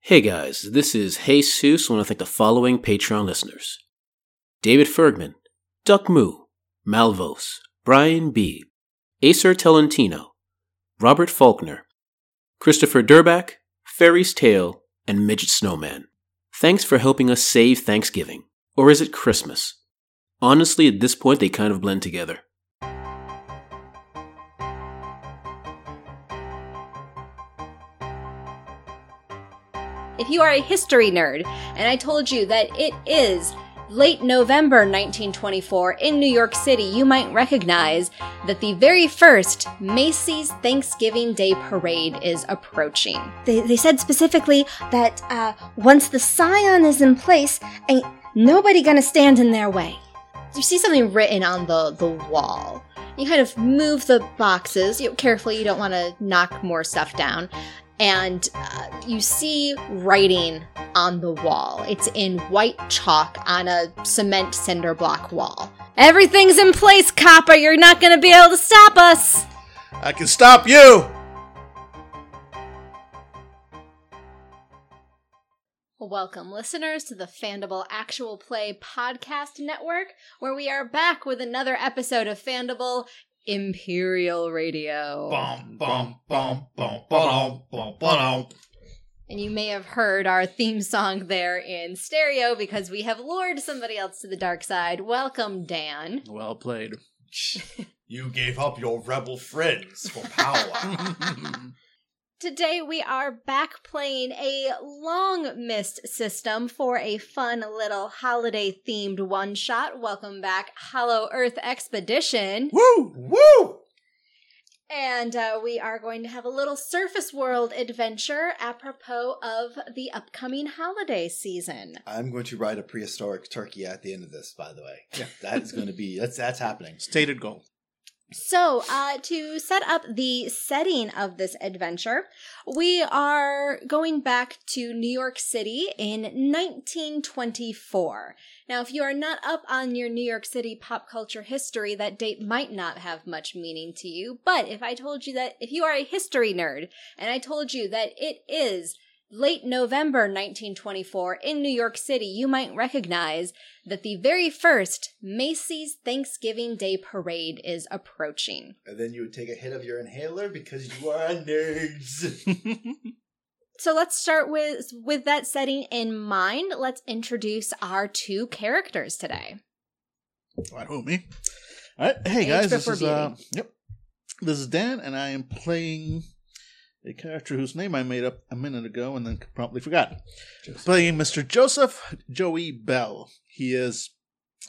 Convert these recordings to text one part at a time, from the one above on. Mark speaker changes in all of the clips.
Speaker 1: Hey guys, this is Jesus. I want to thank the following Patreon listeners David Fergman, Duck Moo, Malvos, Brian B., Acer Tellentino, Robert Faulkner, Christopher Durback, Fairy's Tale, and Midget Snowman. Thanks for helping us save Thanksgiving. Or is it Christmas? Honestly, at this point, they kind of blend together.
Speaker 2: if you are a history nerd, and I told you that it is late November 1924 in New York City, you might recognize that the very first Macy's Thanksgiving Day Parade is approaching.
Speaker 3: They, they said specifically that uh, once the scion is in place, ain't nobody gonna stand in their way.
Speaker 2: You see something written on the, the wall. You kind of move the boxes you know, carefully, you don't want to knock more stuff down. And uh, you see writing on the wall. It's in white chalk on a cement cinder block wall.
Speaker 3: Everything's in place, copper. You're not gonna be able to stop us.
Speaker 4: I can stop you!
Speaker 2: Welcome, listeners, to the Fandible Actual Play Podcast Network, where we are back with another episode of Fandible Imperial Radio.
Speaker 4: Bum, bum, bum, bum, ba-dum, bum, ba-dum.
Speaker 2: And you may have heard our theme song there in stereo because we have lured somebody else to the dark side. Welcome, Dan.
Speaker 5: Well played.
Speaker 4: You gave up your rebel friends for power.
Speaker 2: Today we are back playing a long missed system for a fun little holiday themed one shot. Welcome back, Hollow Earth Expedition.
Speaker 4: woo! Woo!
Speaker 2: And uh, we are going to have a little surface world adventure apropos of the upcoming holiday season.
Speaker 6: I'm going to ride a prehistoric turkey at the end of this. By the way, yeah, that is going to be that's that's happening.
Speaker 5: Stated goal.
Speaker 2: So, uh, to set up the setting of this adventure, we are going back to New York City in 1924. Now, if you are not up on your New York City pop culture history, that date might not have much meaning to you. But if I told you that, if you are a history nerd, and I told you that it is late November 1924 in New York City, you might recognize that the very first Macy's Thanksgiving Day Parade is approaching.
Speaker 6: And then you would take a hit of your inhaler because you are nerds.
Speaker 2: So let's start with with that setting in mind. Let's introduce our two characters today.
Speaker 5: Why don't me? All right. Hey
Speaker 2: Age
Speaker 5: guys, this
Speaker 2: before
Speaker 5: is uh, yep. This is Dan, and I am playing a character whose name I made up a minute ago and then promptly forgot. Playing Mr. Joseph Joey Bell. He is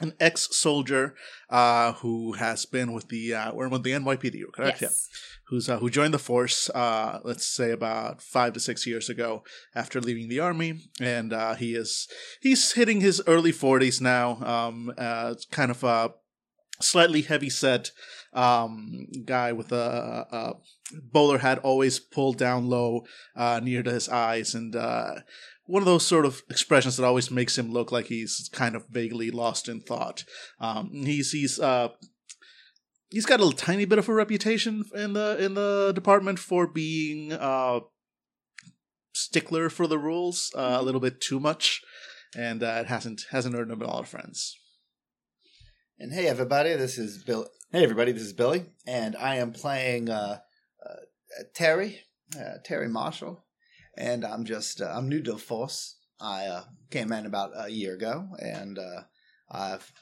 Speaker 5: an ex-soldier uh, who has been with the uh, we're with the NYPD, correct? Yeah.
Speaker 2: Yes.
Speaker 5: who's uh, who joined the force uh, let's say about five to six years ago after leaving the army and uh, he is he's hitting his early 40s now um, uh, it's kind of a slightly heavy set um, guy with a, a bowler hat always pulled down low uh, near to his eyes and uh, one of those sort of expressions that always makes him look like he's kind of vaguely lost in thought um, he's he's uh, he's got a little tiny bit of a reputation in the in the department for being uh stickler for the rules uh, a little bit too much and uh, it hasn't hasn't earned him a lot of friends
Speaker 6: and hey, everybody, this is Bill. Hey, everybody, this is Billy, and I am playing uh, uh, Terry uh, Terry Marshall, and I'm just uh, I'm new to the force. I uh, came in about a year ago, and uh, I've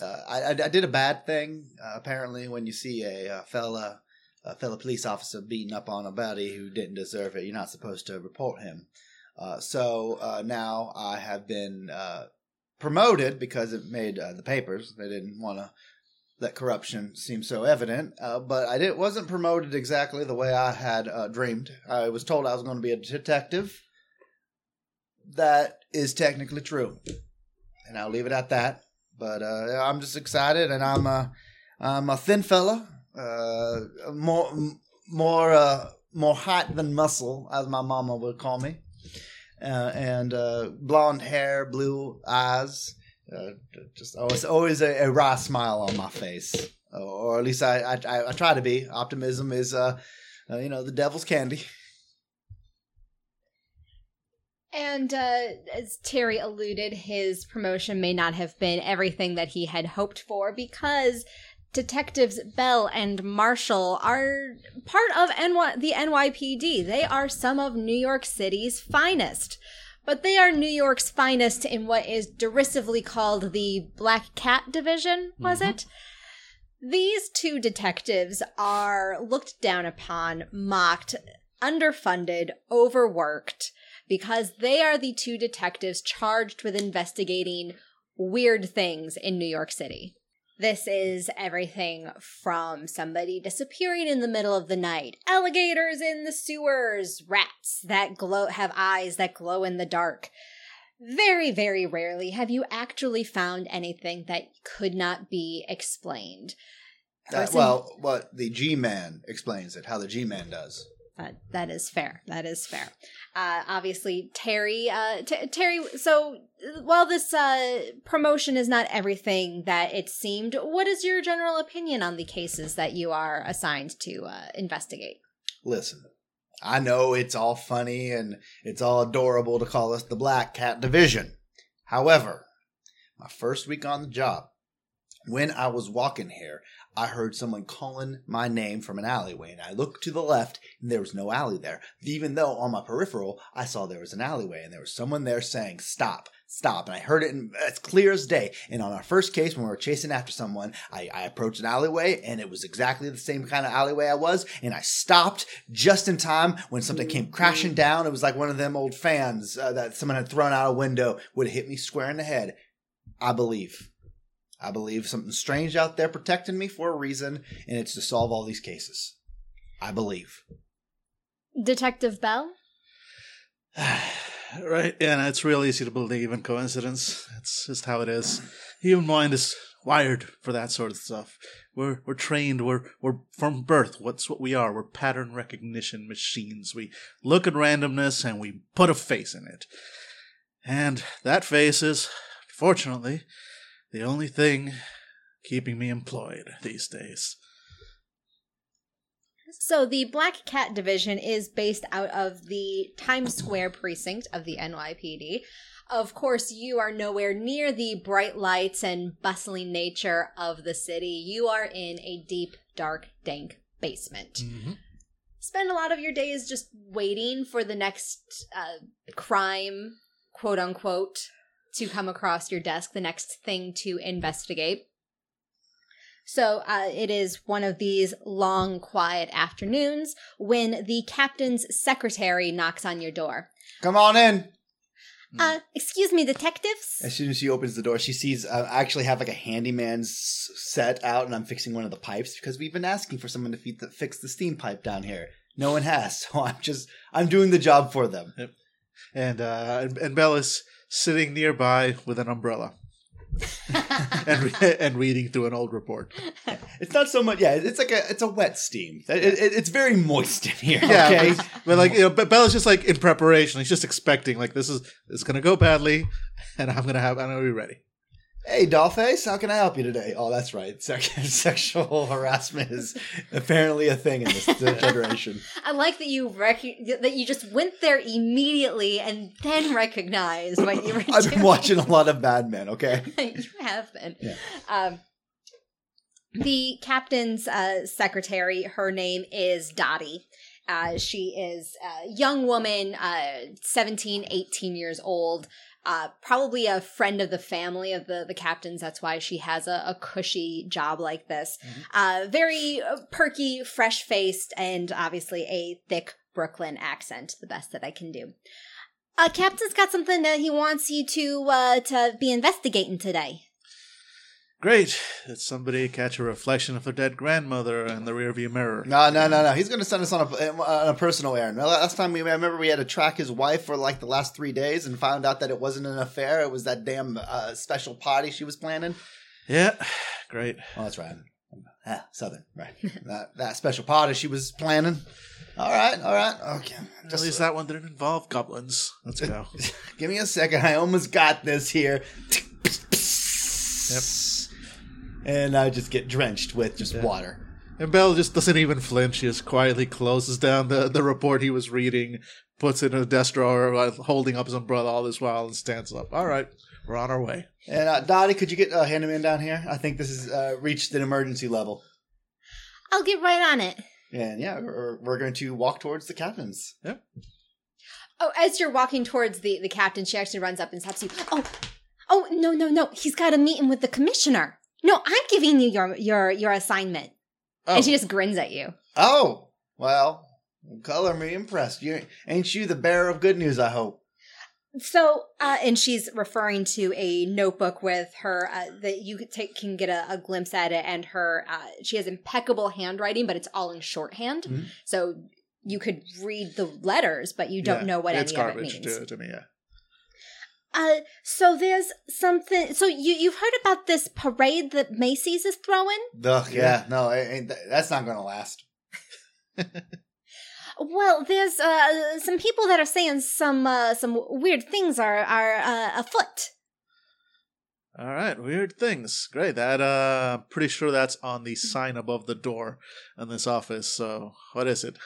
Speaker 6: uh, I, I, I did a bad thing uh, apparently when you see a, uh fella a fellow police officer beating up on a buddy who didn't deserve it. You're not supposed to report him. Uh, so uh, now I have been uh, promoted because it made uh, the papers. They didn't want to let corruption seem so evident, uh, but I did, wasn't promoted exactly the way I had uh, dreamed. I was told I was going to be a detective. That is technically true, and I'll leave it at that. But uh, I'm just excited, and I'm a, I'm a thin fella, uh, more m- more uh, more height than muscle, as my mama would call me uh, and uh, blonde hair, blue eyes. Uh, just always, always a, a wry smile on my face, or, or at least I, I, I, I try to be. Optimism is, uh, uh, you know, the devil's candy.
Speaker 2: And uh, as Terry alluded, his promotion may not have been everything that he had hoped for because detectives Bell and Marshall are part of NY- the NYPD. They are some of New York City's finest. But they are New York's finest in what is derisively called the Black Cat Division, was it? These two detectives are looked down upon, mocked, underfunded, overworked, because they are the two detectives charged with investigating weird things in New York City. This is everything from somebody disappearing in the middle of the night, alligators in the sewers, rats that glow have eyes that glow in the dark. Very, very rarely have you actually found anything that could not be explained.
Speaker 6: That,
Speaker 2: Person-
Speaker 6: Uh, well, what the G Man explains it, how the G Man does.
Speaker 2: That that is fair. That is fair. Uh, obviously, Terry. Uh, T- Terry. So while this uh, promotion is not everything that it seemed, what is your general opinion on the cases that you are assigned to uh, investigate?
Speaker 6: Listen, I know it's all funny and it's all adorable to call us the Black Cat Division. However, my first week on the job, when I was walking here, I heard someone calling my name from an alleyway, and I looked to the left, and there was no alley there. Even though on my peripheral, I saw there was an alleyway, and there was someone there saying, Stop, stop. And I heard it in, as clear as day. And on our first case, when we were chasing after someone, I, I approached an alleyway, and it was exactly the same kind of alleyway I was, and I stopped just in time when something came crashing down. It was like one of them old fans uh, that someone had thrown out a window, would hit me square in the head. I believe. I believe something strange out there protecting me for a reason, and it's to solve all these cases. I believe.
Speaker 2: Detective Bell.
Speaker 5: right? And it's real easy to believe in coincidence. That's just how it is. Human mind is wired for that sort of stuff. We're we're trained. We're we're from birth. What's what we are. We're pattern recognition machines. We look at randomness and we put a face in it. And that face is, fortunately, the only thing keeping me employed these days.
Speaker 2: So the Black Cat Division is based out of the Times Square precinct of the NYPD. Of course, you are nowhere near the bright lights and bustling nature of the city. You are in a deep, dark, dank basement. Spend a lot of your days just waiting for the next uh, crime, quote unquote, to come across your desk, the next thing to investigate. So uh, it is one of these long, quiet afternoons when the captain's secretary knocks on your door.
Speaker 6: Come on in. Hmm.
Speaker 2: Uh, excuse me, detectives?
Speaker 6: As soon as she opens the door, she sees uh, I actually have like a handyman's s- set out, and I'm fixing one of the pipes because we've been asking for someone to fe- to fix the steam pipe down here. No one has, so I'm just I'm doing the job for them.
Speaker 5: And uh, and, and Bella's sitting nearby with an umbrella and re- and reading through an old report.
Speaker 6: It's not so much. Yeah, it's like a it's a wet steam. It, it, it's very moist in here.
Speaker 5: Yeah,
Speaker 6: okay.
Speaker 5: but, but, like you know, but Bella's just like in preparation. He's just expecting like this is it's gonna go badly, and I'm gonna have I'm gonna be ready.
Speaker 6: Hey, dollface, how can I help you today? Oh, that's right. Sex- sexual harassment is apparently a thing in this generation.
Speaker 2: I like that you rec- that you just went there immediately and then recognized what you were
Speaker 6: I've
Speaker 2: doing.
Speaker 6: been watching a lot of Mad Men. Okay,
Speaker 2: you have been.
Speaker 6: Yeah.
Speaker 2: Um, the captain's uh, secretary, her name is Dottie. Uh, she is a young woman, uh, 17, 18 years old, uh, probably a friend of the family of the, the captain's. That's why she has a, a cushy job like this. Uh, very uh, perky, fresh faced, and obviously a thick Brooklyn accent, the best that I can do. Uh, Captain's got something that he wants you to uh, to be investigating today.
Speaker 5: Great, did somebody catch a reflection of their dead grandmother in the rearview mirror?
Speaker 6: no, no, no, no. He's going to send us on a on a personal errand. Now, Last time we I remember we had to track his wife for like the last three days and found out that it wasn't an affair. It was that damn uh, special party she was planning.
Speaker 5: Yeah, great.
Speaker 6: Oh, that's right. Ah, Southern, right? that that special party she was planning. All right, all right, okay.
Speaker 5: At least that one didn't involve goblins. Let's go.
Speaker 6: Give me a second. I almost got this here. And I just get drenched with just water.
Speaker 5: and Bella just doesn't even flinch. She just quietly closes down the the report he was reading, puts it in a desk drawer, like, holding up his umbrella all this while, and stands up. All right, we're on our way.
Speaker 6: And uh, Dottie, could you get uh, Handyman down here? I think this has uh, reached an emergency level.
Speaker 3: I'll get right on it.
Speaker 6: And yeah, we're, we're going to walk towards the captain's.
Speaker 2: Oh, as you're walking towards the the captain, she actually runs up and stops you. Oh, oh no no no! He's got a meeting with the commissioner. No, I'm giving you your your your assignment,
Speaker 6: Oh,
Speaker 2: and she just grins at you.
Speaker 6: oh well, color me impressed. You ain't you the bearer of good news? I hope.
Speaker 2: So, uh, and she's referring to a notebook with her uh, that you could take, can get a, a glimpse at it, and her uh, she has impeccable handwriting, but it's all in shorthand.
Speaker 5: Mm-hmm.
Speaker 6: Mhm.
Speaker 2: So you could read the letters, but you don't
Speaker 5: Yeah,
Speaker 2: know what
Speaker 5: it's
Speaker 2: any
Speaker 5: garbage
Speaker 2: of it means.
Speaker 5: To, to me. Yeah.
Speaker 3: Uh, so there's something. So you you've heard about this parade that Macy's is throwing?
Speaker 6: Ugh, yeah, no, it ain't, that's not going to last.
Speaker 3: Well, there's uh some people that are saying some uh some weird things are are uh, afoot.
Speaker 5: All right, weird things. Great. That uh pretty sure that's on the sign above the door in this office. So, what is it?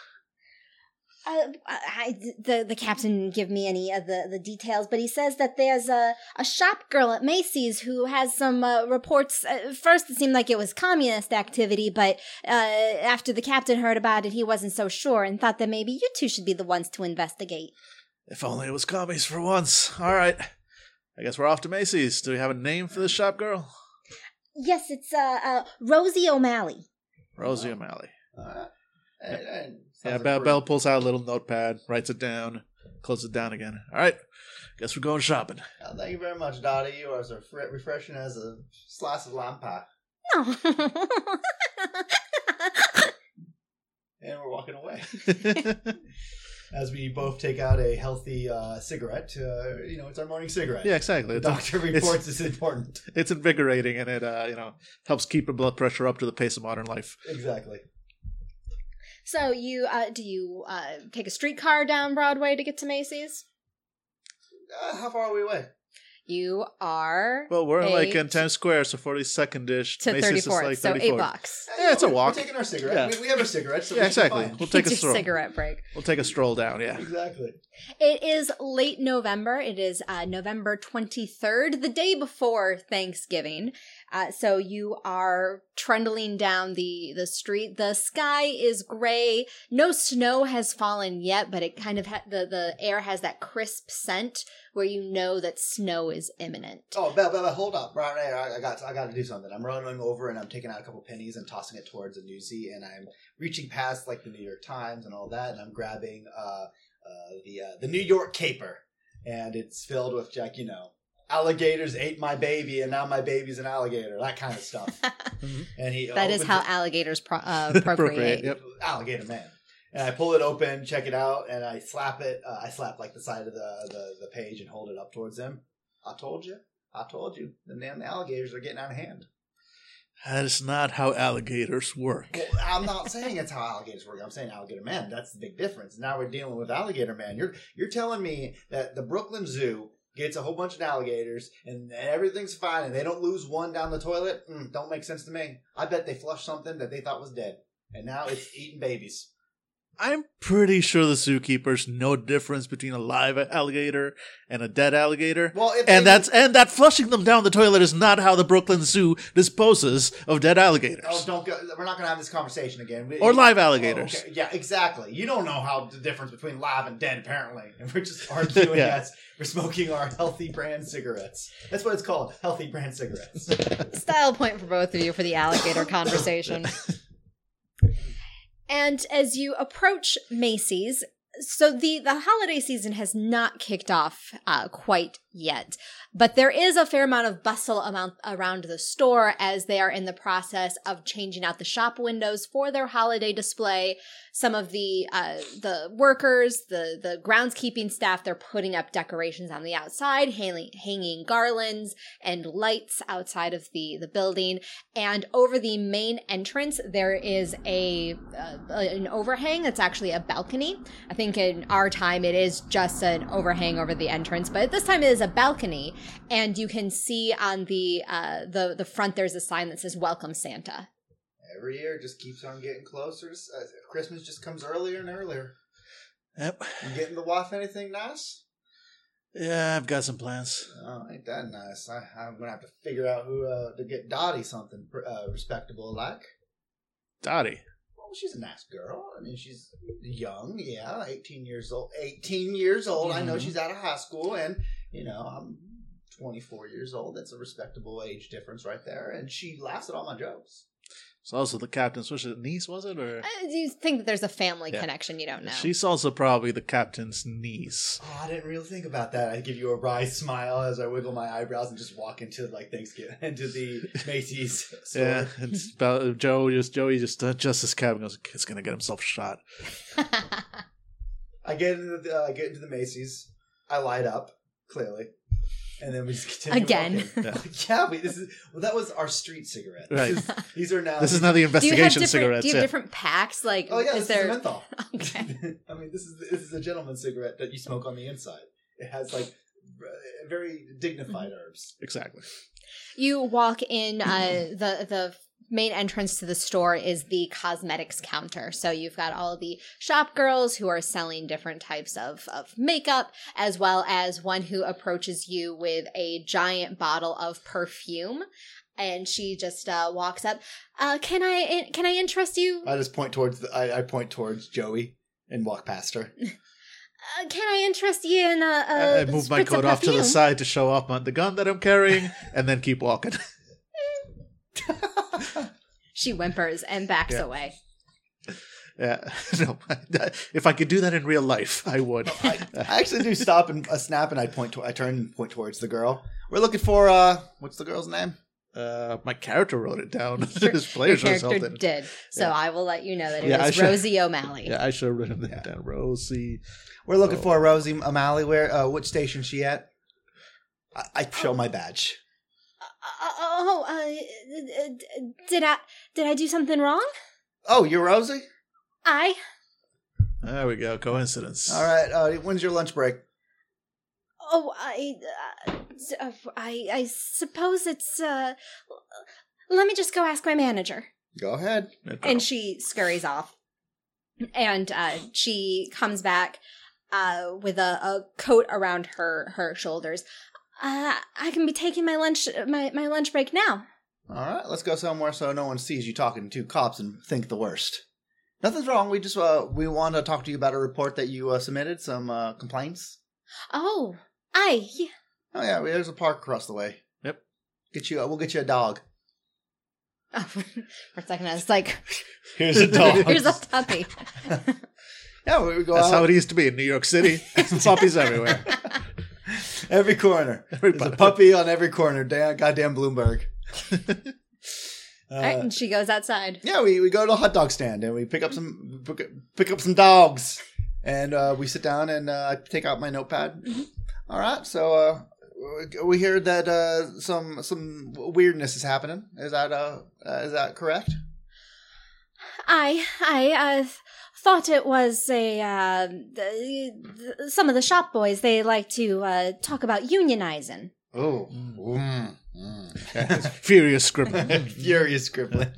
Speaker 3: Uh, I, the the captain didn't give me any of the, the details, but he says that there's a, a shop girl at Macy's who has some uh, reports. At first, it seemed like it was communist activity, but uh, after the captain heard about it, he wasn't so sure and thought that maybe you two should be the ones to investigate.
Speaker 5: If only it was commies for once. All right. I guess we're off to Macy's. Do we have a name for this shop girl?
Speaker 3: Yes, it's uh, uh, Rosie O'Malley.
Speaker 5: Rosie O'Malley.
Speaker 6: Uh, and- and-
Speaker 5: Yeah,
Speaker 6: sounds
Speaker 5: Bell,
Speaker 6: approved.
Speaker 5: Bell pulls out a little notepad, writes it down, closes it down again. All right. Guess we're going shopping.
Speaker 6: Uh, thank you very much, Dottie. You are as refre- refreshing as a slice of lime pie.
Speaker 3: No.
Speaker 6: And we're walking away. As we both take out a healthy uh, cigarette, uh, you know, it's our morning cigarette.
Speaker 5: yeah, exactly.
Speaker 6: The
Speaker 5: It's,
Speaker 6: doctor reports it's important.
Speaker 5: it's invigorating and it uh, you know, helps keep your blood pressure up to the pace of modern life.
Speaker 6: Exactly.
Speaker 2: So you uh, do you uh, take a streetcar down Broadway to get to Macy's?
Speaker 6: Uh, how far are we away?
Speaker 2: You are
Speaker 5: Well, we're
Speaker 2: Eight.
Speaker 5: like in Times Square, so 42nd ish.
Speaker 2: to thirty fourth, so eight bucks.
Speaker 6: Uh,
Speaker 5: Yeah, it's a
Speaker 6: we're-
Speaker 5: walk.
Speaker 6: We're taking our cigarette.
Speaker 5: Yeah.
Speaker 6: We, we have our cigarette. So
Speaker 5: Yeah,
Speaker 6: we should be
Speaker 5: exactly.
Speaker 6: fine.
Speaker 5: We'll take a
Speaker 2: It's
Speaker 5: stroll.
Speaker 2: cigarette break.
Speaker 5: We'll take a stroll down. Yeah.
Speaker 6: Exactly.
Speaker 2: It is late November. It is uh, November 23rd, the day before Thanksgiving. Uh, so you are trundling down the, the street. The sky is gray. No snow has fallen yet, but it kind of ha- the, the air has that crisp scent where you know that snow is imminent.
Speaker 6: Oh, Bell, Bell, Bell, hold up. Right, right, right, I got, I got to do something. I'm running over and I'm taking out a couple pennies and tossing it towards a newsie, and I'm reaching past like the New York Times and all that, and I'm grabbing uh, uh, the uh, the New York Caper, and it's filled with Jack, you know, alligators ate my baby, and now my baby's an alligator, that kind of stuff. and he
Speaker 2: That is
Speaker 6: opens
Speaker 2: how
Speaker 6: it-
Speaker 2: alligators pro- uh, procreate.
Speaker 5: Procreate, yep.
Speaker 6: alligator man. And I pull it open, check it out, and I slap it. Uh, I slap like the side of the, the the page and hold it up towards them. I told you. I told you. The damn alligators are getting out of hand.
Speaker 5: That is not how alligators work.
Speaker 6: Well, I'm not saying it's how alligators work. I'm saying alligator man. That's the big difference. Now we're dealing with alligator man. You're you're telling me that the Brooklyn Zoo gets a whole bunch of alligators and everything's fine and they don't lose one down the toilet. Mm, don't make sense to me. I bet they flushed something that they thought was dead, and now it's eating babies.
Speaker 5: I'm pretty sure the zookeepers know difference between a live alligator and a dead alligator.
Speaker 6: Well, if
Speaker 5: and
Speaker 6: they-
Speaker 5: that's and that flushing them down the toilet is not how the Brooklyn Zoo disposes of dead alligators.
Speaker 6: Oh, don't go. We're not going to have this conversation again. We-
Speaker 5: Or live
Speaker 6: Oh,
Speaker 5: alligators.
Speaker 6: okay. Yeah, exactly. You don't know how the difference between live and dead, apparently. And we're just arguing
Speaker 5: Yeah.
Speaker 6: as we're smoking our healthy brand cigarettes. That's what it's called, healthy brand cigarettes.
Speaker 2: style point for both of you for the alligator conversation. and as you approach Macy's, so the the holiday season has not kicked off uh, quite yet, but there is a fair amount of bustle amount around the store as they are in the process of changing out the shop windows for their holiday display. Some of the uh, the workers, the the groundskeeping staff, they're putting up decorations on the outside, hanging hanging garlands and lights outside of the the building and over the main entrance there is a uh, an overhang that's actually a balcony i think in our time it is just an overhang over the entrance but this time it is a balcony and you can see on the uh the the front there's a sign that says welcome santa
Speaker 6: Every year it just keeps on getting closer. to s- uh, Christmas just comes earlier and earlier.
Speaker 5: Yep.
Speaker 6: You getting the wife anything nice?
Speaker 5: Yeah, I've got some plans.
Speaker 6: Oh, ain't that nice? I, I'm gonna have to figure out who uh, to get Dottie something uh, respectable like.
Speaker 5: Dottie.
Speaker 6: Well, she's a nice girl. I mean, she's young. Yeah, 18 years old. 18 years old. I know
Speaker 5: Mhm.
Speaker 6: she's out of high school, and you know I'm 24 years old. That's a respectable age difference right there. And she laughs at all my jokes.
Speaker 5: It's also the captain's was it niece, was it? Or
Speaker 2: I do Uh, think that there's a family
Speaker 5: Yeah.
Speaker 2: connection you don't know.
Speaker 5: she's also probably the captain's niece.
Speaker 6: Oh, I didn't really think about that. I give you a wry smile as I wiggle my eyebrows and just walk into like Thanksgiving into the Macy's store.
Speaker 5: Yeah, it's about Joe just Joey just uh, Justice Captain goes, Kid's gonna get himself shot.
Speaker 6: I get into the I get into the Macy's. I light up clearly, and then we just continue
Speaker 2: Again.
Speaker 6: walking. yeah, we, this is well. That was our street cigarette.
Speaker 5: Right.
Speaker 6: This is, these are now.
Speaker 5: This is not the
Speaker 7: Do you have
Speaker 5: investigation
Speaker 7: different?
Speaker 5: cigarettes.
Speaker 7: do you
Speaker 5: yeah.
Speaker 7: have different packs? Like,
Speaker 6: Oh yeah,
Speaker 7: is
Speaker 6: this is
Speaker 7: there?
Speaker 6: menthol.
Speaker 7: okay.
Speaker 6: I mean, this is this is a gentleman's cigarette that you smoke on the inside. It has like r- very dignified
Speaker 7: Mm-hmm.
Speaker 6: herbs.
Speaker 5: exactly.
Speaker 2: You walk in uh, the the main entrance to the store is the cosmetics counter. So you've got all the shop girls who are selling different types of of makeup as well as one who approaches you with a giant bottle of perfume and she just uh, walks up. Uh, can I can I interest you?
Speaker 5: Uh,
Speaker 6: I just point towards the, I, I point towards Joey and walk past her.
Speaker 2: Uh, can I interest you in a, a
Speaker 5: I, I move my
Speaker 2: spritz of
Speaker 5: coat off to the
Speaker 2: perfume?"
Speaker 5: side to show off my, the gun that I'm carrying, and then keep walking.
Speaker 2: She whimpers and backs
Speaker 5: Yeah.
Speaker 2: away.
Speaker 5: yeah, no. if I could do that in real life, I would.
Speaker 6: I, I actually do stop and a snap, and I point. To, I turn and point towards the girl. We're looking for uh, what's the girl's name?
Speaker 5: Uh, my character wrote it down.
Speaker 2: Your-
Speaker 5: His
Speaker 2: Your
Speaker 5: players or
Speaker 2: character
Speaker 5: something.
Speaker 2: did. So
Speaker 5: Yeah.
Speaker 2: I will let you know that it
Speaker 5: Yeah, I
Speaker 2: was
Speaker 5: should-
Speaker 2: Rosie O'Malley.
Speaker 5: Yeah, I should have written that down. Rosie.
Speaker 6: We're looking for Rosie O'Malley. Where? Uh, which station she at? I, I show my badge.
Speaker 2: Uh, oh, uh, uh, d- did I did I do something wrong?
Speaker 6: Oh, you're Rosie.
Speaker 2: I
Speaker 5: There we go. Coincidence.
Speaker 6: All right. Uh, when's your lunch break?
Speaker 2: oh I uh, s- uh, I I suppose it's uh l- let me just go ask my manager.
Speaker 6: Go ahead.
Speaker 5: Good girl.
Speaker 2: And she scurries off. And uh she comes back uh with a, a coat around her her shoulders. Uh, I can be taking my lunch my, my lunch break now.
Speaker 6: All right. Let's go somewhere so no one sees you talking to cops and think the worst. Nothing's wrong. We just uh, we want to talk to you about a report that you uh, submitted. Some uh, complaints.
Speaker 2: Oh, I yeah.
Speaker 6: Oh yeah, there's a park across the way.
Speaker 5: Yep.
Speaker 6: Get you. Uh, we'll get you a dog.
Speaker 2: Oh, for a second, I was like,
Speaker 5: Here's a dog.
Speaker 2: "Here's a puppy."
Speaker 6: Yeah, we go
Speaker 5: That's
Speaker 6: out
Speaker 5: how it used to be in New York City. Puppies everywhere.
Speaker 6: every corner. There's a
Speaker 5: Everybody.
Speaker 6: puppy on every corner. Damn, goddamn Bloomberg.
Speaker 2: All right, and she goes outside.
Speaker 6: Yeah, we, we go to a hot dog stand and we pick up some pick- pick up some dogs, and uh, we sit down and uh, I take out my notepad. All right, so uh, we- we heard that uh, some some weirdness is happening. Is that uh, uh is that correct?
Speaker 2: I I uh, thought it was a uh, th- th- some of the shop boys. They like to uh, talk about unionizing.
Speaker 6: Oh, mm,
Speaker 5: Furious scribbling.
Speaker 6: furious scribbling.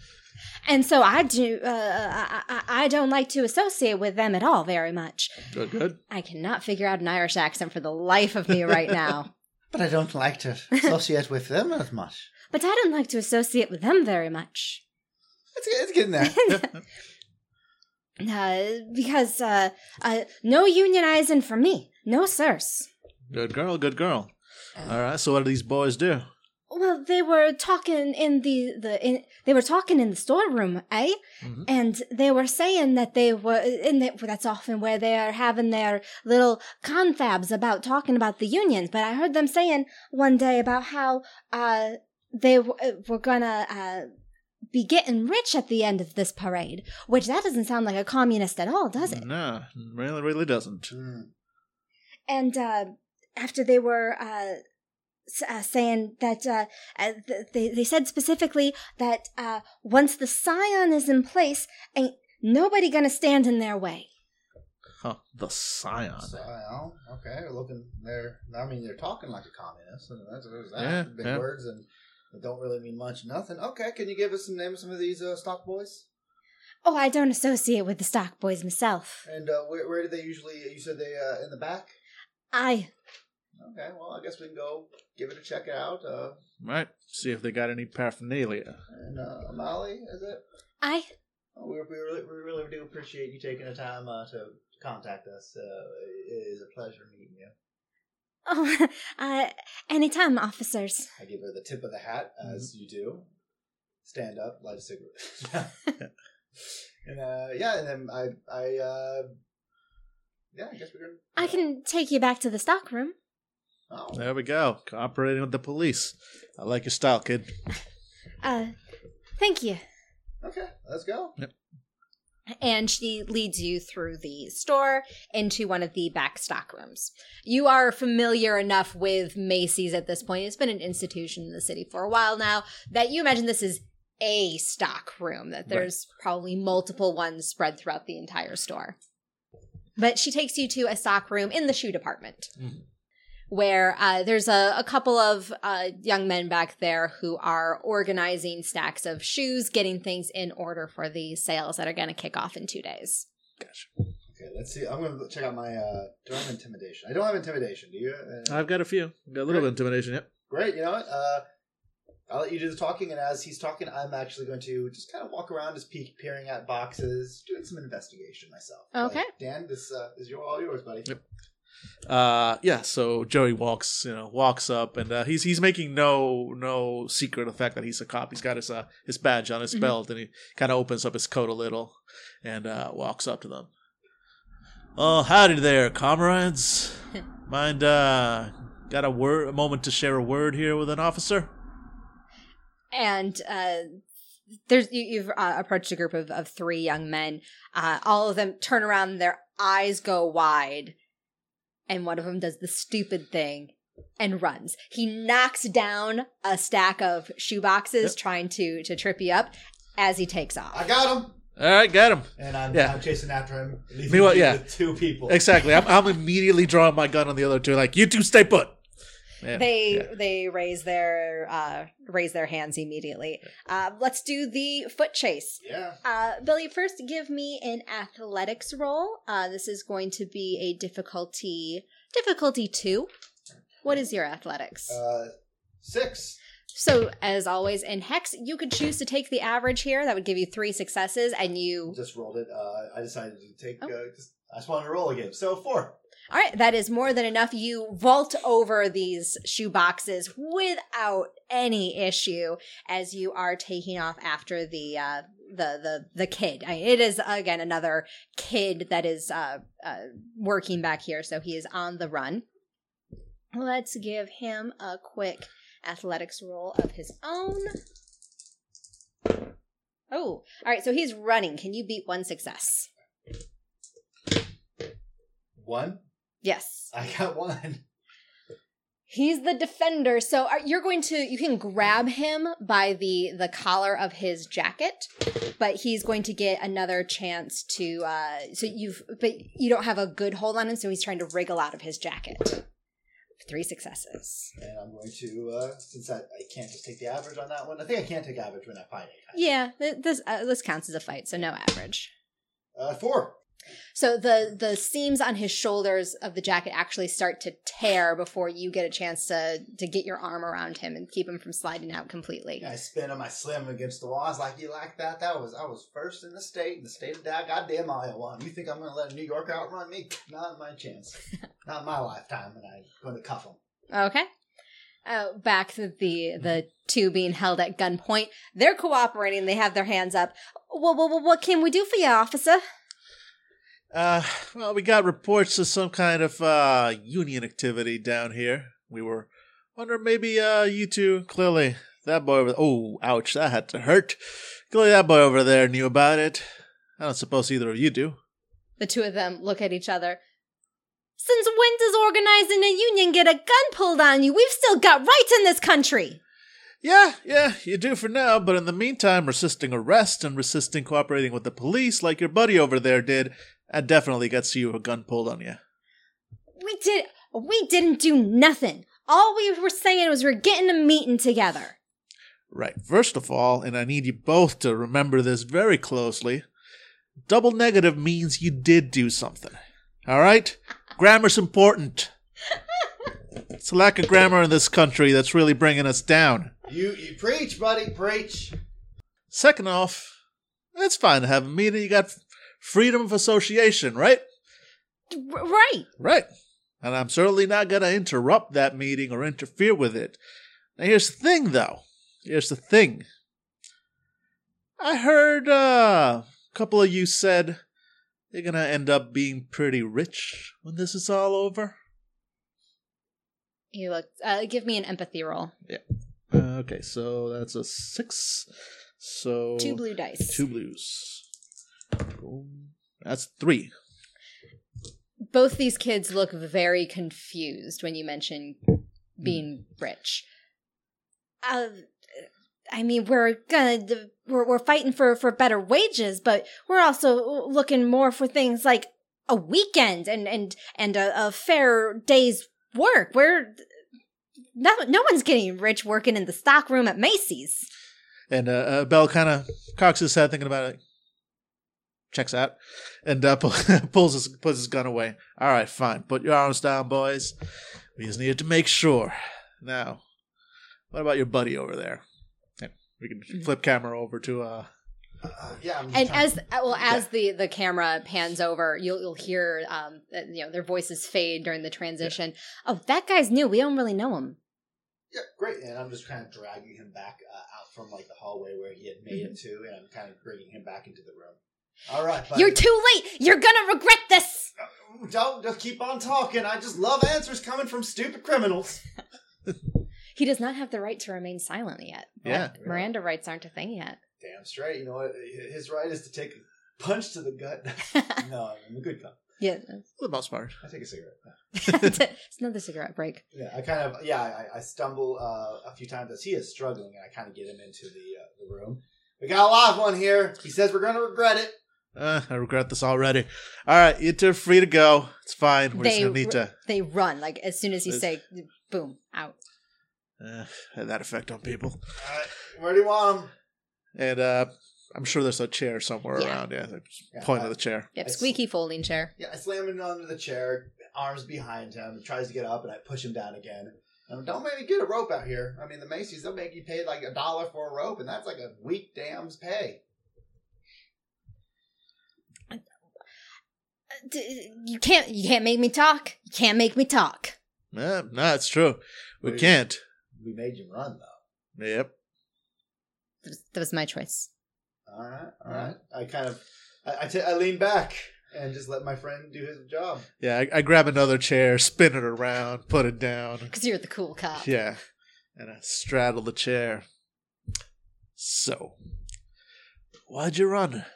Speaker 2: And so I do. Uh, I, I- I don't like to associate with them at all very much.
Speaker 5: Good, good.
Speaker 2: I cannot figure out an Irish accent for the life of me right now.
Speaker 6: But I don't like to associate with them as much.
Speaker 2: but I don't like to associate with them very much.
Speaker 6: It's, it's getting there.
Speaker 2: Uh, because uh, uh, no unionizing for me. No, sirs.
Speaker 5: Good girl, good girl.
Speaker 2: Oh.
Speaker 5: All right, so what do these boys do?
Speaker 2: Well, they were talking in the the in, they were talking in the storeroom, eh?
Speaker 5: Mhm.
Speaker 2: And they were saying that they were and that, that's often where they are having their little confabs about talking about the unions. But I heard them saying one day about how uh they w- uh, were gonna uh be getting rich at the end of this parade, which that doesn't sound like a communist at all, does it?
Speaker 5: No, really, really doesn't.
Speaker 6: Hmm.
Speaker 2: and uh, after they were uh, s- uh, saying that uh, uh, th- they they said specifically that uh, once the scion is in place, ain't nobody gonna stand in their way.
Speaker 5: Huh, the scion.
Speaker 6: So, well, okay, they're looking, they're, I mean, they're talking like a communist, and that's there's that.
Speaker 5: Yeah,
Speaker 6: Big
Speaker 5: yeah.
Speaker 6: words, and they don't really mean much, nothing. Okay, can you give us some names of some of these uh, stock boys?
Speaker 3: Oh, I don't associate with the stock boys myself.
Speaker 6: And uh, where, where do they usually? You said they uh, in the back.
Speaker 3: I
Speaker 6: Okay, well, I guess we can go give it a check out. Uh,
Speaker 5: Right. See if they got any paraphernalia.
Speaker 6: and uh, Amali, is it?
Speaker 3: I
Speaker 6: Oh, We, we, really, we really do appreciate you taking the time uh, to contact us. Uh, it is a pleasure meeting you.
Speaker 3: oh uh anytime, officers.
Speaker 6: I give her the tip of the hat as you do. Stand up, light a cigarette. and uh, yeah, and then I, I, uh, yeah, I guess we're gonna.
Speaker 3: I can take you back to the stockroom.
Speaker 6: Oh,
Speaker 5: There we go. Cooperating with the police. I like your style, kid.
Speaker 3: Uh thank you.
Speaker 6: okay, let's go.
Speaker 2: and she leads you through the store into one of the back stock rooms. You are familiar enough with Macy's at this point. It's been an institution in the city for a while now that you imagine this is a stock room, that there's probably multiple ones spread throughout the entire store. But she takes you to a stock room in the shoe department. Where uh, there's a, a couple of uh, young men back there who are organizing stacks of shoes, getting things in order for the sales that are going to kick off in two days.
Speaker 6: Okay, let's see. I'm gonna check out my. Uh, do I have intimidation? I don't have intimidation. Do you? Uh,
Speaker 5: I've got a few. Got a little bit of intimidation, yep.
Speaker 6: Great. You know what? Uh, I'll let you do the talking, and as he's talking, I'm actually going to just kind of walk around, just peek, peering at boxes, doing some investigation myself.
Speaker 2: Okay.
Speaker 6: Like, Dan, this uh, is your all yours, buddy.
Speaker 5: Yep. Uh yeah, so Joey walks, you know, walks up and uh, he's he's making no no secret of the fact that he's a cop. He's got his uh his badge on his
Speaker 2: Mhm.
Speaker 5: belt and he kinda opens up his coat a little and uh walks up to them. Oh howdy there, comrades. Mind uh got a word a moment to share a word here with an officer?
Speaker 2: and uh, there's you, you've uh, approached a group of, of three young men. Uh, all of them turn around, and their eyes go wide, and one of them does the stupid thing and runs. He knocks down a stack of shoe boxes,
Speaker 5: Yep.
Speaker 2: trying to to trip you up as he takes off.
Speaker 6: I got him,
Speaker 5: Alright, got him.
Speaker 6: and I'm,
Speaker 5: Yeah.
Speaker 6: I'm chasing after him. leaving
Speaker 5: Meanwhile,
Speaker 6: you
Speaker 5: yeah.
Speaker 6: with two people.
Speaker 5: Exactly. I'm I'm immediately drawing my gun on the other two, like, you two stay put. Man,
Speaker 2: they
Speaker 5: yeah.
Speaker 2: they raise their uh raise their hands immediately. Uh, let's do the foot chase.
Speaker 6: yeah.
Speaker 2: Uh, Billy, first give me an athletics roll. Uh, this is going to be a difficulty difficulty two. What is your athletics?
Speaker 6: Uh, six.
Speaker 2: so, as always in hex, you could choose to take the average here. That would give you three successes, and you
Speaker 6: Just rolled it. Uh, I decided to take.
Speaker 2: Oh.
Speaker 6: Uh, just, I just wanted to roll again. So four.
Speaker 2: all right. That is more than enough. You vault over these shoe boxes without any issue as you are taking off after the uh, the the the kid. I, it is again another kid that is uh, uh, working back here, so he is on the run. Let's give him a quick athletics roll of his own. Oh, all right. So he's running. Can you beat one success?
Speaker 6: One.
Speaker 2: Yes.
Speaker 6: I got one.
Speaker 2: He's the defender, so are, you're going to you can grab him by the the collar of his jacket, but he's going to get another chance to. uh So you've but you don't have a good hold on him, so he's trying to wriggle out of his jacket. Three successes.
Speaker 6: And I'm going to, uh, since I, I can't just take the average on that one, I think I can take average when I find it.
Speaker 2: Yeah, th- this uh, this counts as a fight, so no average.
Speaker 6: Uh, four.
Speaker 2: So the the seams on his shoulders of the jacket actually start to tear before you get a chance to to get your arm around him and keep him from sliding out completely.
Speaker 6: I spin him, I slam him against the wall. I was like, you like that? That was, I was first in the state, in the state of that goddamn Iowa. And you think I'm going to let a New Yorker outrun me? Not my chance. Not in my lifetime. And I'm going to cuff him.
Speaker 2: Okay. Uh, back to the the two being held at gunpoint. They're cooperating. They have their hands up.
Speaker 3: Well, well, well, what can we do for you, officer?
Speaker 5: Uh, well, we got reports of some kind of uh, union activity down here. We were wondering maybe uh, you two, clearly that boy over. Oh, ouch! That had to hurt. Clearly, that boy over there knew about it. I don't suppose either of you do.
Speaker 2: The two of them look at each other.
Speaker 3: Since when does organizing a union get a gun pulled on you? We've still got rights in this country.
Speaker 5: Yeah, yeah, you do for now, but in the meantime, resisting arrest and resisting cooperating with the police, like your buddy over there did, that definitely gets you a gun pulled on you.
Speaker 3: We did. We didn't do nothing. All we were saying was we're getting a meeting together.
Speaker 5: Right. First of all, and I need you both to remember this very closely, Double negative means you did do something. All right? Grammar's important. It's a lack of grammar in this country that's really bringing us down.
Speaker 6: You you preach, buddy, preach.
Speaker 5: Second off, it's fine to have a meeting. You got freedom of association, right?
Speaker 3: R- right.
Speaker 5: Right. And I'm certainly not going to interrupt that meeting or interfere with it. Now, here's the thing, though. Here's the thing. I heard uh, a couple of you said you're going to end up being pretty rich when this is all over.
Speaker 2: You look. Uh, give me an empathy roll.
Speaker 5: Uh, okay, so that's a six. So
Speaker 3: Two blue dice.
Speaker 5: Oh, Two blues. Boom. That's three.
Speaker 2: Both these kids look very confused when you mention being rich.
Speaker 3: uh, I mean, we're gonna we're, we're fighting for for better wages, but we're also looking more for things like a weekend and and and a, a fair day's work. We're no no one's getting rich working in the stockroom at Macy's.
Speaker 5: And uh, uh, Bell kind of cocks his head, thinking about it. Checks out, and uh, pull, pulls his puts his gun away. All right, fine. Put your arms down, boys. We just needed to make sure. Now, what about your buddy over there? Yeah, we can flip camera over to uh.
Speaker 6: Uh, yeah, I'm just
Speaker 2: And
Speaker 6: trying-
Speaker 2: as well as the the camera pans over, you'll you'll hear um that, you know their voices fade during the transition.
Speaker 3: Oh, that guy's new. We don't really know him.
Speaker 6: yeah, great, and I'm just kind of dragging him back uh, out from like the hallway where he had made it
Speaker 2: Mm-hmm.
Speaker 6: to, and I'm kind of bringing him back into the room. All right, buddy. Mm,
Speaker 3: You're too late. You're gonna regret this.
Speaker 6: don't just keep on talking. I just love answers coming from stupid criminals.
Speaker 2: He does not have the right to remain silent yet.
Speaker 5: Yeah.
Speaker 2: Miranda rights aren't a thing yet.
Speaker 6: Damn straight. You know what? His right is to take a punch to the gut. no, I'm a good cop.
Speaker 2: Yeah,
Speaker 5: For the most part,
Speaker 6: I take a cigarette.
Speaker 2: it's another cigarette break.
Speaker 6: Yeah, I kind of yeah, I, I stumble uh, a few times as he is struggling, and I kind of get him into the uh, the room. We got a live one here. He says we're gonna regret it.
Speaker 5: uh, I regret this already. All right, you two are free to go. It's fine. We're just
Speaker 2: They
Speaker 5: gonna need
Speaker 2: re-
Speaker 5: to
Speaker 2: They run like as soon as you
Speaker 5: This-
Speaker 2: say boom out.
Speaker 5: uh, have that effect on people.
Speaker 6: All right, where do you want him?
Speaker 5: And uh, I'm sure there's a chair somewhere
Speaker 2: Yeah.
Speaker 5: around. Yeah, just
Speaker 6: Yeah, uh,
Speaker 5: point
Speaker 6: I-
Speaker 5: of the chair.
Speaker 2: Yep,
Speaker 6: I see.
Speaker 2: squeaky folding chair.
Speaker 6: Yeah, I slam him under the chair, arms behind him. He tries to get up, and I push him down again. Um, don't make me get a rope out here. I mean, the Macy's they'll make you pay like a dollar for a rope, and that's like a week damn's pay.
Speaker 3: D- You can't you can't make me talk. You can't make me talk.
Speaker 5: Yeah, no, it's true. We
Speaker 6: Wait.
Speaker 5: can't.
Speaker 6: We made you run though.
Speaker 5: Yep.
Speaker 2: That was, that was my choice.
Speaker 6: All right, all right. I kind of I I ta- I lean back and just let my friend do his job.
Speaker 5: Yeah, I, I grab another chair, spin it around, put it down.
Speaker 2: Because you're the cool cop.
Speaker 5: Yeah, and I straddle the chair. So, why'd you run?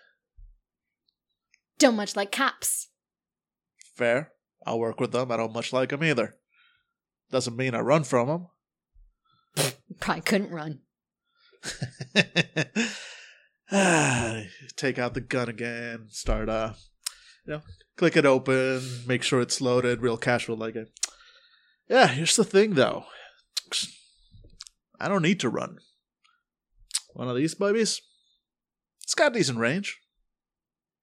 Speaker 3: Don't much like cops.
Speaker 5: Fair. I'll work with them. I don't much like them either. Doesn't mean I run from them.
Speaker 2: Probably couldn't run.
Speaker 5: Ah, take out the gun again start uh you know click it open make sure it's loaded real casual like it yeah here's the thing though i don't need to run one of these babies it's got decent range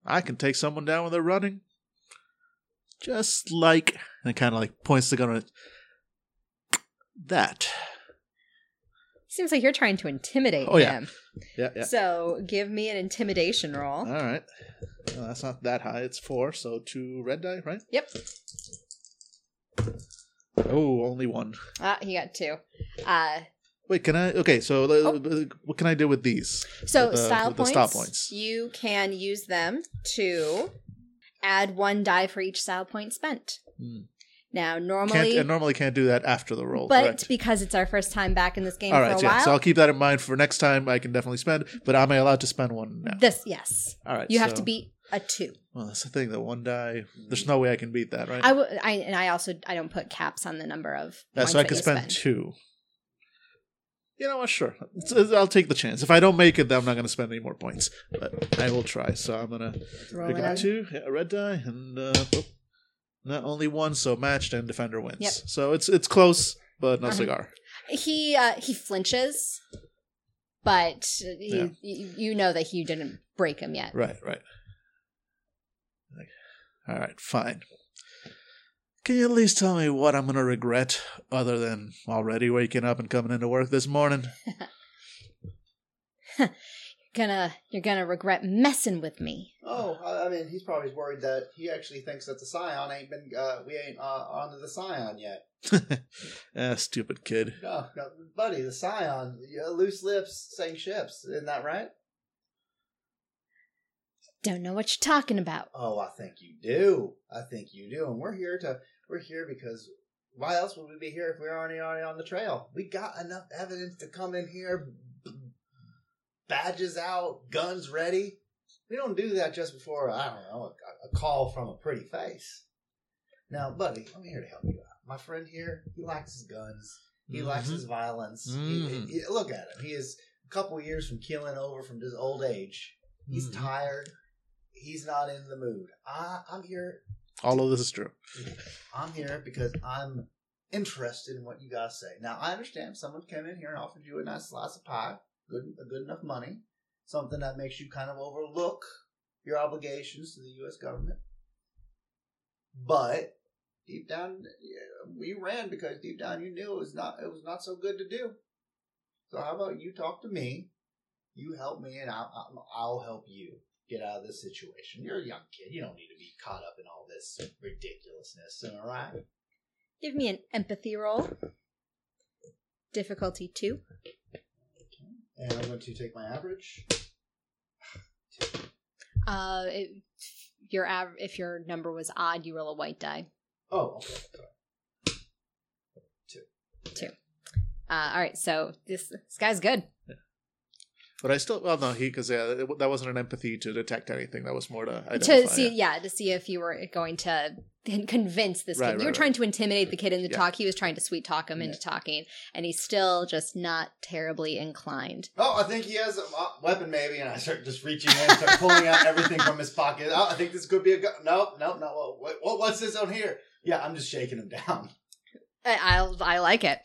Speaker 5: i can take someone down when they're running just like and it kind of like points the gun at that
Speaker 2: Seems like you're trying to intimidate
Speaker 5: Oh, yeah.
Speaker 2: him.
Speaker 5: yeah yeah Uh-huh.
Speaker 2: So give me an intimidation roll.
Speaker 5: All right. Well, that's not that high. It's four, so two red die, right?
Speaker 2: Yep.
Speaker 5: Oh, only one.
Speaker 2: Ah, he got two. Uh,
Speaker 5: Wait, can I? Okay, so
Speaker 2: Oh.
Speaker 5: uh, what can I do with these?
Speaker 2: so
Speaker 5: With the-
Speaker 2: style
Speaker 5: with the
Speaker 2: points.
Speaker 5: style points.
Speaker 2: You can use them to add one die for each style point spent.
Speaker 5: Hmm.
Speaker 2: Now,
Speaker 5: Can't,
Speaker 2: normally,
Speaker 5: I normally can't do that after the roll.
Speaker 2: but
Speaker 5: correct?
Speaker 2: because it's our first time back in this game
Speaker 5: all
Speaker 2: for
Speaker 5: right,
Speaker 2: a
Speaker 5: yeah.
Speaker 2: while,
Speaker 5: So I'll keep that in mind for next time. I can definitely spend, but am I allowed to spend one now?
Speaker 2: this yes,
Speaker 5: All right,
Speaker 2: you have
Speaker 5: so-
Speaker 2: to beat a two.
Speaker 5: Well, that's the thing. The one die. There's no way I can beat that, right?
Speaker 2: I w- I and I also I don't put caps on the number of.
Speaker 5: Yeah,
Speaker 2: ones
Speaker 5: so I
Speaker 2: that
Speaker 5: could
Speaker 2: you
Speaker 5: spend, two. You know what? Sure, It's- it's- I'll take the chance. If I don't make it, then I'm not going to spend any more points. But I will try. So I'm gonna
Speaker 2: Roll
Speaker 5: pick
Speaker 2: it
Speaker 5: up
Speaker 2: up.
Speaker 5: two, yeah, a red die, and uh, oh, not only one. So matched, and defender wins.
Speaker 2: Yep.
Speaker 5: So it's it's close, but no
Speaker 2: Uh-huh.
Speaker 5: cigar.
Speaker 2: He uh, he flinches, but he,
Speaker 5: Yeah.
Speaker 2: you you know that he didn't break him yet.
Speaker 5: Right, right. All right, fine. Can you at least tell me what I'm going to regret other than already waking up and coming into work this morning?
Speaker 2: Gonna you're gonna regret messing with me.
Speaker 6: Oh, I I mean, he's probably worried that he actually thinks that the Scion ain't been, uh, we ain't uh, onto the Scion yet.
Speaker 5: ah, stupid kid.
Speaker 6: No, no, Oh, buddy, the Scion, uh, loose lips, same ships, isn't that right?
Speaker 2: Don't know what you're talking about.
Speaker 6: Oh, I think you do. I think you do, and we're here to, we're here because why else would we be here if we aren't already on the trail? We got enough evidence to come in here, b- badges out, guns ready. We don't do that just before I don't know a, a call from a pretty face. Now, buddy, I'm here to help you out. My friend here, he likes his guns. He likes
Speaker 5: Mhm.
Speaker 6: his violence. He-
Speaker 5: Mhm.
Speaker 6: he- look at him. He is a couple years from keeling over from his old age. He's
Speaker 5: Mhm.
Speaker 6: tired. He's not in the mood. I, I'm here.
Speaker 5: All of this is true.
Speaker 6: I'm here because I'm interested in what you guys say. Now, I understand someone came in here and offered you a nice slice of pie, good, good enough money, something that makes you kind of overlook your obligations to the U.S. government. But deep down, yeah, we ran because deep down you knew it was not it was not so good to do. So how about you talk to me? You help me, and I'll, I'll help you get out of this situation. You're a young kid; you don't need to be caught up in all this ridiculousness. Am I right?
Speaker 2: Give me an empathy roll. Difficulty two.
Speaker 6: And I'm going to take my average.
Speaker 8: Uh, it, your av- if your number was odd, you roll a white die.
Speaker 6: Oh, okay.
Speaker 8: Uh, all right, so this this guy's good.
Speaker 5: But I still, well, no, he, because yeah, that that wasn't an empathy to detect anything. That was more to identify.
Speaker 8: to see,
Speaker 5: yeah.
Speaker 8: yeah. to see if you were going to con- convince this
Speaker 5: Right,
Speaker 8: kid.
Speaker 5: right,
Speaker 8: you were
Speaker 5: right.
Speaker 8: trying to intimidate the kid into
Speaker 5: Yeah.
Speaker 8: talk. He was trying to sweet talk him into talking, and he's still just not terribly inclined.
Speaker 6: Oh, I think he has a mo- weapon, maybe, and I start just reaching in, start pulling out everything from his pocket. Oh, I think this could be a gun. Nope, nope, no. What, what, what's this on here? Yeah, I'm just shaking him down.
Speaker 8: I I, I like it.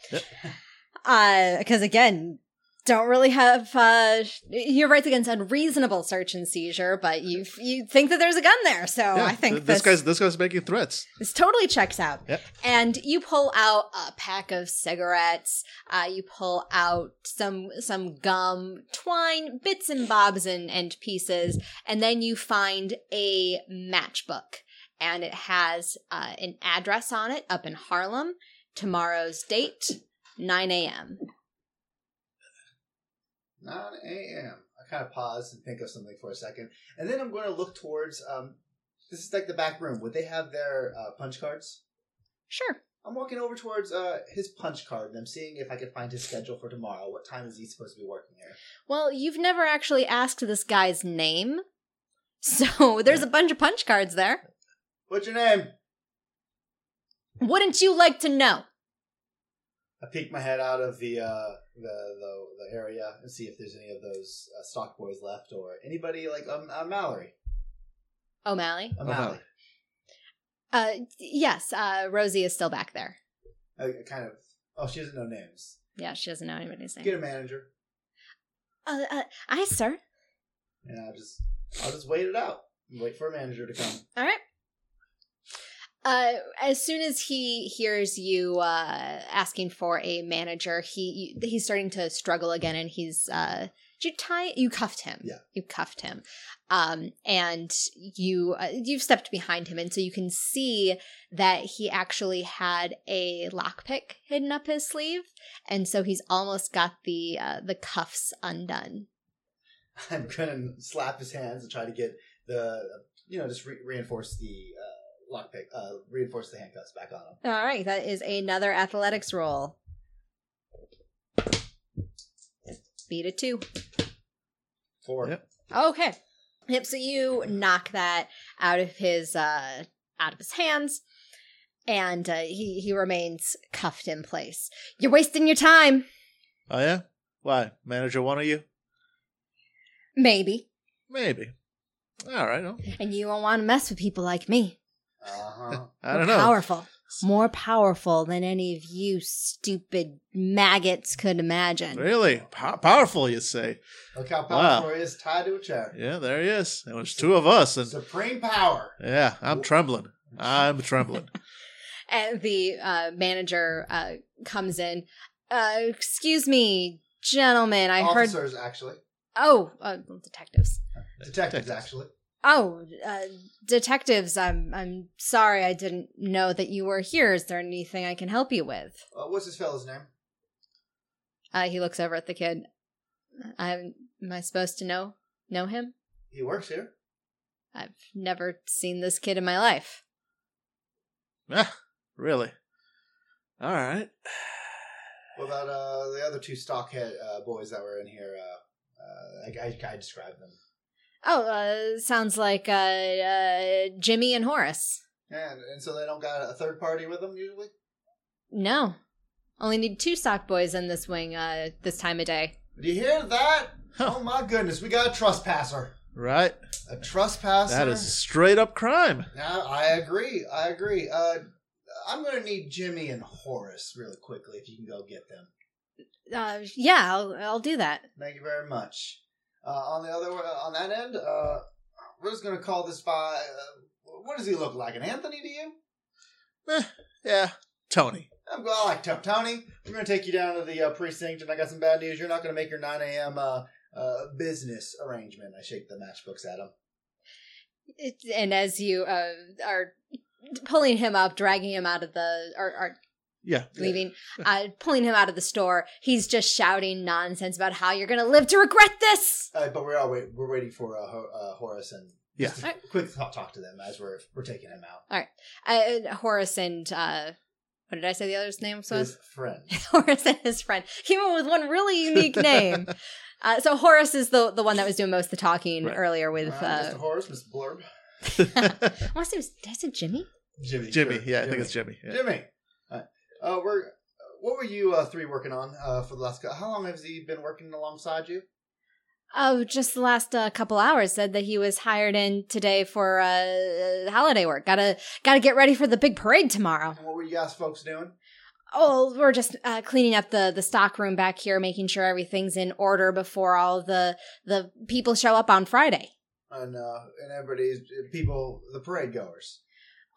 Speaker 2: Uh, because again, don't really have uh your rights against unreasonable search and seizure, but you you think that there's a gun there, so oh, I think
Speaker 5: th- this guy's this guy's making threats.
Speaker 2: This totally checks out.
Speaker 5: Yep.
Speaker 2: And you pull out a pack of cigarettes. Uh, you pull out some some gum, twine, bits and bobs and, and pieces, and then you find a matchbook, and it has uh, an address on it up in Harlem. Tomorrow's date, nine a.m.
Speaker 6: 9 a.m. I kind of pause and think of something for a second. And then I'm going to look towards um, this is like the back room. Would they have their uh, punch cards?
Speaker 2: Sure.
Speaker 6: I'm walking over towards uh, his punch card and I'm seeing if I can find his schedule for tomorrow. What time is he supposed to be working here?
Speaker 2: Well, you've never actually asked this guy's name, so there's a bunch of punch cards there.
Speaker 6: What's your name?
Speaker 2: Wouldn't you like to know?
Speaker 6: I peek my head out of the uh, the, the the area and see if there's any of those uh, stock boys left or anybody like um, uh, Mallory.
Speaker 2: O'Malley.
Speaker 6: O'Malley.
Speaker 2: Uh, yes, uh, Rosie is still back there.
Speaker 6: I, I kind of. Oh, she doesn't know names.
Speaker 2: Yeah, she doesn't know anybody's
Speaker 6: Get
Speaker 2: name.
Speaker 6: a manager,
Speaker 2: Uh, uh, aye, sir.
Speaker 6: and I will just I'll just wait it out. Wait for a manager to come.
Speaker 2: All right. Uh, as soon as he hears you uh, asking for a manager, he he's starting to struggle again, and he's uh, did you tie you cuffed him.
Speaker 6: Yeah.
Speaker 2: you cuffed him, um, and you uh, you've stepped behind him, and so you can see that he actually had a lockpick hidden up his sleeve, and so he's almost got the uh, the cuffs undone.
Speaker 6: I'm gonna slap his hands and try to get the you know just re- reinforce the uh, lockpick, uh, reinforce the handcuffs back on him.
Speaker 2: All right, that is another athletics roll. Beat a two.
Speaker 6: Four.
Speaker 5: Yep.
Speaker 2: Okay. Yep. So you knock that out of his uh out of his hands, and uh, he he remains cuffed in place. You're wasting your time.
Speaker 5: Oh yeah, why manager? One of you,
Speaker 2: Maybe,
Speaker 5: maybe. All right, well,
Speaker 2: and you don't want to mess with people like me.
Speaker 6: Uh huh.
Speaker 5: I
Speaker 2: We're
Speaker 5: don't know.
Speaker 2: Powerful.
Speaker 3: more powerful than any of you stupid maggots could imagine.
Speaker 5: Really? Pow- powerful, you say?
Speaker 6: Look how
Speaker 5: Wow.
Speaker 6: powerful he is tied to a chair.
Speaker 5: Yeah, there he is. There was two of us, and
Speaker 6: Supreme power.
Speaker 5: yeah, I'm trembling. I'm trembling.
Speaker 2: And the uh, manager uh, comes in. Uh, excuse me, gentlemen. I heard.
Speaker 6: Officers, actually.
Speaker 2: Oh, uh, detectives.
Speaker 6: Detectives,
Speaker 5: Detectives.
Speaker 6: actually.
Speaker 2: Oh, uh, detectives. I'm. I'm sorry. I didn't know that you were here. Is there anything I can help you with?
Speaker 6: Uh, what's this fellow's name?
Speaker 2: Uh, he looks over at the kid. I'm, am I supposed to know know him?
Speaker 6: He works here.
Speaker 2: I've never seen this kid in my life.
Speaker 5: Ah, really? All right.
Speaker 6: What about uh, the other two stockhead uh, boys that were in here? Uh, uh, I, I, I described them.
Speaker 2: Oh, uh, sounds like uh, uh, Jimmy and Horace.
Speaker 6: And, and so they don't got a third party with them usually?
Speaker 2: No, only need two sock boys in this wing uh, this time of day.
Speaker 6: Do you hear that?
Speaker 5: Huh.
Speaker 6: Oh my goodness, we got a trespasser.
Speaker 5: Right.
Speaker 6: A trespasser.
Speaker 5: That is straight up crime.
Speaker 6: Now I agree. I agree. Uh, I'm gonna need Jimmy and Horace really quickly if you can go get them.
Speaker 2: Uh, yeah, I'll, I'll do that.
Speaker 6: Thank you very much. Uh, on the other on that end, uh, we're just gonna call this by. Uh, what does he look like? An Anthony to you?
Speaker 5: Yeah, Tony.
Speaker 6: I'm, I like Tony. Tony, we're going to take you down to the uh, precinct, and I got some bad news. You're not going to make your 9 a.m. Uh, uh, business arrangement. I shake the matchbooks at him.
Speaker 2: It, and as you uh, are pulling him up, dragging him out of the or, or
Speaker 5: Yeah.
Speaker 2: leaving, uh, pulling him out of the store, he's just shouting nonsense about how you're gonna live to regret this.
Speaker 6: Uh, but we're all wait, we're waiting for uh, Ho- uh, Horace and
Speaker 5: Yeah.
Speaker 6: just a quick talk, talk to them as we're we're taking him out.
Speaker 2: uh, Horace and uh, what did I say the other's name was?
Speaker 6: His friend.
Speaker 2: Horace and his friend came up with one really unique name. Uh, so Horace is the the one that was doing most of the talking
Speaker 5: Right.
Speaker 2: earlier with.
Speaker 6: Uh,
Speaker 2: Uh,
Speaker 6: Mr. Horace, Mr. Blurb,
Speaker 2: I want to say it was did I say Jimmy?
Speaker 6: Jimmy.
Speaker 5: Jimmy.
Speaker 6: sure,
Speaker 5: Yeah, I think it's Jimmy. Yeah.
Speaker 6: Jimmy. All right. Uh, we're. What were you uh, three working on uh, for the last? cou- How long has he been working alongside you?
Speaker 2: Oh, just the last uh, couple hours said that he was hired in today for uh, holiday work. Gotta gotta get ready for the big parade tomorrow.
Speaker 6: And what were you guys folks doing?
Speaker 2: Oh, we're just uh, cleaning up the the stock room back here, making sure everything's in order before all the the people show up on Friday.
Speaker 6: And uh, and everybody's people, the parade goers.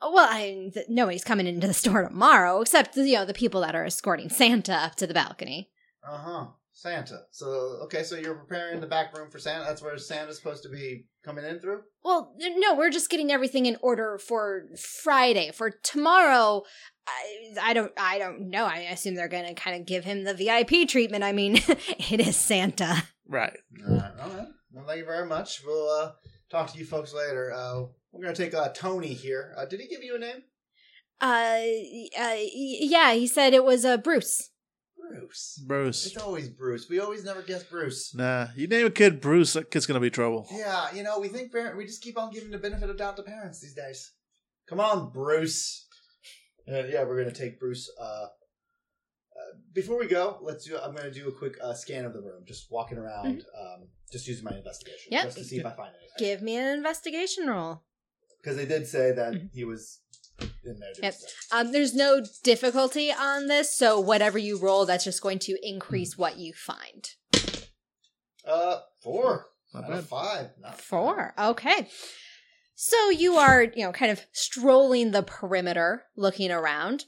Speaker 2: Oh, Well, I, th- nobody's coming into the store tomorrow except you know the people that are escorting Santa up to the balcony.
Speaker 6: Uh huh. Santa. So okay, so you're preparing the back room for Santa. That's where Santa's supposed to be coming in through.
Speaker 2: Well, n- no, we're just getting everything in order for Friday. For tomorrow, I, I don't, I don't know. I assume they're going to kind of give him the VIP treatment. I mean, it is Santa.
Speaker 5: Right.
Speaker 6: All right. All right. Well, thank you very much. We'll uh, talk to you folks later. Uh, we're gonna take uh, Tony here. Uh, did he give you a name?
Speaker 2: Uh, y- uh, y- yeah, he said it was uh, Bruce.
Speaker 6: Bruce.
Speaker 5: Bruce.
Speaker 6: It's always Bruce. We always never guess Bruce.
Speaker 5: Nah, you name a kid Bruce, that kid's gonna be trouble.
Speaker 6: Yeah, you know, we think parent, we just keep on giving the benefit of doubt to parents these days. Come on, Bruce. Uh, yeah, we're gonna take Bruce. Uh, uh, before we go, let's do. I'm gonna do a quick uh, scan of the room, just walking around, um, just using my investigation,
Speaker 2: Yep.
Speaker 6: just to see if I find anything.
Speaker 2: Mm-hmm. Give me an investigation roll.
Speaker 6: Because they did say that he was in there. Doing
Speaker 2: Mm-hmm. Yep.
Speaker 6: stuff.
Speaker 2: Um, there's no difficulty on this, so whatever you roll, that's just going to increase what you find.
Speaker 6: Uh, four.
Speaker 5: Not
Speaker 6: out of
Speaker 5: bad.
Speaker 6: five. Not
Speaker 2: Four. Okay. So you are, you know, kind of strolling the perimeter, looking around.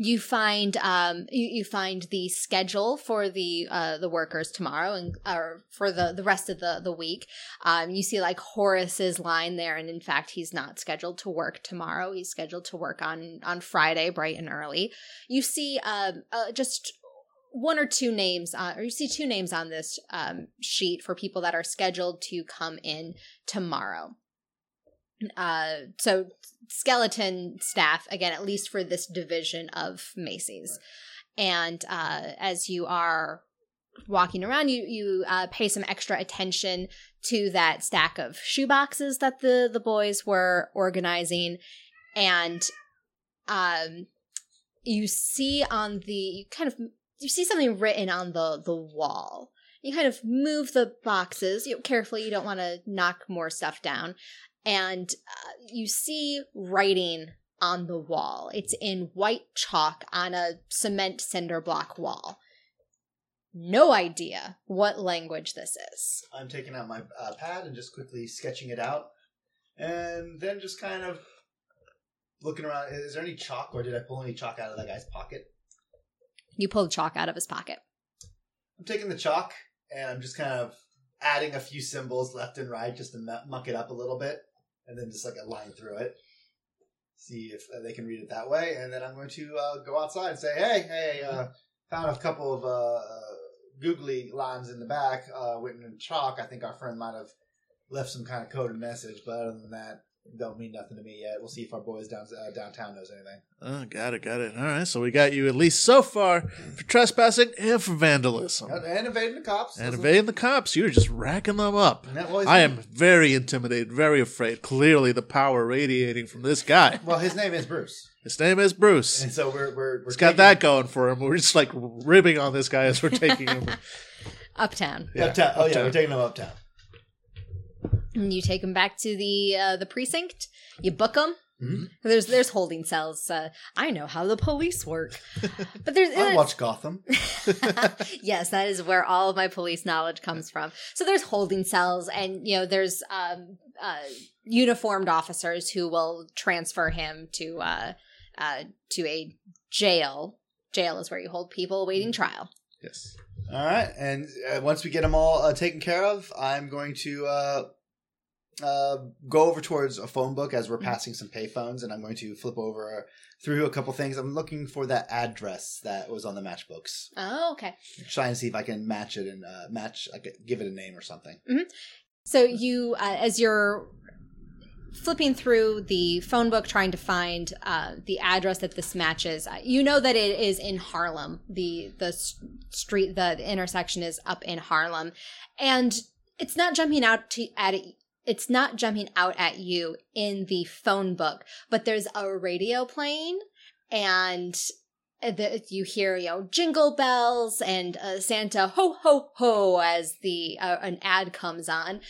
Speaker 2: You find um you, you find the schedule for the uh the workers tomorrow and or for the the rest of the the week. Um you see like Horace's line there and in fact he's not scheduled to work tomorrow. He's scheduled to work on on Friday bright and early. You see um uh, just one or two names on, or you see two names on this um, sheet for people that are scheduled to come in tomorrow. Uh, so skeleton staff again, at least for this division of Macy's, and uh, as you are walking around, you you uh, pay some extra attention to that stack of shoeboxes that the the boys were organizing, and um, you see on the you kind of you see something written on the the wall. You kind of move the boxes you know, carefully. You don't want to knock more stuff down, and uh, you see writing on the wall. It's in white chalk on a cement cinder block wall. No idea what language this is.
Speaker 6: I'm taking out my uh, pad and just quickly sketching it out, and then just kind of looking around. Is there any chalk, or did I pull any chalk out of that guy's pocket?
Speaker 2: You pulled chalk out of his pocket.
Speaker 6: I'm taking the chalk and I'm just kind of adding a few symbols left and right just to mu- muck it up a little bit, and then just like a line through it. See if uh, they can read it that way, and then I'm going to uh, go outside and say, "Hey, hey, uh, found a couple of uh, googly lines in the back, uh, written in chalk. I think our friend might have left some kind of coded message, but other than that, don't mean nothing to me yet. We'll see if our boys down uh, downtown knows anything."
Speaker 5: Oh, got it, got it. All right, so we got you at least so far for trespassing and for vandalism.
Speaker 6: And evading the cops.
Speaker 5: Oh. And evading the cops, you're just racking them up.
Speaker 6: And that was-
Speaker 5: I am very intimidated, very afraid. Clearly, the power radiating from this guy.
Speaker 6: Well, his name is Bruce.
Speaker 5: His name is Bruce.
Speaker 6: And so we're we're, we're
Speaker 5: He's got
Speaker 6: taking-
Speaker 5: that going for him. We're just like ribbing on this guy as we're taking him.
Speaker 2: Uptown.
Speaker 5: Yeah,
Speaker 6: uptown. Oh yeah,
Speaker 5: uptown.
Speaker 6: we're taking them uptown.
Speaker 2: And You take him back to the uh, the precinct. You book him.
Speaker 6: Mhm.
Speaker 2: There's there's holding cells. Uh, I know how the police work. But there's
Speaker 6: I watch Gotham.
Speaker 2: yes, that is where all of my police knowledge comes from. So there's holding cells, and you know there's um, uh, uniformed officers who will transfer him to uh, uh, to a jail. Jail is where you hold people awaiting trial.
Speaker 5: yes.
Speaker 6: All right, and uh, once we get them all uh, taken care of, I'm going to uh, uh, go over towards a phone book as we're passing some payphones, and I'm going to flip over through a couple things. I'm looking for that address that was on the matchbooks,
Speaker 2: Oh, okay.
Speaker 6: trying to see if I can match it and uh, match, like, give it a name or something.
Speaker 2: So you, uh, as you're flipping through the phone book trying to find uh, the address that this matches, uh, you know that it is in Harlem. the The s- street, the, the intersection is up in Harlem, and it's not jumping out to at it. It's not jumping out at you in the phone book, but there's a radio playing, and uh, the, you hear you know jingle bells and uh, Santa ho ho ho as the uh, an ad comes on.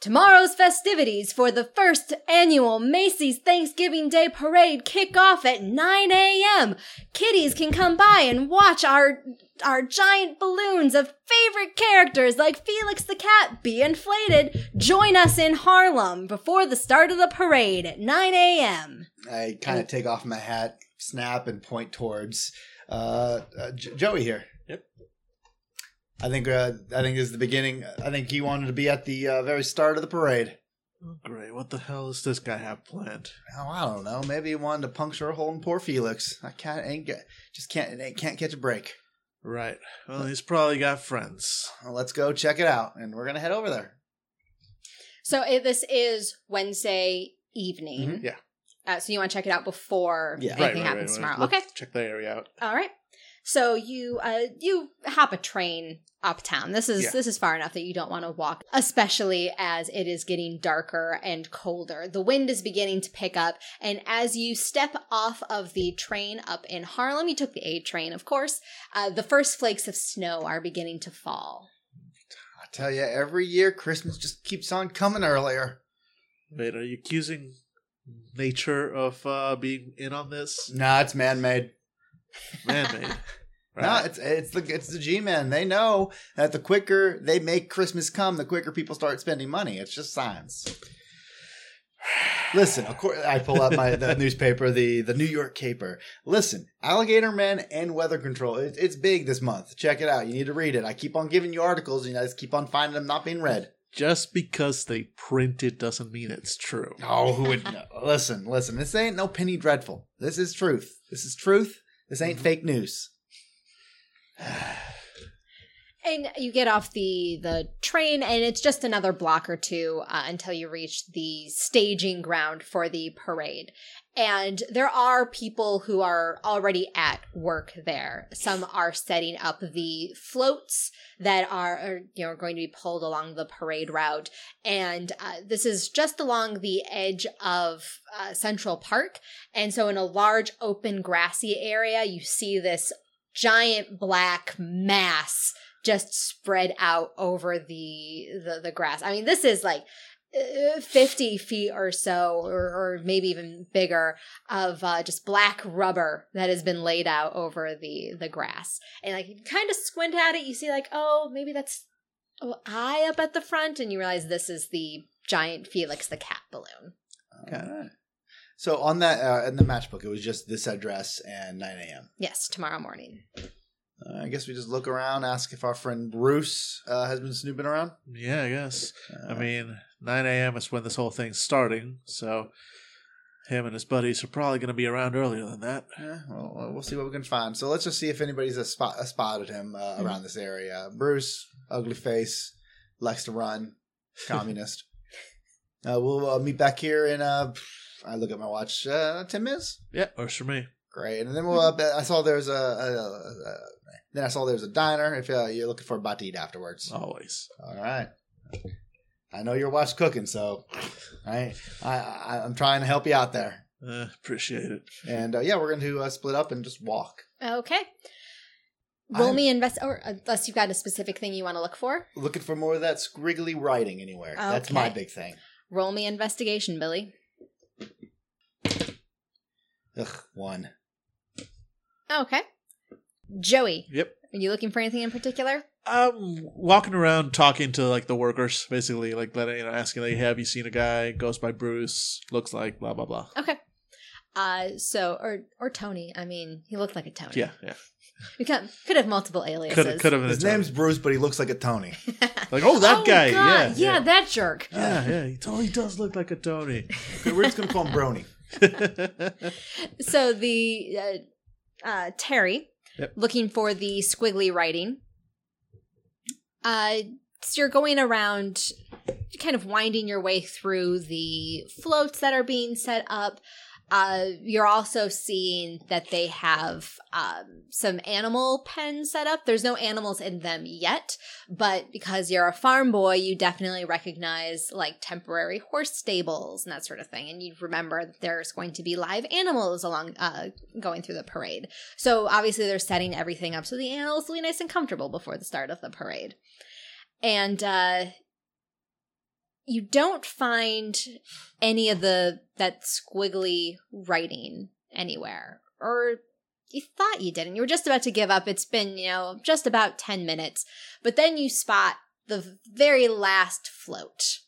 Speaker 2: Tomorrow's festivities for the first annual Macy's Thanksgiving Day Parade kick off at 9 a.m. Kiddies can come by and watch our our giant balloons of favorite characters like Felix the Cat be inflated. Join us in Harlem before the start of the parade at 9 a.m.
Speaker 6: I kind of take off my hat, snap, and point towards uh, uh, J- Joey here.
Speaker 9: Yep.
Speaker 6: I think uh, I think this is the beginning. I think he wanted to be at the uh, very start of the parade.
Speaker 5: Great. What the hell does this guy have planned?
Speaker 6: Oh, I don't know. Maybe he wanted to puncture a hole in poor Felix. I can't ain't get, just can't ain't, can't catch a break.
Speaker 5: Right. Well, he's probably got friends.
Speaker 6: Well, let's go check it out, and we're gonna head over there.
Speaker 2: So eh, this is Wednesday evening.
Speaker 6: Mhm.
Speaker 5: Mm-hmm. Yeah.
Speaker 2: Uh, so you want to check it out before
Speaker 6: Yeah.
Speaker 2: anything
Speaker 5: right, right,
Speaker 2: happens
Speaker 5: right, right.
Speaker 2: tomorrow.
Speaker 5: Look-
Speaker 2: Okay.
Speaker 5: Check the area out.
Speaker 2: All right. So you uh you hop a train uptown. This is
Speaker 5: Yeah.
Speaker 2: this is far enough that you don't want to walk, especially as it is getting darker and colder. The wind is beginning to pick up, and as you step off of the train up in Harlem, you took the A train, of course. Uh, the first flakes of snow are beginning to fall.
Speaker 6: I tell you, every year Christmas just keeps on coming earlier.
Speaker 5: Wait, are you accusing nature of uh, being in on this?
Speaker 6: Nah, it's man made.
Speaker 5: Man made.
Speaker 6: Nah, it's it's the it's the G men. They know that the quicker they make Christmas come, the quicker people start spending money. It's just science. Listen, of course, I pull out my the newspaper, the the New York Caper. Listen, alligator men and weather control. It, it's big this month. Check it out. You need to read it. I keep on giving you articles, and I just keep on finding them not being read.
Speaker 5: Just because they print it doesn't mean it's true.
Speaker 6: Oh, who would know? Listen, listen. This ain't no penny dreadful. This is truth. This is truth. This ain't fake news.
Speaker 2: And you get off the the train, and it's just another block or two uh, until you reach the staging ground for the parade. And there are people who are already at work there. Some are setting up the floats that are, are you know going to be pulled along the parade route. And uh, this is just along the edge of uh, Central Park, and so in a large open grassy area, you see this giant black mass just spread out over the the, the grass. I mean, this is like uh, 50 feet or so, or, or maybe even bigger, of uh, just black rubber that has been laid out over the, the grass. And like, you kind of squint at it, you see, like, oh, maybe that's an eye up at the front, and you realize this is the giant Felix the cat balloon.
Speaker 6: All right. So on that uh, in the matchbook, it was just this address and 9 a.m.
Speaker 2: Yes, tomorrow morning.
Speaker 6: Uh, I guess we just look around, ask if our friend Bruce uh, has been snooping around.
Speaker 5: Yeah, I guess. I
Speaker 6: Uh,
Speaker 5: mean, 9 a.m. is when this whole thing's starting, so him and his buddies are probably going to be around earlier than that.
Speaker 6: yeah, well, well, we'll see what we can find. So let's just see if anybody's a spot a spotted him uh,
Speaker 5: Mm-hmm.
Speaker 6: around this area. Bruce, ugly face, likes to run, communist. uh, we'll uh, meet back here in. Uh, I look at my watch. Uh, Ten minutes.
Speaker 5: Yeah, works for me.
Speaker 6: Great. And then we'll. Uh,
Speaker 5: Mm-hmm.
Speaker 6: I saw there's a, a, a, a. Then I saw there's a diner. If uh, you're looking for a bite to eat afterwards.
Speaker 5: Always.
Speaker 6: All right. I know your watch cooking, so I, I I- I'm trying to help you out there.
Speaker 5: Uh, appreciate it.
Speaker 6: And uh, yeah, we're going to uh, split up and just walk.
Speaker 2: Okay. Roll
Speaker 6: I'm-
Speaker 2: me invest, or unless you've got a specific thing you want to look for,
Speaker 6: Looking for more of that squiggly writing anywhere. That's my
Speaker 2: Okay.
Speaker 6: big thing.
Speaker 2: roll me investigation, Billy.
Speaker 6: Ugh, one.
Speaker 2: Oh, Okay. Joey,
Speaker 5: Yep.
Speaker 2: are you looking for anything in particular?
Speaker 5: I'm walking around talking to like the workers, basically, like letting you know, asking, like, have you seen a guy? Goes by Bruce, looks like blah blah blah.
Speaker 2: Okay. Uh, so or or Tony. I mean, he looked like a Tony.
Speaker 5: Yeah, yeah.
Speaker 2: we could, could have multiple aliases.
Speaker 5: Could could have been
Speaker 6: His
Speaker 5: a Tony.
Speaker 6: name's Bruce, but he looks like a Tony.
Speaker 5: like, oh that
Speaker 2: Oh,
Speaker 5: guy,
Speaker 2: God,
Speaker 5: yeah,
Speaker 2: yeah,
Speaker 5: yeah,
Speaker 2: that jerk.
Speaker 5: yeah, yeah. He totally does look like a Tony.
Speaker 6: Okay, we're just going to call him Brony.
Speaker 2: So the uh, uh, Terry
Speaker 5: Yep.
Speaker 2: looking for the squiggly writing. Uh, so you're going around, kind of winding your way through the floats that are being set up. Uh, you're also seeing that they have um, some animal pens set up. There's no animals in them yet, but because you're a farm boy, you definitely recognize like temporary horse stables and that sort of thing, and you remember that there's going to be live animals along uh, going through the parade. So obviously they're setting everything up so the animals will be nice and comfortable before the start of the parade, and uh, you don't find any of the that squiggly writing anywhere, or you thought you didn't. You were just about to give up. It's been you know just about ten minutes. But then you spot the very last float,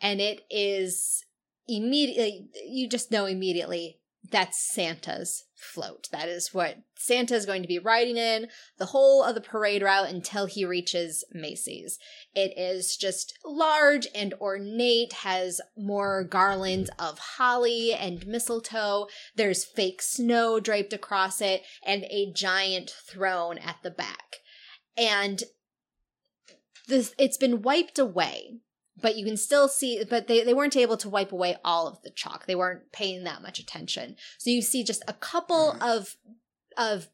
Speaker 2: and it is immediately, you just know immediately that's Santa's float. That is what Santa's going to be riding in the whole of the parade route until he reaches Macy's. It is just large and ornate, has more garlands of holly and mistletoe. There's fake snow draped across it, and a giant throne at the back. And this it's been wiped away but you can still see but they, they weren't able to wipe away all of the chalk they weren't paying that much attention so you see just a couple of of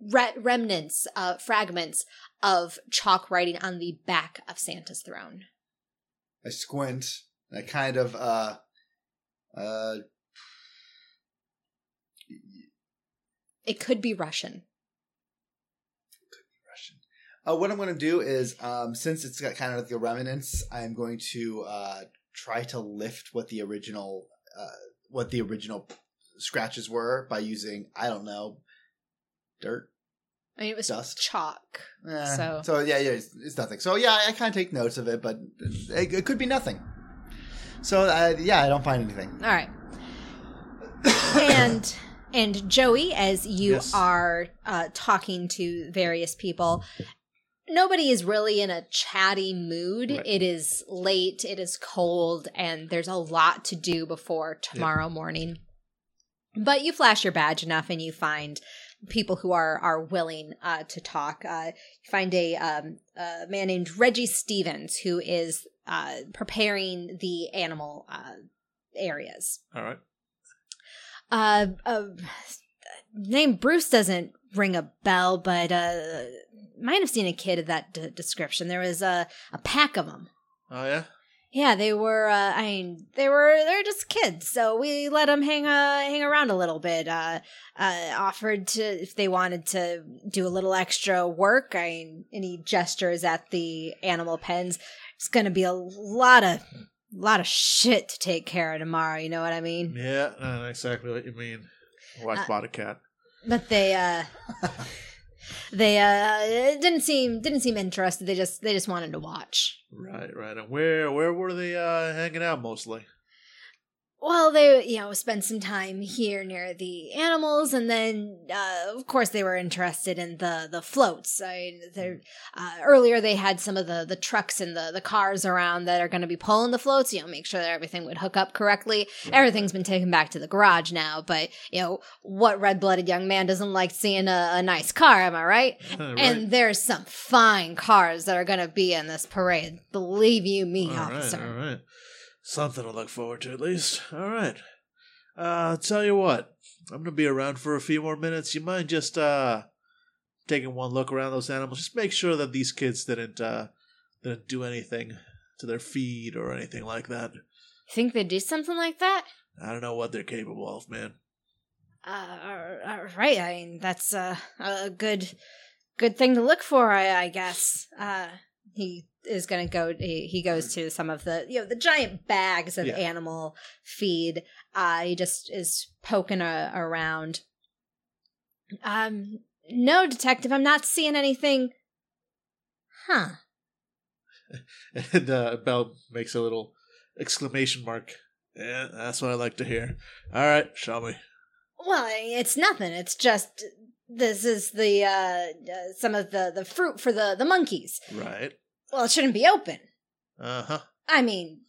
Speaker 2: re- remnants uh fragments of chalk writing on the back of santa's throne
Speaker 6: I squint. And I kind of, uh, uh,
Speaker 2: it could be russian
Speaker 6: Russian. Uh, what I'm going to do is, um, since it's got kind of like the remnants, I'm going to uh, try to lift what the original uh, what the original scratches were by using I don't know dirt.
Speaker 2: i mean it was
Speaker 6: Dust.
Speaker 2: chalk
Speaker 6: Eh,
Speaker 2: So-
Speaker 6: so yeah, yeah, it's, it's nothing. So yeah, I, I kind of take notes of it, but it, it could be nothing. So uh, yeah, I don't find anything.
Speaker 2: all right and and Joey, as you
Speaker 5: Yes.
Speaker 2: are uh, talking to various people, nobody is really in a chatty mood.
Speaker 5: Right.
Speaker 2: It is late, it is cold, and there's a lot to do before tomorrow morning. But you flash your badge enough, and you find people who are are willing uh, to talk. Uh, you find a, um, a man named Reggie Stevens who is uh, preparing the animal uh, areas
Speaker 5: All right.
Speaker 2: uh, uh name Bruce doesn't ring a bell, but uh, might have seen a kid of that d- description. There was a a pack of them.
Speaker 5: Oh yeah.
Speaker 2: Yeah, they were. Uh, I mean, they were. They're just kids, so we let them hang uh, hang around a little bit. Uh, uh, offered to if they wanted to do a little extra work. I mean, any gestures at the animal pens. It's going to be a lot of a lot of shit to take care of tomorrow. You know what I mean?
Speaker 5: Yeah, I know exactly what you mean. My wife
Speaker 2: Uh,
Speaker 5: bought a cat.
Speaker 2: But they, uh,
Speaker 3: They uh didn't seem didn't seem interested. They just they just wanted to watch.
Speaker 5: Right, right. And where where were they uh, hanging out mostly?
Speaker 3: Well, they you know spent some time here near the animals, and then uh, of course they were interested in the the floats. I mean, they're- uh, earlier they had some of the the trucks and the the cars around that are going to be pulling the floats. You know, make sure that everything would hook up correctly. Everything's been taken back to the garage now, but you know what red blooded young man doesn't like seeing a, a nice car? Am I right?
Speaker 5: Right.
Speaker 3: And there's some fine cars that are going to be in this parade. Believe you me,
Speaker 5: All right,
Speaker 3: officer.
Speaker 5: all right. Something to look forward to at least. All right. Uh tell you what. I'm gonna be around for a few more minutes. You mind just uh taking one look around those animals? Just make sure that these kids didn't uh didn't do anything to their feed or anything like that.
Speaker 3: You think they do something like that?
Speaker 5: I don't know what they're capable of, man.
Speaker 3: Uh, all- all right. I mean, that's a, a good, good thing to look for, I, I guess. Uh,
Speaker 2: he is going to go, he, he goes to some of the, you know, the giant bags of
Speaker 5: Yeah.
Speaker 2: animal feed. Uh, he just is poking a, around.
Speaker 3: uh, um, no, detective, I'm not seeing anything. Huh?
Speaker 5: And uh, Bell makes a little exclamation mark. Yeah, that's what I like to hear. All right, shall we?
Speaker 3: Well, I- it's nothing. It's just this is the uh, uh some of the the fruit for the the monkeys.
Speaker 5: Right.
Speaker 3: Well, it shouldn't be open.
Speaker 5: Uh huh.
Speaker 3: I mean,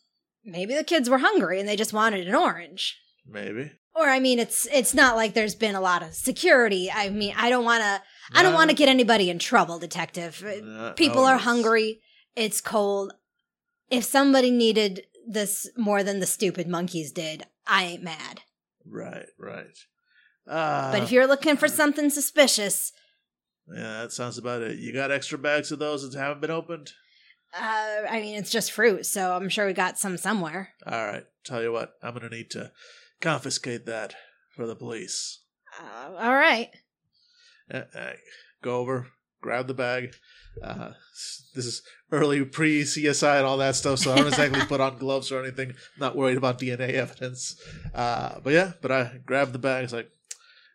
Speaker 3: maybe the kids were hungry and they just wanted an orange.
Speaker 5: Maybe.
Speaker 3: or i mean it's it's not like there's been a lot of security i mean i don't want to i don't
Speaker 5: No. Uh, oh,
Speaker 3: want to get anybody in trouble detective Uh,
Speaker 5: Not
Speaker 3: people are
Speaker 5: always.
Speaker 3: hungry it's cold if somebody needed this more than the stupid monkeys did i ain't mad
Speaker 5: Right, right. Uh,
Speaker 3: but if you're looking for something suspicious
Speaker 5: yeah, that sounds about it. You got extra bags of those that haven't been opened?
Speaker 3: uh, i mean it's just fruit so i'm sure we got some somewhere
Speaker 5: All right, tell you what, I'm going to need to confiscate that for the police.
Speaker 3: uh, all right
Speaker 5: Uh, uh, go over, grab the bag. Uh, s- this is early pre CSI and all that stuff, so I don't exactly put on gloves or anything. Not worried about DNA evidence. Uh, but yeah, but I grabbed the bag. It's like,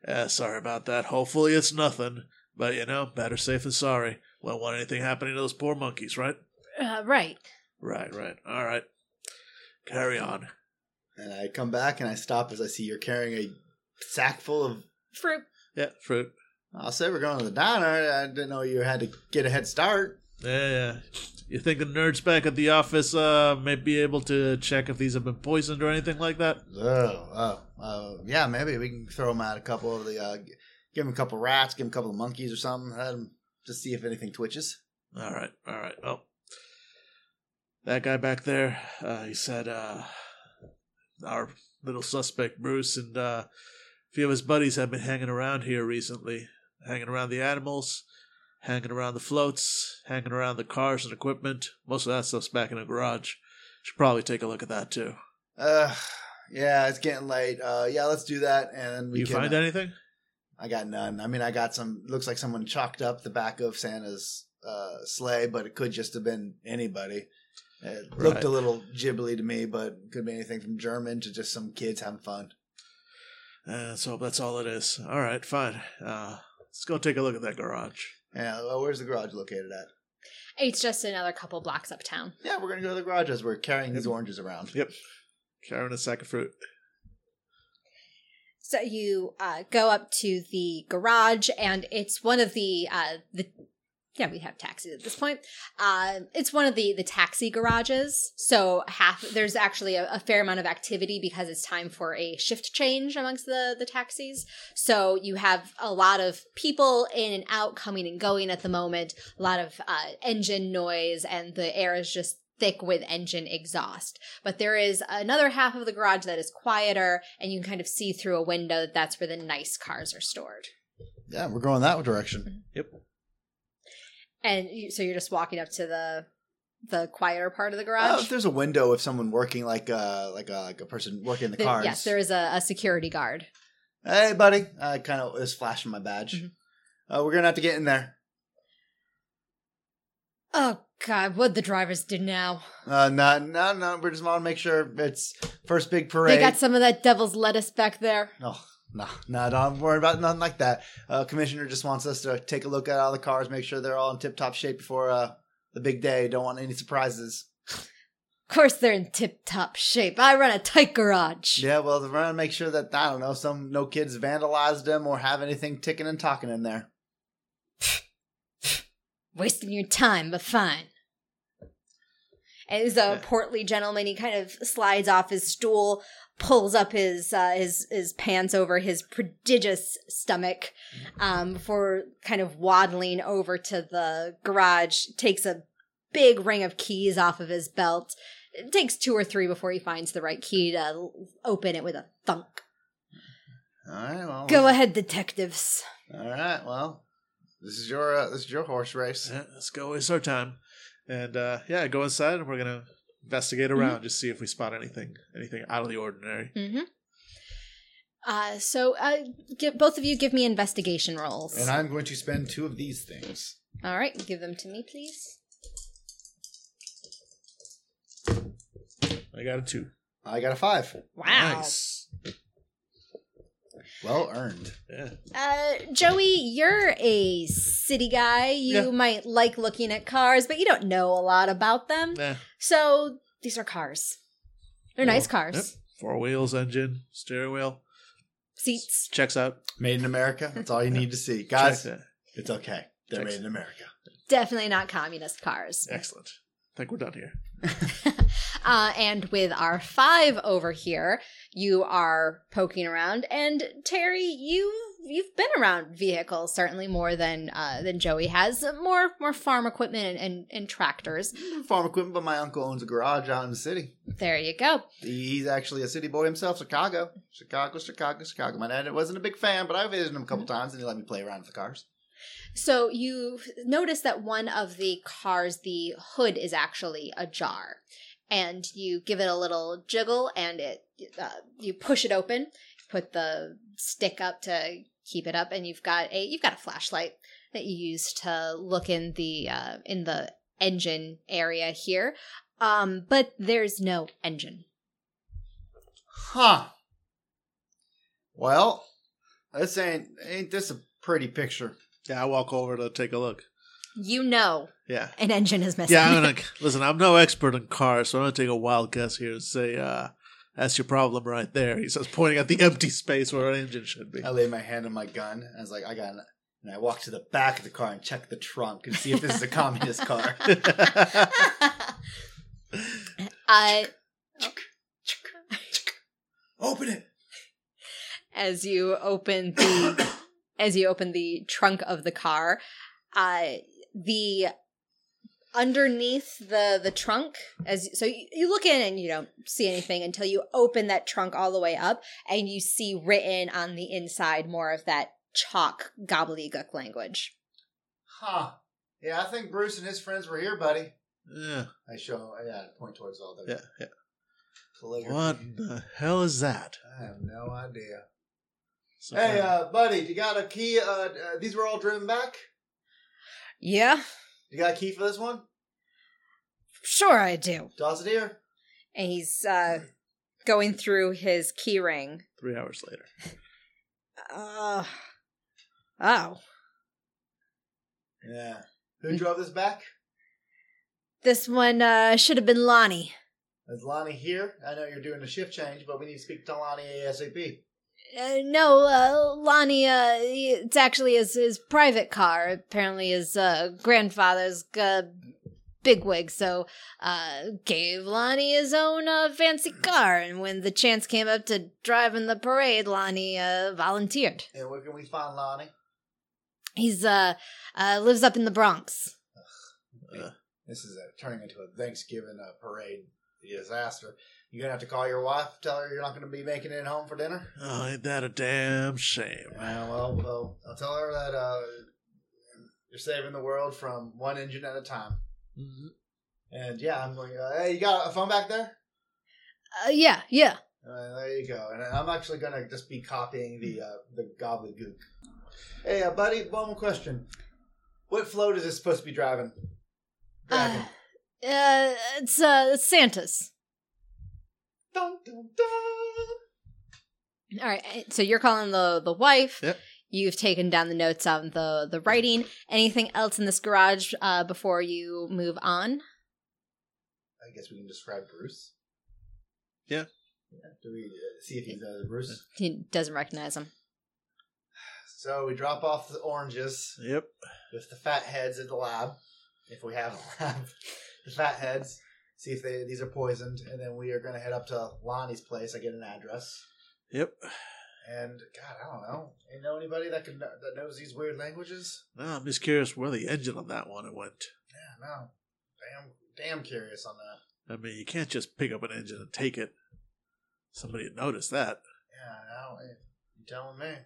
Speaker 5: eh, sorry about that. Hopefully it's nothing, but you know, better safe than sorry. Won't want anything happening to those poor monkeys, right?
Speaker 3: uh, right
Speaker 5: Right, right. All right. Carry on.
Speaker 6: And I come back and I stop as I see you're carrying a sack full of
Speaker 2: Fruit.
Speaker 5: Yeah, fruit.
Speaker 6: I'll say we're going to the diner. I didn't know you had to get a head start.
Speaker 5: Yeah, yeah. You think the nerds back at the office uh, may be able to check if these have been poisoned or anything like that?
Speaker 6: Oh, oh, uh, yeah, maybe we can throw him out a couple of the, uh, g- give him a couple of rats, give him a couple of monkeys or something, let him just see if anything twitches.
Speaker 5: All right, all right. Oh, that guy back there. Uh, he said uh, our little suspect Bruce and uh, a few of his buddies have been hanging around here recently, hanging around the animals, hanging around the floats, hanging around the cars and equipment. Most of that stuff's back in the garage. Should probably take a look at that too.
Speaker 6: Uh, yeah, it's getting late. Uh, yeah, let's do that. And we
Speaker 5: you
Speaker 6: can, uh,
Speaker 5: find anything?
Speaker 6: I got none. I mean, I got some. Looks like someone chalked up the back of Santa's uh, sleigh, but it could just have been anybody. It looked
Speaker 5: Right.
Speaker 6: a little ghibli to me, but could be anything from German to just some kids having fun.
Speaker 5: Uh, so that's all it is. All right, fine. Uh, let's go take a look at that garage.
Speaker 6: Yeah, well, where's the garage located at?
Speaker 2: It's just another couple blocks uptown.
Speaker 6: Yeah, we're gonna go to the garage as we're carrying these
Speaker 5: Yep.
Speaker 6: oranges around.
Speaker 5: Yep. Carrying a sack of fruit.
Speaker 2: So you uh, go up to the garage, and it's one of the uh, the yeah we have taxis at this point. Uh, it's one of the the taxi garages. So half there's actually a, a fair amount of activity because it's time for a shift change amongst the the taxis. So you have a lot of people in and out, coming and going at the moment. A lot of uh, engine noise, and the air is just thick with engine exhaust but there is another half of the garage that is quieter and you can kind of see through a window that that's where the nice cars are stored
Speaker 6: Yeah, we're going that
Speaker 2: Mm-hmm.
Speaker 6: direction.
Speaker 2: and you, so you're just walking up to the the quieter part of the
Speaker 6: Uh,
Speaker 2: garage
Speaker 6: if there's a window of someone working, like uh, like a like a person working the
Speaker 2: There-
Speaker 6: cars.
Speaker 2: yes there is a, a security guard
Speaker 6: Hey, buddy. I kind of was flashing my badge.
Speaker 2: Mhm.
Speaker 6: Uh, we're gonna have to get in there.
Speaker 3: oh God, what the drivers do now?
Speaker 6: Uh, no, no, no. We just want to make sure it's first big parade.
Speaker 3: They got some of that devil's lettuce back there.
Speaker 6: oh, no, no, don't worry about nothing like that. Uh, Commissioner just wants us to take a look at all the cars, make sure they're all in tip top shape before uh, the big day. Don't want any surprises.
Speaker 3: Of course, they're in tip-top shape. I run a tight garage.
Speaker 6: Yeah, well, they want to make sure that I don't know, some no kids vandalized them or have anything ticking and talking in there.
Speaker 3: Wasting your time, but fine.
Speaker 2: And he's a portly gentleman. He kind of slides off his stool, pulls up his uh, his his pants over his prodigious stomach, um, before kind of waddling over to the garage. Takes a big ring of keys off of his belt. It takes two or three before he finds the right key to l- open it with a thunk.
Speaker 6: All right, well,
Speaker 3: Go ahead, detectives.
Speaker 6: All right, well, this is your uh, this is your horse race.
Speaker 5: Yeah, let's go. It's our time. And uh, yeah, go inside and we're gonna investigate around, just see if we spot anything, anything out of the ordinary.
Speaker 2: Mm-hmm. Uh, so uh, give, both of you give me investigation rolls.
Speaker 4: And I'm going to spend two of these things.
Speaker 2: All right, give them to me, please.
Speaker 5: I got a two.
Speaker 6: I got a five.
Speaker 5: Nice.
Speaker 6: Well earned.
Speaker 5: Yeah.
Speaker 2: Uh, Joey, you're a city guy. You
Speaker 5: Yeah.
Speaker 2: might like looking at cars, but you don't know a lot about them.
Speaker 5: Nah.
Speaker 2: So these are cars. They're nice cars.
Speaker 5: Yep. Four wheels, engine, steering wheel.
Speaker 2: Seats.
Speaker 5: Checks out.
Speaker 6: Made in America. That's all you need to see,
Speaker 5: Checks
Speaker 6: guys.
Speaker 5: out.
Speaker 6: It's okay. They're
Speaker 5: Checks.
Speaker 6: made in America.
Speaker 2: Definitely not communist cars.
Speaker 5: Excellent. I think we're done here.
Speaker 2: Uh, and with our five over here, you are poking around. And Terry, you you've been around vehicles certainly more than uh, than Joey has. More more farm equipment and, and, and tractors.
Speaker 6: Farm equipment, but my uncle owns a garage out in the city.
Speaker 2: There you go.
Speaker 6: He's actually a city boy himself, Chicago. Chicago, Chicago, Chicago. My dad wasn't a big fan, but I visited him a couple times and he let me play around with the cars.
Speaker 2: So you notice that one of the cars, the hood is actually ajar, and you give it a little jiggle, and it uh, you push it open, put the stick up to keep it up, and you've got a you've got a flashlight that you use to look in the uh, in the engine area here, um, but there's no engine.
Speaker 6: Huh. Well, this ain't ain't this a pretty picture?
Speaker 5: Yeah, I walk over to take a look.
Speaker 2: You know
Speaker 5: Yeah.
Speaker 2: an engine is missing.
Speaker 5: Yeah, I'm gonna listen, I'm no expert in cars, so I'm gonna take a wild guess here and say, uh, that's your problem right there. He says pointing at the empty space where an engine should be.
Speaker 6: I laid my hand on my gun. I was like, I got it. And I walked to the back of the car and checked the trunk and see if this is a communist car.
Speaker 2: uh,
Speaker 4: Open it.
Speaker 2: as you open the as you open the trunk of the car uh the underneath the the trunk as so you, you look in and you don't see anything until you open that trunk all the way up and you see written on the inside more of that chalk gobbledygook language
Speaker 6: Huh. Yeah, I think Bruce and his friends were here, buddy.
Speaker 5: Yeah,
Speaker 6: I show, yeah, I point towards all the
Speaker 5: yeah, yeah.
Speaker 6: calligraphy.
Speaker 5: What in the hell is that?
Speaker 6: I have no idea.
Speaker 5: Some
Speaker 6: Hey,
Speaker 5: kind of-
Speaker 6: uh, buddy, you got a key? Uh, uh, these were all driven back.
Speaker 3: Yeah,
Speaker 6: You got a key for this one?
Speaker 3: sure I do.
Speaker 6: Toss it here.
Speaker 2: and he's uh going through his key ring
Speaker 5: three hours later.
Speaker 3: Uh, oh,
Speaker 6: Yeah.
Speaker 5: Hmm.
Speaker 6: Who drove this back?
Speaker 3: this one uh, should have been Lonnie.
Speaker 6: Is Lonnie here? I know you're doing a shift change, but we need to speak to Lonnie ASAP.
Speaker 3: Uh, no, uh, Lonnie. Uh, he- it's actually his his private car. Apparently, his uh, grandfather's uh, bigwig, so uh, gave Lonnie his own uh, fancy car. And when the chance came up to drive in the parade, Lonnie uh, volunteered.
Speaker 6: And where can we find Lonnie?
Speaker 3: He's uh, uh lives up in the Bronx.
Speaker 6: This is uh turning into a Thanksgiving uh, parade disaster. You're gonna have to call your wife, tell her you're not gonna be making it home for dinner.
Speaker 5: Oh, ain't that a damn shame?
Speaker 6: Uh, well, well, I'll tell her that uh, you're saving the world from one engine at a time. And yeah, I'm going. Uh, hey, you got a phone back there?
Speaker 3: Uh, yeah, yeah.
Speaker 6: Uh, there you go. And I'm actually gonna just be copying the uh, the gobbledygook. Hey, uh, buddy, one more question. What float is this supposed to be driving?
Speaker 4: dragon?
Speaker 3: Uh, it's uh, Santa's.
Speaker 4: dun, dun, dun.
Speaker 2: All right. eh, So you're calling the the wife.
Speaker 5: Yep.
Speaker 2: You've taken down the notes on the the writing. Anything else in this garage uh, before you move on?
Speaker 6: I guess we can describe Bruce.
Speaker 5: Yeah.
Speaker 6: Yeah, Do we uh, see if he's uh, Bruce?
Speaker 2: He doesn't recognize him.
Speaker 6: So we drop off the oranges
Speaker 5: Yep.
Speaker 6: with the fat heads at the lab, if we have a lab. the fat heads, see if they these are poisoned, and then we are going to head up to Lonnie's place. I get an address,
Speaker 5: Yep.
Speaker 6: and God, I don't know. You know anybody that can that knows these weird languages?
Speaker 5: Now I'm just curious where the engine on that one went.
Speaker 6: Yeah, no. Damn, damn curious on that.
Speaker 5: I mean, you can't just pick up an engine and take it. Somebody would notice that.
Speaker 6: Yeah, I don't. eh, You telling me?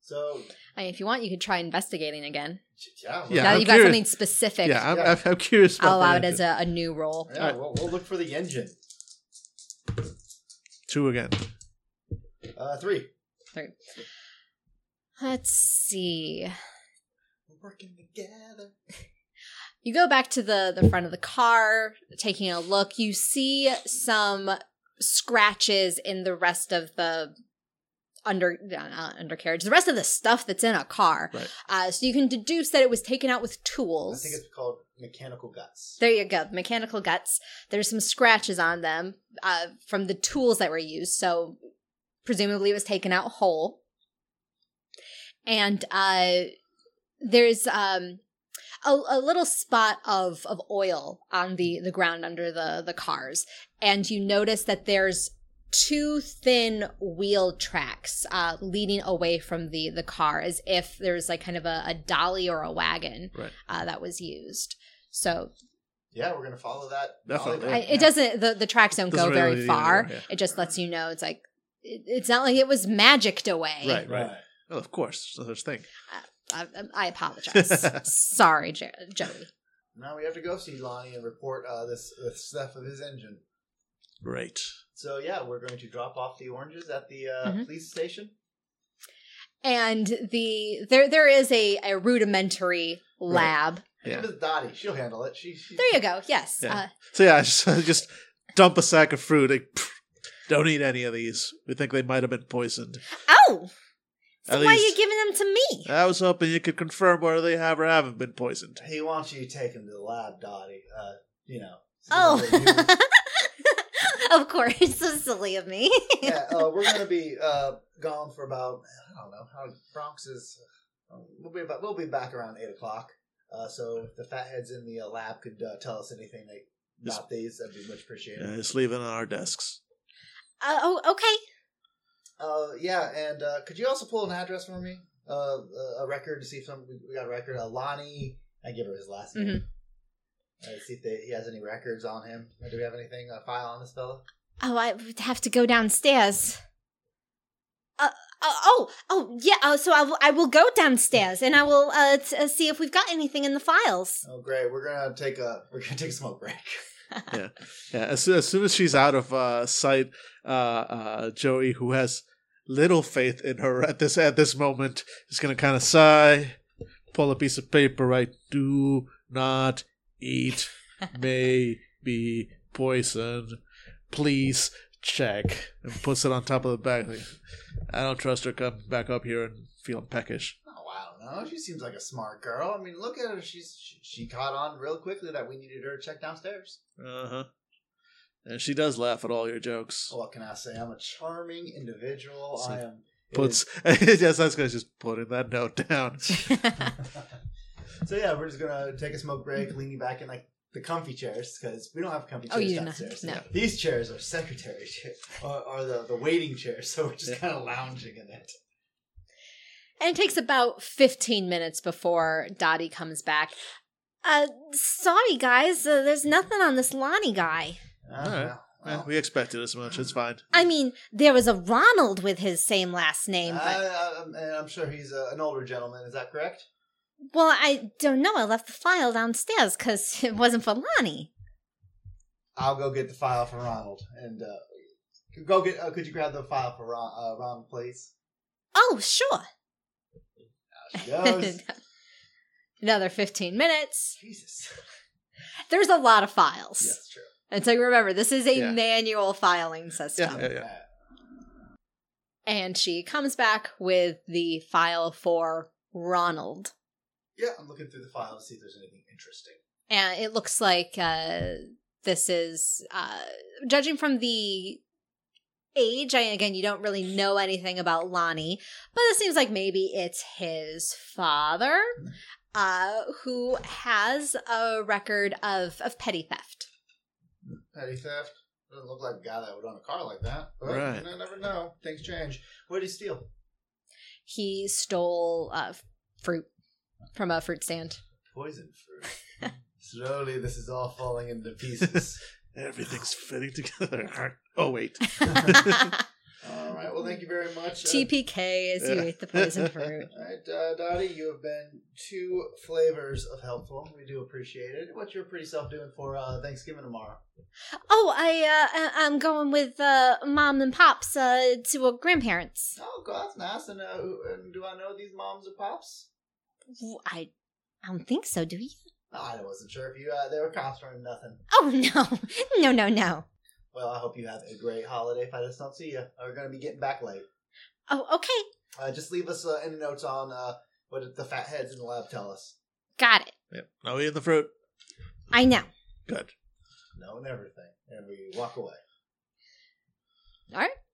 Speaker 6: So
Speaker 2: I mean, if you want, you could try investigating again.
Speaker 6: yeah,
Speaker 5: Yeah,
Speaker 2: now
Speaker 5: I'm
Speaker 2: that you got
Speaker 5: curious.
Speaker 2: something specific,
Speaker 5: Yeah, I'm,
Speaker 6: Yeah.
Speaker 5: I'm, I'm curious. About
Speaker 2: I'll allow it
Speaker 5: the
Speaker 2: as
Speaker 5: engine.
Speaker 2: a, a new role.
Speaker 6: yeah, we'll, we'll look for the engine.
Speaker 5: two again.
Speaker 6: Uh, three.
Speaker 2: Three. Let's see.
Speaker 6: We're working together.
Speaker 2: You go back to the the front of the car, taking a look. You see some scratches in the rest of the under uh, not undercarriage, the rest of the stuff that's in a car.
Speaker 5: Right.
Speaker 2: Uh, so you can deduce that it was taken out with
Speaker 6: I
Speaker 2: tools.
Speaker 6: think it's called mechanical guts.
Speaker 2: There you go. Mechanical guts. There's some scratches on them uh, from the tools that were used. So presumably it was taken out whole. And uh, there's um, a, a little spot of, of oil on the, the ground under the, the cars. And you notice that there's two thin wheel tracks uh, leading away from the, the car as if there's like kind of a, a dolly or a wagon
Speaker 5: Right.
Speaker 2: uh, that was used. So
Speaker 6: Yeah, we're gonna follow that.
Speaker 5: Definitely.
Speaker 6: Hollywood.
Speaker 2: I, it doesn't. The, the tracks don't
Speaker 5: Doesn't
Speaker 2: go
Speaker 5: really
Speaker 2: very
Speaker 5: lead
Speaker 2: far.
Speaker 5: anywhere,
Speaker 2: It just lets you know it's like it, it's not like it was magicked away.
Speaker 5: Right, right. Well, Oh, of course, there's no such thing.
Speaker 2: I, I apologize. Sorry, jo- Joey.
Speaker 6: Now we have to go see Lonnie and report uh, this, this theft of his engine.
Speaker 5: Right.
Speaker 6: So yeah, we're going to drop off the oranges at the uh,
Speaker 2: Mhm.
Speaker 6: police station.
Speaker 2: And the there there is a, a rudimentary lab.
Speaker 5: Yeah.
Speaker 6: Give it to Dottie. She'll handle it. She, she
Speaker 2: There you go. Yes.
Speaker 5: Yeah.
Speaker 2: Uh,
Speaker 5: So yeah, I just, I just dump a sack of fruit. Like, "Pfft, don't eat any of these. We think they might have been poisoned.
Speaker 2: Uh,
Speaker 3: Oh, so
Speaker 5: At
Speaker 3: why are you
Speaker 5: least-
Speaker 3: giving them to me?
Speaker 5: I was hoping you could confirm whether they have or haven't been poisoned.
Speaker 6: He wants you to take him to the lab, Dottie. Uh, you know. see
Speaker 3: Oh,
Speaker 6: what they do.
Speaker 3: of course, so silly of me.
Speaker 6: yeah, uh, we're gonna be uh, gone for about I don't know how Bronx is. Um, we'll be about, we'll be back around eight o'clock. Uh, so if the fatheads in the uh, lab could uh, tell us anything they about these, that'd be much
Speaker 5: Yeah,
Speaker 6: appreciated.
Speaker 5: just leave it on our desks.
Speaker 3: Uh, oh, okay.
Speaker 6: Uh, yeah, and uh, could you also pull an address for me? Uh, a- a record to see if some, we, we got a record. Uh, Lonnie, I give her his last name. Uh, see if they, he has any records on him. Uh, Do we have anything a file on this fella?
Speaker 3: Oh, I would have to go downstairs. Uh, oh, oh, oh, yeah. Oh, so I will. I will go downstairs and I will uh, t- uh, see if we've got anything in the files.
Speaker 6: Oh, great. We're gonna take a we're gonna take a smoke break.
Speaker 5: Yeah, as soon, as soon as she's out of uh, sight, uh, uh, Joey, who has little faith in her at this at this moment, is going to kind of sigh, pull a piece of paper, right? Do not eat. May be poisoned. Please check. And puts it on top of the bag. Like, I don't trust her coming back up here and feeling peckish.
Speaker 6: Oh, I don't know. She seems like a smart girl. I mean, look at her. She's she, she caught on real quickly that we needed her to check downstairs.
Speaker 5: Uh huh. And she does laugh at all your jokes.
Speaker 6: What can I say? I'm a charming individual.
Speaker 5: So
Speaker 6: I am. it
Speaker 5: Puts yes, that's gonna just putting that note down.
Speaker 6: is- so yeah, we're just gonna take a smoke break, leaning back in like the comfy chairs because we don't have comfy
Speaker 2: Oh,
Speaker 6: chairs
Speaker 2: you do not.
Speaker 6: downstairs.
Speaker 2: No.
Speaker 6: These chairs are secretary chairs or, or the the waiting chairs. So we're just
Speaker 5: Yeah.
Speaker 6: kind of lounging in it.
Speaker 2: and it takes about fifteen minutes before Dottie comes back.
Speaker 3: Uh, sorry guys, uh, there's nothing on this Lonnie guy.
Speaker 6: I
Speaker 5: All
Speaker 6: don't
Speaker 5: right.
Speaker 6: know.
Speaker 5: Yeah,
Speaker 6: Well,
Speaker 5: we expected as much. It's fine.
Speaker 3: I mean, there was a Ronald with his same last name, but
Speaker 6: I, I, and I'm sure he's uh, an older gentleman. Is that correct?
Speaker 3: well, I don't know. I left the file downstairs because it wasn't for Lonnie.
Speaker 6: I'll go get the file for Ronald and uh, go get. Uh, could you grab the file for Ron, uh, Ronald, please?
Speaker 3: Oh, sure.
Speaker 6: There she goes.
Speaker 2: Another fifteen minutes.
Speaker 6: Jesus.
Speaker 2: There's a lot of files.
Speaker 6: That's true.
Speaker 2: And so remember, this is a
Speaker 5: Yeah.
Speaker 2: manual filing system.
Speaker 5: Yeah, yeah, yeah.
Speaker 2: And she comes back with the file for Ronald.
Speaker 6: Yeah, I'm looking through the file to see if there's anything interesting.
Speaker 2: And it looks like uh, this is, uh, judging from the age, I, again, you don't really know anything about Lonnie, but it seems like maybe it's his father
Speaker 5: Mm.
Speaker 2: uh, who has a record of, of petty theft.
Speaker 6: Petty theft. Doesn't look like a guy that would own a car like that. But
Speaker 5: Right.
Speaker 6: you never know. Things change. What did he steal?
Speaker 2: He stole uh, fruit from a fruit stand.
Speaker 6: Poison fruit. Slowly, this is all falling into pieces.
Speaker 5: Everything's fitting together. oh wait.
Speaker 6: all right. Well, thank you very much. Uh,
Speaker 2: TPK as you
Speaker 5: Yeah.
Speaker 2: ate the poison fruit.
Speaker 6: all right, uh, Dottie, you have been two flavors of helpful. We do appreciate it. What's your pretty self doing for uh, Thanksgiving tomorrow?
Speaker 10: Oh, I uh, I- I'm going with uh, mom and pops uh, to a grandparents.
Speaker 6: Oh, God, that's nice. And, uh, who- and do I know these moms or pops?
Speaker 10: I I don't think so. Do you?
Speaker 6: I wasn't sure if you uh, they were cops or nothing.
Speaker 10: Oh no, no, no, no.
Speaker 6: Well, I hope you have a great holiday. If I just don't see you, we're going to be getting back late.
Speaker 10: Oh, okay,
Speaker 6: Uh, just leave us uh, any notes on uh, what the fat heads in the lab tell us.
Speaker 10: got it.
Speaker 5: Yep. No eating the fruit.
Speaker 10: I know.
Speaker 5: Good.
Speaker 6: Knowing everything, and we walk away.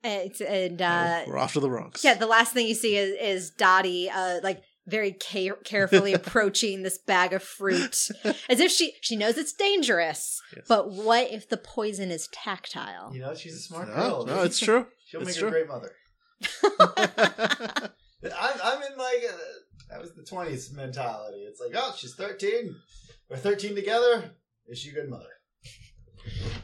Speaker 2: It's, and uh,
Speaker 5: We're off to the Bronx.
Speaker 2: yeah, the last thing you see is, is Dottie uh, like very care- carefully approaching this bag of fruit as if she she knows it's dangerous.
Speaker 5: Yes.
Speaker 2: But what if the poison is tactile?
Speaker 6: You know, she's a smart
Speaker 5: no,
Speaker 6: girl.
Speaker 5: no, it's true.
Speaker 6: She'll
Speaker 5: it's
Speaker 6: make
Speaker 5: true.
Speaker 6: a great mother. I'm, I'm in like uh that was the 20s mentality. It's like, oh, she's 13. We're 13 together. Is she a good mother?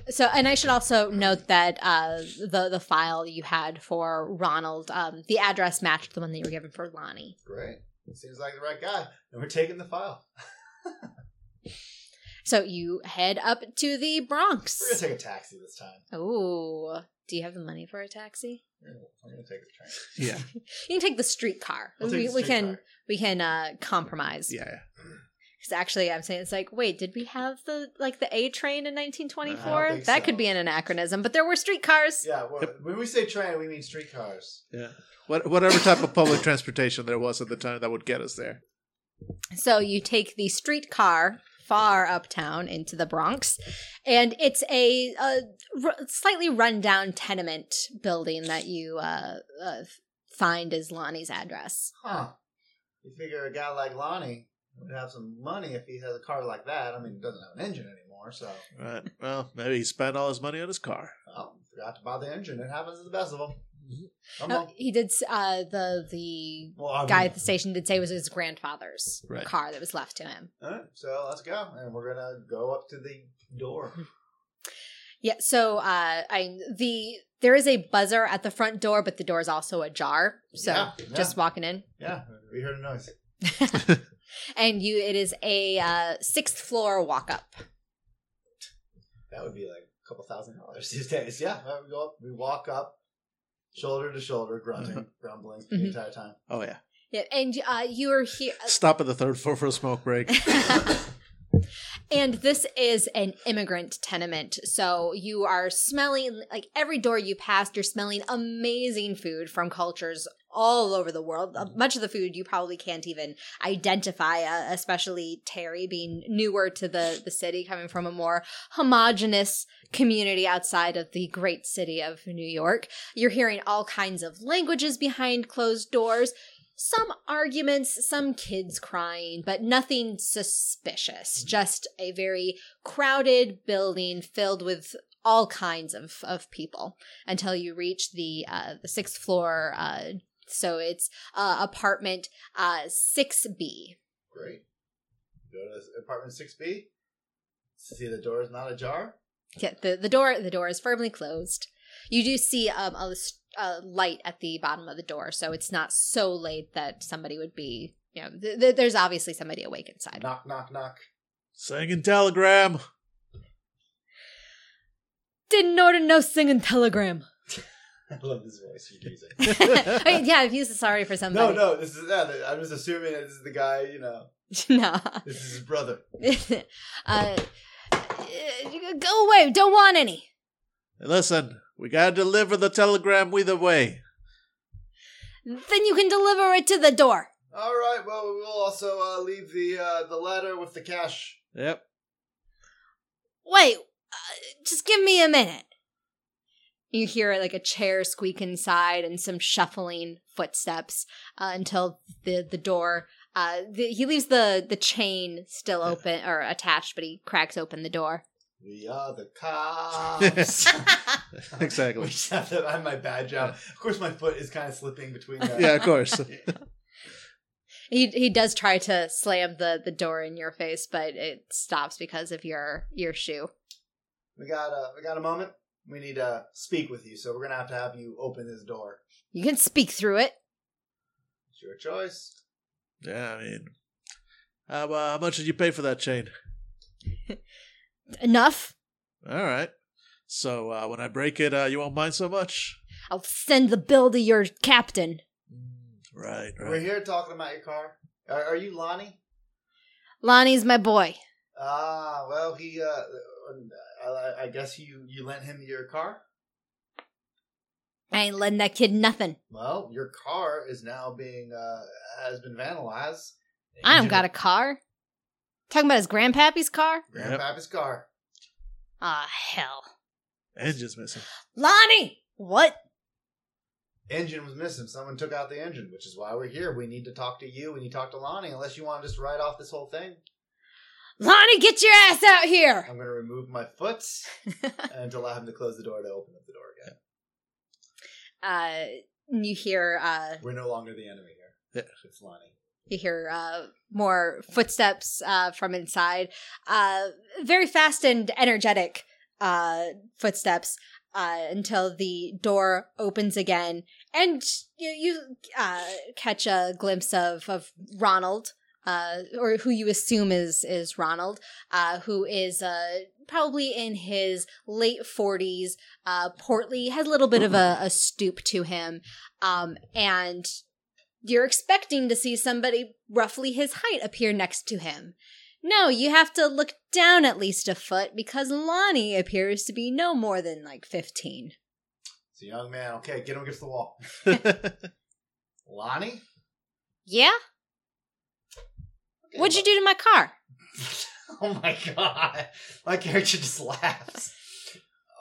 Speaker 2: So, and I should also note that uh, the the file you had for Ronald, um, the address matched the one that you were given for Lonnie.
Speaker 6: Great. Seems like the right guy. And we're taking the file.
Speaker 2: So you head up to the
Speaker 6: We're going
Speaker 2: Bronx.
Speaker 6: to take a taxi this time.
Speaker 2: Oh, do you have the money for a taxi?
Speaker 6: I'm going to take the train.
Speaker 5: Yeah.
Speaker 2: You can take the streetcar.
Speaker 6: I'll
Speaker 2: We,
Speaker 6: take the
Speaker 2: we
Speaker 6: streetcar.
Speaker 2: can we can uh compromise.
Speaker 5: Yeah.
Speaker 2: Because actually, I'm saying it's like, wait, did we have the like the A train in
Speaker 6: I
Speaker 2: 1924?
Speaker 6: don't think
Speaker 2: that
Speaker 6: so.
Speaker 2: could be an anachronism, but there were streetcars.
Speaker 6: Yeah, well, when we say train, we mean streetcars.
Speaker 5: Yeah. What, whatever type of public transportation there was at the time that would get us there.
Speaker 2: So you take the streetcar far uptown into the Bronx, and it's a, a r- slightly rundown tenement building that you uh, uh, find as Lonnie's address.
Speaker 6: Huh. You figure a guy like Lonnie would have some money if he has a car like that. I mean, he doesn't have an engine anymore, so.
Speaker 5: Right. Well, maybe he spent all his money on his car.
Speaker 6: Oh, forgot to buy the engine. It happens to the best of them. Come
Speaker 2: Uh,
Speaker 6: on.
Speaker 2: he did s- uh, the the
Speaker 6: Well, I
Speaker 2: guy
Speaker 6: mean-
Speaker 2: at the station did say was his grandfather's
Speaker 5: Right.
Speaker 2: car that was left to him.
Speaker 6: All right, so let's go, and we're gonna go up to the door.
Speaker 2: Yeah, so uh I the there is a buzzer at the front door, but the door is also ajar. So
Speaker 6: Yeah, yeah.
Speaker 2: just walking in.
Speaker 6: Yeah, we heard a noise.
Speaker 2: and you it is a uh sixth floor walk up.
Speaker 6: That would be like a couple thousand dollars these days. Yeah, all right, we go up, we walk up, shoulder to shoulder, grunting, grumbling the
Speaker 2: Mhm.
Speaker 6: entire time.
Speaker 5: Oh, yeah.
Speaker 2: Yeah, and uh you are here
Speaker 5: Stop at the third floor for a smoke break.
Speaker 2: and this is an immigrant tenement. So you are smelling like every door you pass, you're smelling amazing food from cultures all over the world. Uh, Much of the food you probably can't even identify, uh, especially Terry being newer to the, the city, coming from a more homogenous community outside of the great city of New York. You're hearing all kinds of languages behind closed doors. Some arguments, some kids crying, but nothing suspicious. Just a very crowded building filled with all kinds of, of people until you reach the uh, the sixth floor. Uh, so it's uh, apartment uh, 6B.
Speaker 6: Great. Go to apartment six B. See the door is not ajar.
Speaker 2: Yeah, the, the door the door is firmly closed. You do see um, a, s- a light at the bottom of the door, so it's not so late that somebody would be. You know, th- th- there's obviously somebody awake inside.
Speaker 6: Knock, knock, knock.
Speaker 5: Singing telegram.
Speaker 2: Didn't order no singing telegram.
Speaker 6: I love this voice you're using.
Speaker 2: I mean, yeah, I've used this already for
Speaker 6: no,
Speaker 2: somebody.
Speaker 6: no, this is that. I'm just assuming that this is the guy. You know,
Speaker 2: no.
Speaker 6: this is his brother.
Speaker 2: uh, Uh, Go away. Don't want any.
Speaker 5: Listen, we gotta deliver the telegram either way.
Speaker 2: Then you can deliver it to the door.
Speaker 6: All right. Well, we will also uh, leave the uh, the letter with the cash.
Speaker 5: Yep.
Speaker 2: Wait, uh, just give me a minute. You hear like a chair squeak inside and some shuffling footsteps uh, until the the door. Uh, the, he leaves the the chain still open or attached, but he cracks open the door.
Speaker 6: We are the cops.
Speaker 5: Exactly.
Speaker 6: Which I have my badge out. Of course, my foot is kind of slipping between. The,
Speaker 5: Yeah, of course.
Speaker 2: He he does try to slam the the door in your face, but it stops because of your your shoe.
Speaker 6: We got a we got a moment. We need to speak with you, so we're gonna have to have you open this door.
Speaker 2: You can speak through it.
Speaker 6: It's your choice.
Speaker 5: yeah, I mean, how, uh, how much did you pay for that chain?
Speaker 2: Enough.
Speaker 5: All right. So uh, when I break it, uh, you won't mind so much.
Speaker 2: I'll send the bill to your captain.
Speaker 5: Right.
Speaker 6: We're
Speaker 5: Right.
Speaker 6: here talking about your car. Are, are you Lonnie?
Speaker 2: Lonnie's my boy.
Speaker 6: Ah, well, he. Uh, I, I guess you you lent him your car.
Speaker 2: I ain't letting that kid nothing.
Speaker 6: Well, your car is now being uh, has been vandalized.
Speaker 2: I don't got a car. Talking about his grandpappy's car?
Speaker 6: grandpappy's car.
Speaker 2: Ah, hell.
Speaker 5: Engine's missing.
Speaker 2: Lonnie! What?
Speaker 6: Engine was missing. Someone took out the engine, which is why we're here. We need to talk to you. We need to talk to Lonnie. Unless you want to just write off this whole thing,
Speaker 2: Lonnie, get your ass out here!
Speaker 6: I'm going to remove my foot and to allow him to close the door to open up the door again.
Speaker 2: uh, you hear, uh,
Speaker 6: We're no longer the enemy here.
Speaker 5: Yeah.
Speaker 6: It's Lonnie.
Speaker 2: you hear, uh, more footsteps, uh, from inside. Uh, very fast and energetic, uh, footsteps, uh, until the door opens again. And you, you, uh, catch a glimpse of, of Ronald, uh, or who you assume is is Ronald, uh, who is uh, probably in his late forties, uh, portly, has a little bit of a, a stoop to him, um, and you're expecting to see somebody roughly his height appear next to him. No, you have to look down at least a foot because Lonnie appears to be no more than like fifteen.
Speaker 6: It's a young man. Okay, get him against the wall. Lonnie?
Speaker 2: Yeah, what'd you do to my car?
Speaker 6: Oh my god. My character just laughs.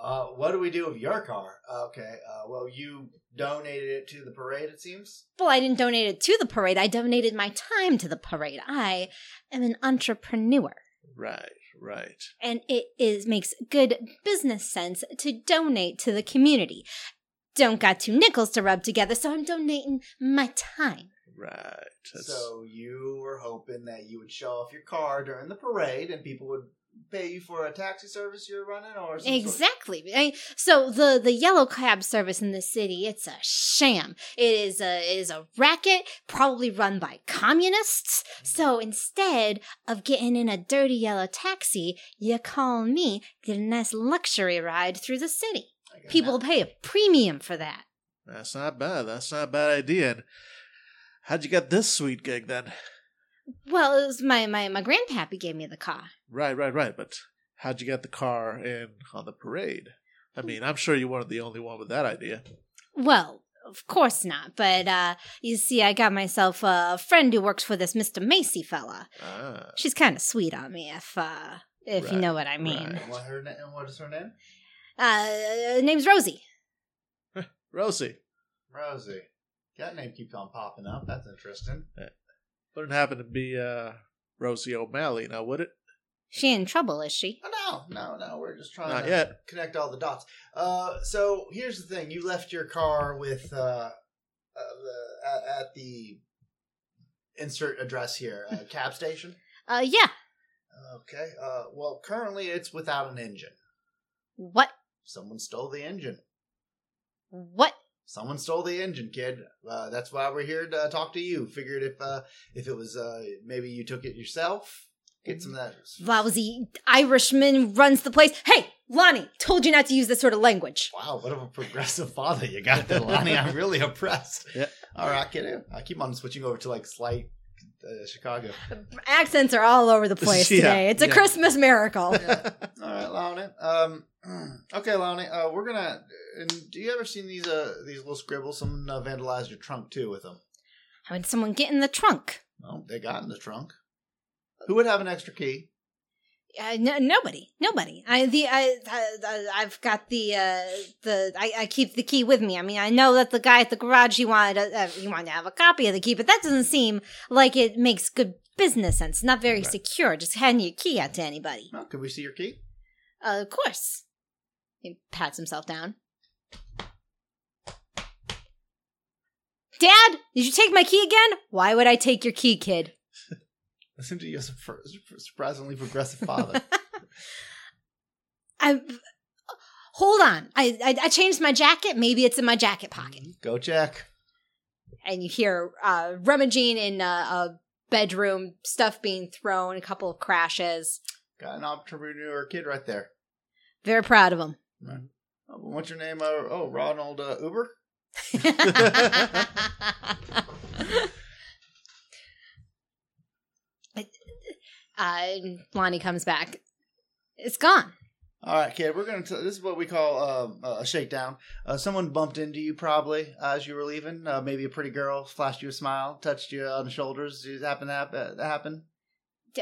Speaker 6: Uh, what do we do with your car? Okay, uh, well, you donated it to the parade, it seems.
Speaker 2: Well, I didn't donate it to the parade. I donated my time to the parade. I am an entrepreneur,
Speaker 5: Right. Right.
Speaker 2: and it is makes good business sense to donate to the community. Don't got two nickels to rub together, so I'm donating my time.
Speaker 5: Right. That's,
Speaker 6: So you were hoping that you would show off your car during the parade and people would pay you for a taxi service you're running or some sort-
Speaker 2: Exactly. I- so the the yellow cab service in the city, it's a sham. It is a it is a racket, probably run by communists. So instead of getting in a dirty yellow taxi, you call me, get a nice luxury ride through the city.
Speaker 6: I guess
Speaker 2: People
Speaker 6: not.
Speaker 2: pay a premium for that.
Speaker 5: that's not bad. That's not a bad idea. And how'd you get this sweet gig then?
Speaker 2: Well, it was my my my grandpappy gave me the car.
Speaker 5: Right. Right. Right. But how'd you get the car in on the parade? I mean, I'm sure you weren't the only one with that idea.
Speaker 2: Well, of course not, but uh you see I got myself a friend who works for this Mr. Macy fella.
Speaker 5: Ah.
Speaker 2: She's kind of sweet on me, if uh, if you
Speaker 5: Right,
Speaker 2: know what I mean.
Speaker 5: right.
Speaker 6: And what, her, na- and what is her name?
Speaker 2: Uh, name's Rosie.
Speaker 5: Rosie.
Speaker 6: Rosie. That name keeps on popping up. That's interesting.
Speaker 5: Wouldn't happen to be uh, Rosie O'Malley, now would it?
Speaker 2: She in trouble, is she?
Speaker 6: Oh, no, no, no. We're just trying
Speaker 5: Not
Speaker 6: to
Speaker 5: yet.
Speaker 6: connect all the dots. Uh, so here's the thing: you left your car with uh, uh, the, at, at the insert address here, uh, cab station.
Speaker 2: Uh, yeah.
Speaker 6: Okay. Uh, well, currently it's without an engine.
Speaker 2: What?
Speaker 6: Someone stole the engine.
Speaker 2: What?
Speaker 6: Someone stole the engine, kid. Uh, that's why we're here to talk to you. Figured if uh, if it was uh, maybe you took it yourself, get some of that.
Speaker 2: Lousy Irishman runs the place. Hey, Lonnie, told you not to use this sort of language.
Speaker 6: Wow, what of a progressive father you got there, Lonnie. I'm really impressed.
Speaker 5: Yeah.
Speaker 6: All right, kiddo. I keep on switching over to like slight uh, Chicago.
Speaker 2: Accents are all over the place
Speaker 5: Yeah,
Speaker 2: today. It's a
Speaker 5: yeah.
Speaker 2: Christmas miracle.
Speaker 6: Yeah. All right, Lonnie. Um, okay, Lonnie. Uh, we're gonna. And do you ever seen these uh these little scribbles? Someone uh, vandalized your trunk too with them.
Speaker 2: How would someone get in the trunk?
Speaker 6: Well, they got in the trunk. Who would have an extra key?
Speaker 2: Uh, no, nobody, nobody. I the I, I I've got the uh the I, I keep the key with me. I mean, I know that the guy at the garage he wanted to, uh, he wanted to have a copy of the key, but that doesn't seem like it makes good business sense. Not very
Speaker 6: Right.
Speaker 2: secure. Just handing your key out to anybody.
Speaker 6: Well, Oh, could we see your key?
Speaker 2: Uh, of course. He pats himself down. Dad, did you take my key again? Why would I take your key, kid?
Speaker 6: Listen to your sur- surprisingly progressive father.
Speaker 2: I hold on. I, I I changed my jacket. Maybe it's in my jacket pocket.
Speaker 6: Mm-hmm. Go check.
Speaker 2: And you hear uh, rummaging in a, a bedroom, stuff being thrown, a couple of crashes.
Speaker 6: Got an entrepreneur kid right there.
Speaker 2: Very proud of him.
Speaker 6: Oh, what's your name? Uh, oh, Ronald uh, Uber.
Speaker 2: uh, Lonnie comes back. It's gone.
Speaker 6: All right, kid. We're gonna. T- this is what we call uh, a shakedown. Uh, someone bumped into you probably uh, as you were leaving. Uh, maybe a pretty girl flashed you a smile, touched you on the shoulders. Did it happen? to hap- uh, happen?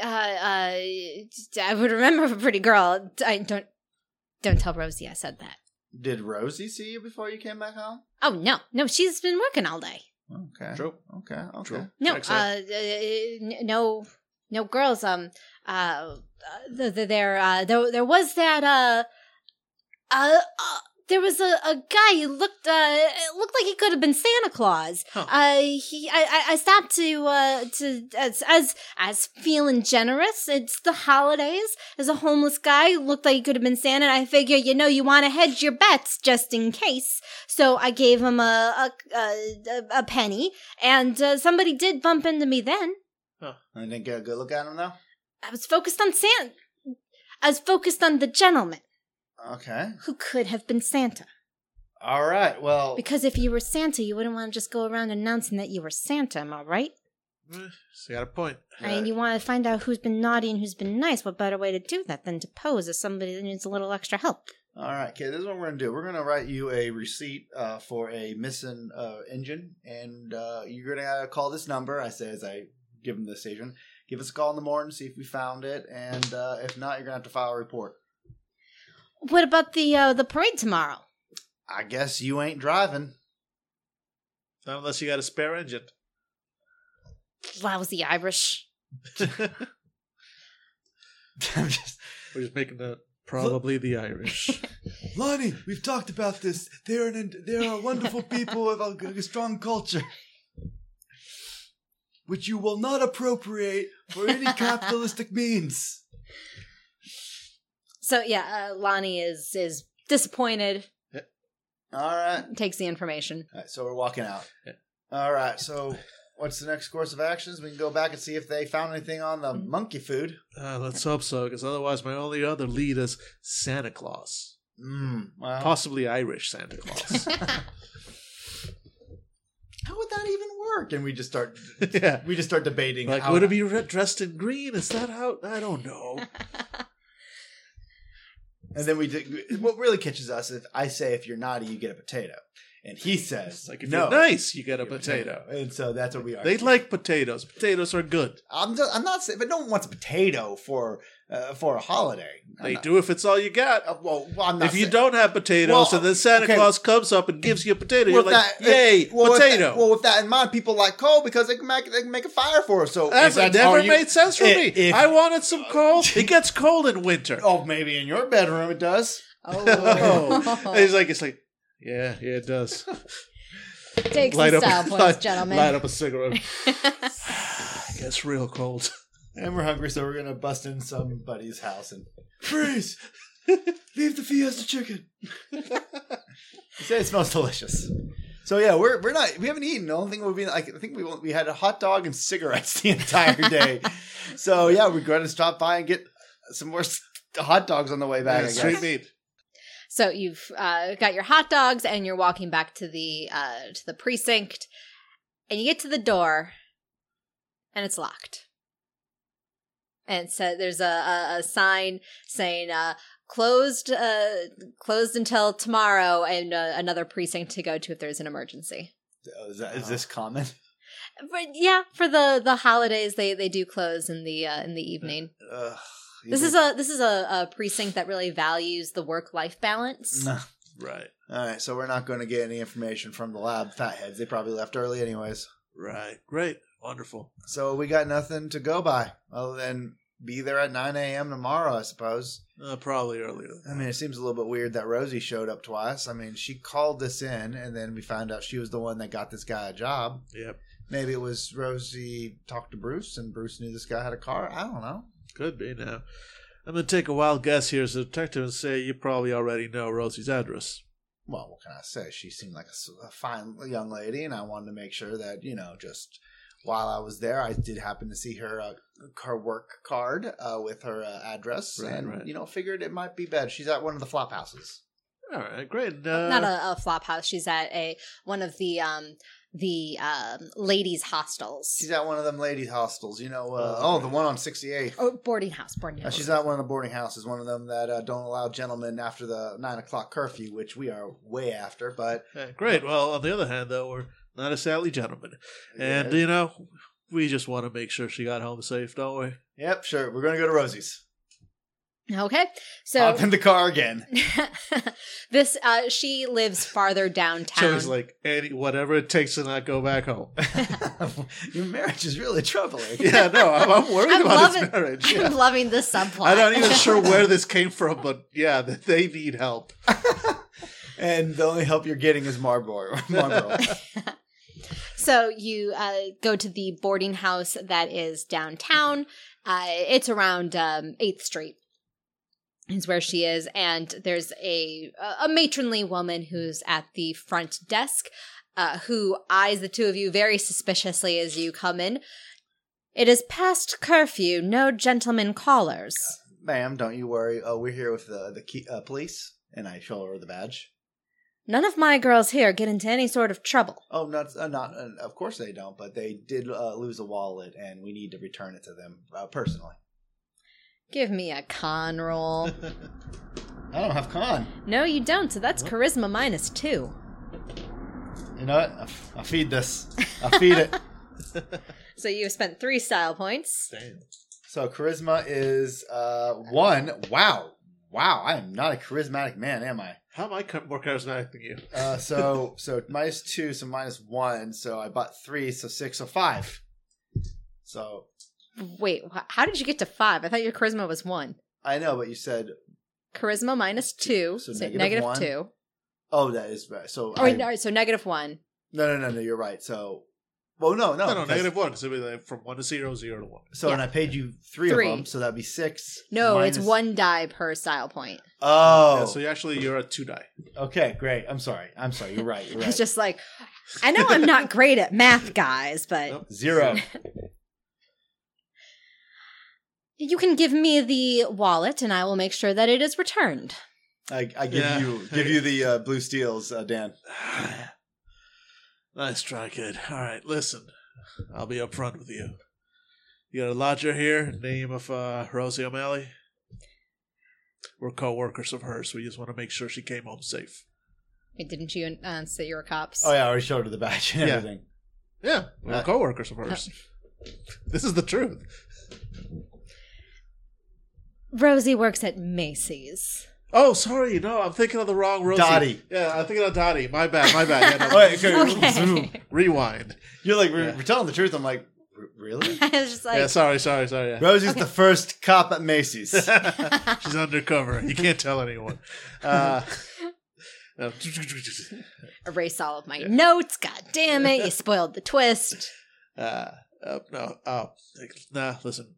Speaker 2: Uh, uh, I would remember if a pretty girl. I don't don't tell Rosie I said that.
Speaker 6: Did Rosie see you before you came back home?
Speaker 2: Oh no, no, she's been working all day.
Speaker 6: Okay.
Speaker 5: True.
Speaker 6: Okay. Okay.
Speaker 5: True.
Speaker 2: No, uh,
Speaker 5: Checks
Speaker 2: uh,
Speaker 5: out.
Speaker 2: uh, n- no, no girls. Um, uh, uh, th- th- there, uh, there, there was that. Uh, uh, uh there was a, a guy who looked uh looked like he could have been Santa Claus.
Speaker 5: Huh.
Speaker 2: Uh, he, I, I, I stopped to uh to as as as feeling generous. It's the holidays. As a homeless guy who looked like he could have been Santa, and I figure you know you want to hedge your bets just in case. So I gave him a a a, a penny, and uh, somebody did bump into me then.
Speaker 6: I didn't get a good look at him though.
Speaker 2: I was focused on Santa. I was focused on the gentleman
Speaker 6: Okay.
Speaker 2: who could have been Santa.
Speaker 6: All right. Well.
Speaker 2: Because if you were Santa, you wouldn't want to just go around announcing that you were Santa, am I right?
Speaker 5: Eh, She got a point.
Speaker 2: And you want to find out who's been naughty and who's been nice. What better way to do that than to pose as somebody that needs a little extra help?
Speaker 6: All right, kid. This is what we're gonna do. We're gonna write you a receipt uh, for a missing uh, engine, and uh, you're gonna call this number. I say as I give him the station. Give us a call in the morning, see if we found it, and uh, if not, you're gonna have to file a report.
Speaker 2: What about the uh, the parade tomorrow?
Speaker 6: I guess you ain't driving.
Speaker 5: Not unless you got a spare engine.
Speaker 2: Lousy Irish.
Speaker 6: I'm just
Speaker 5: We're just making that probably the Irish.
Speaker 11: Lonnie, we've talked about this. They are an, they are wonderful people with a, a strong culture, which you will not appropriate for any capitalistic means.
Speaker 2: So yeah, uh, Lonnie is is disappointed.
Speaker 6: all right.
Speaker 2: Takes the information.
Speaker 6: All right. So we're walking out.
Speaker 5: Yeah.
Speaker 6: All right. So what's the next course of actions? We can go back and see if they found anything on the
Speaker 5: Mm-hmm.
Speaker 6: monkey food.
Speaker 5: Uh, let's hope so, because otherwise, my only other lead is Santa Claus,
Speaker 6: Mm, well,
Speaker 5: possibly Irish Santa Claus.
Speaker 6: how would that even work? And we just start,
Speaker 5: yeah,
Speaker 6: we just start debating.
Speaker 5: like
Speaker 6: how-
Speaker 5: would it be re- dressed in green? Is that how? I don't know.
Speaker 6: And then we did. What really catches us is I say, if you're naughty, you get a potato, and he says,
Speaker 5: It's like if you're
Speaker 6: no,
Speaker 5: nice, you get a
Speaker 6: you get
Speaker 5: potato.
Speaker 6: And so that's what we are.
Speaker 5: They like potatoes. Potatoes are good.
Speaker 6: I'm, just, I'm not saying, but no one wants a potato for uh, for a holiday. I'm
Speaker 5: They
Speaker 6: not-
Speaker 5: do if it's all you got.
Speaker 6: Uh, well, well, I'm not
Speaker 5: If you
Speaker 6: saying-
Speaker 5: don't have potatoes,
Speaker 6: Well,
Speaker 5: and then Santa
Speaker 6: okay.
Speaker 5: Claus comes up and gives you a potato,
Speaker 6: Well,
Speaker 5: you're like,
Speaker 6: if that-
Speaker 5: "Yay,
Speaker 6: if- well, if that-
Speaker 5: potato!"
Speaker 6: well, with that in mind, people like coal because they can make they can make a fire for us. So
Speaker 5: That's-
Speaker 6: if
Speaker 5: that
Speaker 6: all
Speaker 5: never
Speaker 6: you-
Speaker 5: made sense for
Speaker 6: i-
Speaker 5: me.
Speaker 6: if-
Speaker 5: I wanted some cold. it gets cold in winter.
Speaker 6: Oh, maybe in your bedroom it does.
Speaker 5: Oh. And he's like, it's like, yeah, yeah, it does.
Speaker 2: Takes
Speaker 5: light
Speaker 2: the
Speaker 5: up,
Speaker 2: style points,
Speaker 5: light,
Speaker 2: gentlemen.
Speaker 5: light up a cigarette. it gets real cold.
Speaker 6: And we're hungry, so we're gonna bust in somebody's house and
Speaker 11: Freeze! Leave the fiesta chicken.
Speaker 6: You say it smells delicious. So yeah, we're we're not we haven't eaten. The only thing we've been like I think we won't- we had a hot dog and cigarettes the entire day. so yeah, we're going to stop by and get some more s- hot dogs on the way back.
Speaker 5: Yeah,
Speaker 6: I guess.
Speaker 5: street meat.
Speaker 2: So you've uh, got your hot dogs, and you're walking back to the uh, to the precinct, and you get to the door, and it's locked. And so there's a, a, a sign saying uh, closed uh, closed until tomorrow, and uh, another precinct to go to if there's an emergency.
Speaker 6: Oh, Is, that, is this common?
Speaker 2: But yeah, for the, the holidays, they, they do close in the uh, in the evening.
Speaker 6: Ugh, you
Speaker 2: This
Speaker 6: did-
Speaker 2: is a this is a, a precinct that really values the work life balance.
Speaker 6: No.
Speaker 5: Right.
Speaker 6: All right, so we're not going to get any information from the lab fatheads. They probably left early, anyways.
Speaker 5: Right. Great. Wonderful.
Speaker 6: So we got nothing to go by other than be there at 9 a.m. tomorrow, I suppose.
Speaker 5: Uh, probably earlier.
Speaker 6: I mean, it seems a little bit weird that Rosie showed up twice. I mean, she called this in, and then we found out she was the one that got this guy a job.
Speaker 5: Yep.
Speaker 6: Maybe it was Rosie talked to Bruce, and Bruce knew this guy had a car. I don't know.
Speaker 5: Could be now. I'm gonna take a wild guess here as a detective and say you probably already know Rosie's address.
Speaker 6: Well, what can I say? She seemed like a s- a, fine young lady, and I wanted to make sure that you know, just while I was there, I did happen to see her uh, her work card uh, with her uh, address,
Speaker 5: Right,
Speaker 6: and
Speaker 5: right.
Speaker 6: you know, figured it might be bad. She's at one of the flop houses.
Speaker 5: All right. Great. Uh,
Speaker 2: Not a, a flop house. She's at a one of the um the um ladies hostels.
Speaker 6: She's at one of them ladies' hostels. You know, uh,
Speaker 5: Oh,
Speaker 6: oh, the one on sixty eight.
Speaker 2: Oh, boarding house, boarding
Speaker 6: Uh,
Speaker 2: house.
Speaker 6: she's at one of the boarding houses, one of them that uh, don't allow gentlemen after the nine o'clock curfew, which we are way after. But
Speaker 5: Okay, great. Well, on the other hand, though, we're not a Sally gentleman, and
Speaker 6: Yeah.
Speaker 5: you know, we just want to make sure she got home safe, don't we?
Speaker 6: yep, sure, we're gonna go to Rosie's.
Speaker 2: Okay, so
Speaker 6: Hop in the car again.
Speaker 2: this uh she lives farther
Speaker 5: So
Speaker 2: downtown.
Speaker 5: it's like any whatever it takes to not go back home.
Speaker 6: Your marriage is really troubling.
Speaker 5: yeah, no, I'm, I'm worried
Speaker 2: I'm
Speaker 5: about his
Speaker 2: loving-
Speaker 5: marriage.
Speaker 2: I'm
Speaker 5: Yeah.
Speaker 2: loving this subplot.
Speaker 5: I'm not even sure where this came from, but yeah, th- they need help.
Speaker 6: and the only help you're getting is Marlboro. Marlboro.
Speaker 2: So you uh, go to the boarding house that is downtown. Uh, it's around um, 8th Street is where she is. And there's a, a matronly woman who's at the front desk uh, who eyes the two of you very suspiciously as you come in. It is past curfew. No gentlemen callers.
Speaker 6: Ma'am, don't you worry. Uh, we're here with the the key, uh, police, and I show her the badge.
Speaker 2: None of my girls here get into any sort of trouble.
Speaker 6: Oh, not uh, not. Uh, of course they don't, but they did uh, lose a wallet, and we need to return it to them uh, personally.
Speaker 2: Give me a con roll.
Speaker 6: I don't have con.
Speaker 2: no, you don't. So that's charisma minus two.
Speaker 6: You know what? I, f- I feed this. I feed it.
Speaker 2: So you've spent three style points.
Speaker 5: Damn.
Speaker 6: So charisma is uh one. Wow, wow. I am not a charismatic man, am I?
Speaker 5: How am I co- more charismatic than you?
Speaker 6: Uh, so so minus two, so minus one. So I bought three, so six, so five. So
Speaker 2: Wait, wh- how did you get to five? I thought your charisma was one.
Speaker 6: I know, but you said
Speaker 2: Charisma minus two, so,
Speaker 6: So
Speaker 2: negative,
Speaker 6: negative one.
Speaker 2: two.
Speaker 6: oh that is right. So
Speaker 2: Or
Speaker 6: I-
Speaker 2: no, so negative one.
Speaker 6: no no no no you're right. So well no
Speaker 5: No,
Speaker 6: no
Speaker 5: no,
Speaker 6: because-
Speaker 5: negative one. So it'd be like from one to zero, zero to one.
Speaker 6: So and I paid you three,
Speaker 2: Three.
Speaker 6: of them, so that'd be six.
Speaker 2: No, it's
Speaker 6: minus-
Speaker 2: one die per style point.
Speaker 6: Oh,
Speaker 5: Yeah, so you actually, you're at two die.
Speaker 6: okay, great. I'm sorry. I'm sorry. You're right. You're right.
Speaker 2: It's just like, I know I'm not great at math, guys, but
Speaker 5: Nope.
Speaker 6: zero.
Speaker 2: you can give me the wallet and I will make sure that it is returned.
Speaker 6: I, I give
Speaker 5: Yeah.
Speaker 6: you give you the uh, blue steels, uh, Dan.
Speaker 5: nice try, kid. All right, listen. I'll be up front with you. You got a lodger here, name of uh, Rosie O'Malley. We're co workers of hers. We just want to make sure she came home safe.
Speaker 2: Wait, didn't you announce that you were cops?
Speaker 6: Oh yeah, I already showed her the badge and
Speaker 5: Yeah.
Speaker 6: everything.
Speaker 5: Yeah, we're
Speaker 6: Uh,
Speaker 5: co workers of hers. this is the truth.
Speaker 2: Rosie works at Macy's.
Speaker 5: Oh, sorry. No, I'm thinking of the wrong Rosie.
Speaker 6: Dottie.
Speaker 5: Yeah, I'm thinking of Dottie. My bad, my bad. Yeah, no,
Speaker 6: All right, Oh, okay.
Speaker 2: Okay.
Speaker 5: Rewind.
Speaker 6: You're like we're,
Speaker 5: Yeah.
Speaker 6: we're telling the truth. I'm like "R- really.
Speaker 2: I was just like,
Speaker 5: yeah, sorry, sorry, sorry. Yeah.
Speaker 6: Rosie's the first cop at Macy's.
Speaker 5: She's undercover. You can't tell anyone. Um, Uh, no.
Speaker 2: erase all of my notes. God damn it. You spoiled the twist.
Speaker 5: uh, uh, no, oh, nah, listen.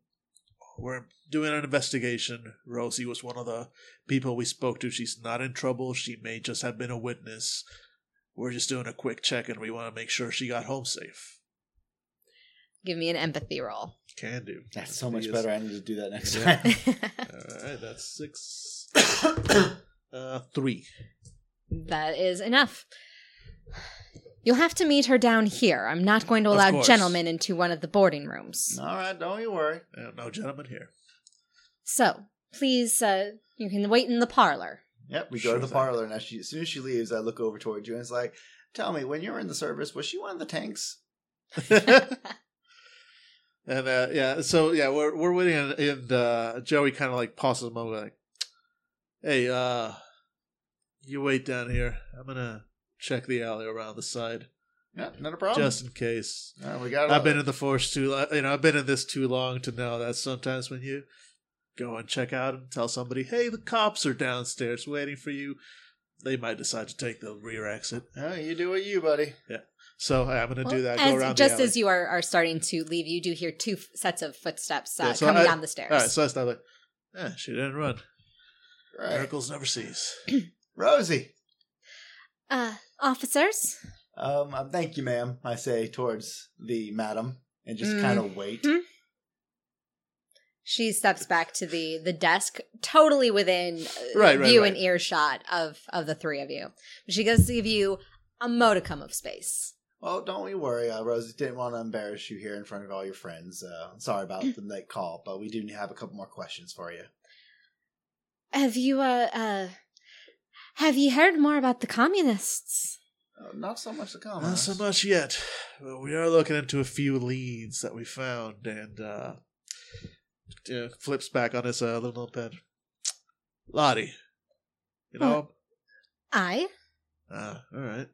Speaker 5: We're doing an investigation. Rosie was one of the people we spoke to. She's not in trouble. She may just have been a witness. We're just doing a quick check and we want to make sure she got home safe.
Speaker 2: Give me an empathy roll.
Speaker 5: Can do.
Speaker 6: That's so much
Speaker 5: Yes.
Speaker 6: better. I need to do that next
Speaker 5: Yeah.
Speaker 6: time.
Speaker 5: All right, that's six. uh, three.
Speaker 2: that is enough. You'll have to meet her down here. I'm not going to
Speaker 5: Of
Speaker 2: allow
Speaker 5: course.
Speaker 2: gentlemen into one of the boarding rooms.
Speaker 6: All right, don't you worry.
Speaker 5: Uh, no gentlemen here.
Speaker 2: So, please, uh, you can wait in the parlor.
Speaker 6: Yep, we
Speaker 5: Sure
Speaker 6: go to the
Speaker 5: thing.
Speaker 6: parlor, and as, she, as soon as she leaves, I look over toward you, and it's like, "Tell me, when you were in the service, was she one of the tanks?"
Speaker 5: And uh, yeah, so yeah, we're we're waiting, and, and uh, Joey kind of like pauses a moment, like, "Hey, uh, you wait down here. I'm gonna check the alley around the side,
Speaker 6: Yeah, not a
Speaker 2: Oh.
Speaker 6: problem.
Speaker 5: just in case.
Speaker 6: All right, we got. it
Speaker 5: I've
Speaker 6: all.
Speaker 5: been in the force too, lo- you know, I've been in this too long to know that sometimes when you go and check out and tell somebody, "Hey, the cops are downstairs waiting for you," they might decide to take the rear exit.
Speaker 6: Oh, you do it, you buddy.
Speaker 5: So hey, I'm gonna do
Speaker 2: Well,
Speaker 5: that. Go
Speaker 2: as-
Speaker 5: around
Speaker 2: just
Speaker 5: the alley.
Speaker 2: as you are, are starting to leave, you do hear two f- sets of footsteps uh,
Speaker 5: Yeah, so
Speaker 2: coming
Speaker 5: I-
Speaker 2: down the stairs.
Speaker 5: All right, so I stop like, eh, she didn't run.
Speaker 6: Right,
Speaker 5: Miracles never cease.
Speaker 6: Rosie.
Speaker 2: uh, officers?
Speaker 6: Um, uh, thank you, ma'am. I say towards the madam, and just
Speaker 2: Mm.
Speaker 6: kind of wait.
Speaker 2: Hmm. She steps back to the the desk, totally within uh,
Speaker 5: Right, right,
Speaker 2: view
Speaker 5: right.
Speaker 2: and earshot of of the three of you. She goes to give you a modicum of space.
Speaker 6: Well, don't you worry, uh, Rosie. Didn't want to embarrass you here in front of all your friends. Uh, sorry about the late call, but we do have a couple more questions for you.
Speaker 12: Have you, uh, uh, have you heard more about the communists?
Speaker 6: Uh, not so much to come.
Speaker 5: Not so much yet, but we are looking into a few leads that we found, and uh, uh, flips back on his uh, little notepad. Lottie, you know,
Speaker 2: I
Speaker 6: Oh.
Speaker 5: uh, all right,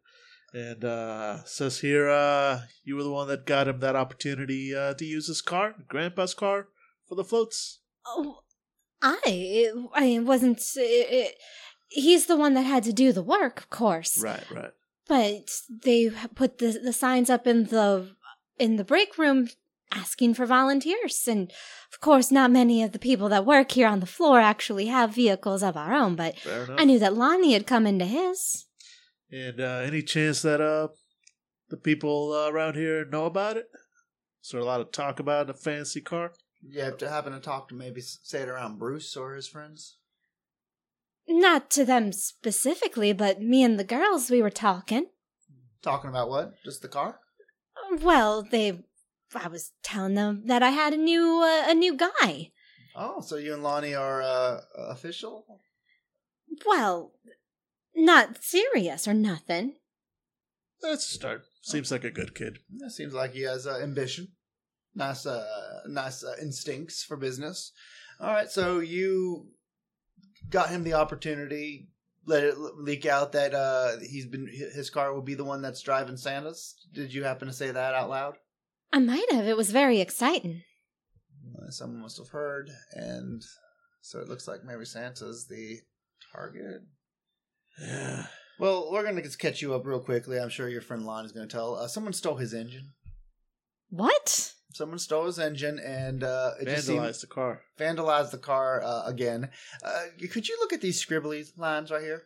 Speaker 5: and uh, says here uh, you were the one that got him that opportunity uh, to use his car, Grandpa's car, for the floats.
Speaker 12: Oh, I, it, I mean, wasn't, it, it, he's the one that had to do the work, of course.
Speaker 5: Right, right.
Speaker 12: But they put the, the signs up in the, in the break room asking for volunteers. And of course, not many of the people that work here on the floor actually have vehicles of our own, but
Speaker 5: Fair enough.
Speaker 12: I knew that Lonnie had come into his.
Speaker 5: And uh, any chance that uh, the people uh, around here know about it? Is there a lot of talk about a fancy car?
Speaker 6: You have to happen to talk to maybe s- say it around Bruce or his friends.
Speaker 12: Not to them specifically, but me and the girls, we were talking.
Speaker 6: Talking about what? Just the car?
Speaker 12: Well, they, I was telling them that I had a new, uh, a new guy.
Speaker 6: Oh, so you and Lonnie are uh, official?
Speaker 12: Well, not serious or nothing.
Speaker 5: That's a start. Seems like a good kid.
Speaker 6: Yeah, seems like he has uh, ambition, nice, uh, nice uh, instincts for business. All right, so you got him the opportunity. Let it l- leak out that uh, he's been hi- his car will be the one that's driving Santa's. Did you happen to say that out loud?
Speaker 12: I might have. It was very exciting.
Speaker 6: Uh, someone must have heard, and so it looks like maybe Santa's the target.
Speaker 5: Yeah.
Speaker 6: Well, we're gonna just catch you up real quickly. I'm sure your friend Lon is gonna tell. Uh, someone stole his engine.
Speaker 2: what?
Speaker 6: Someone stole his engine and uh, it
Speaker 5: Vandalized
Speaker 6: just seemed,
Speaker 5: the car.
Speaker 6: vandalized the car uh, again. Uh, could you look at these scribbly lines right here?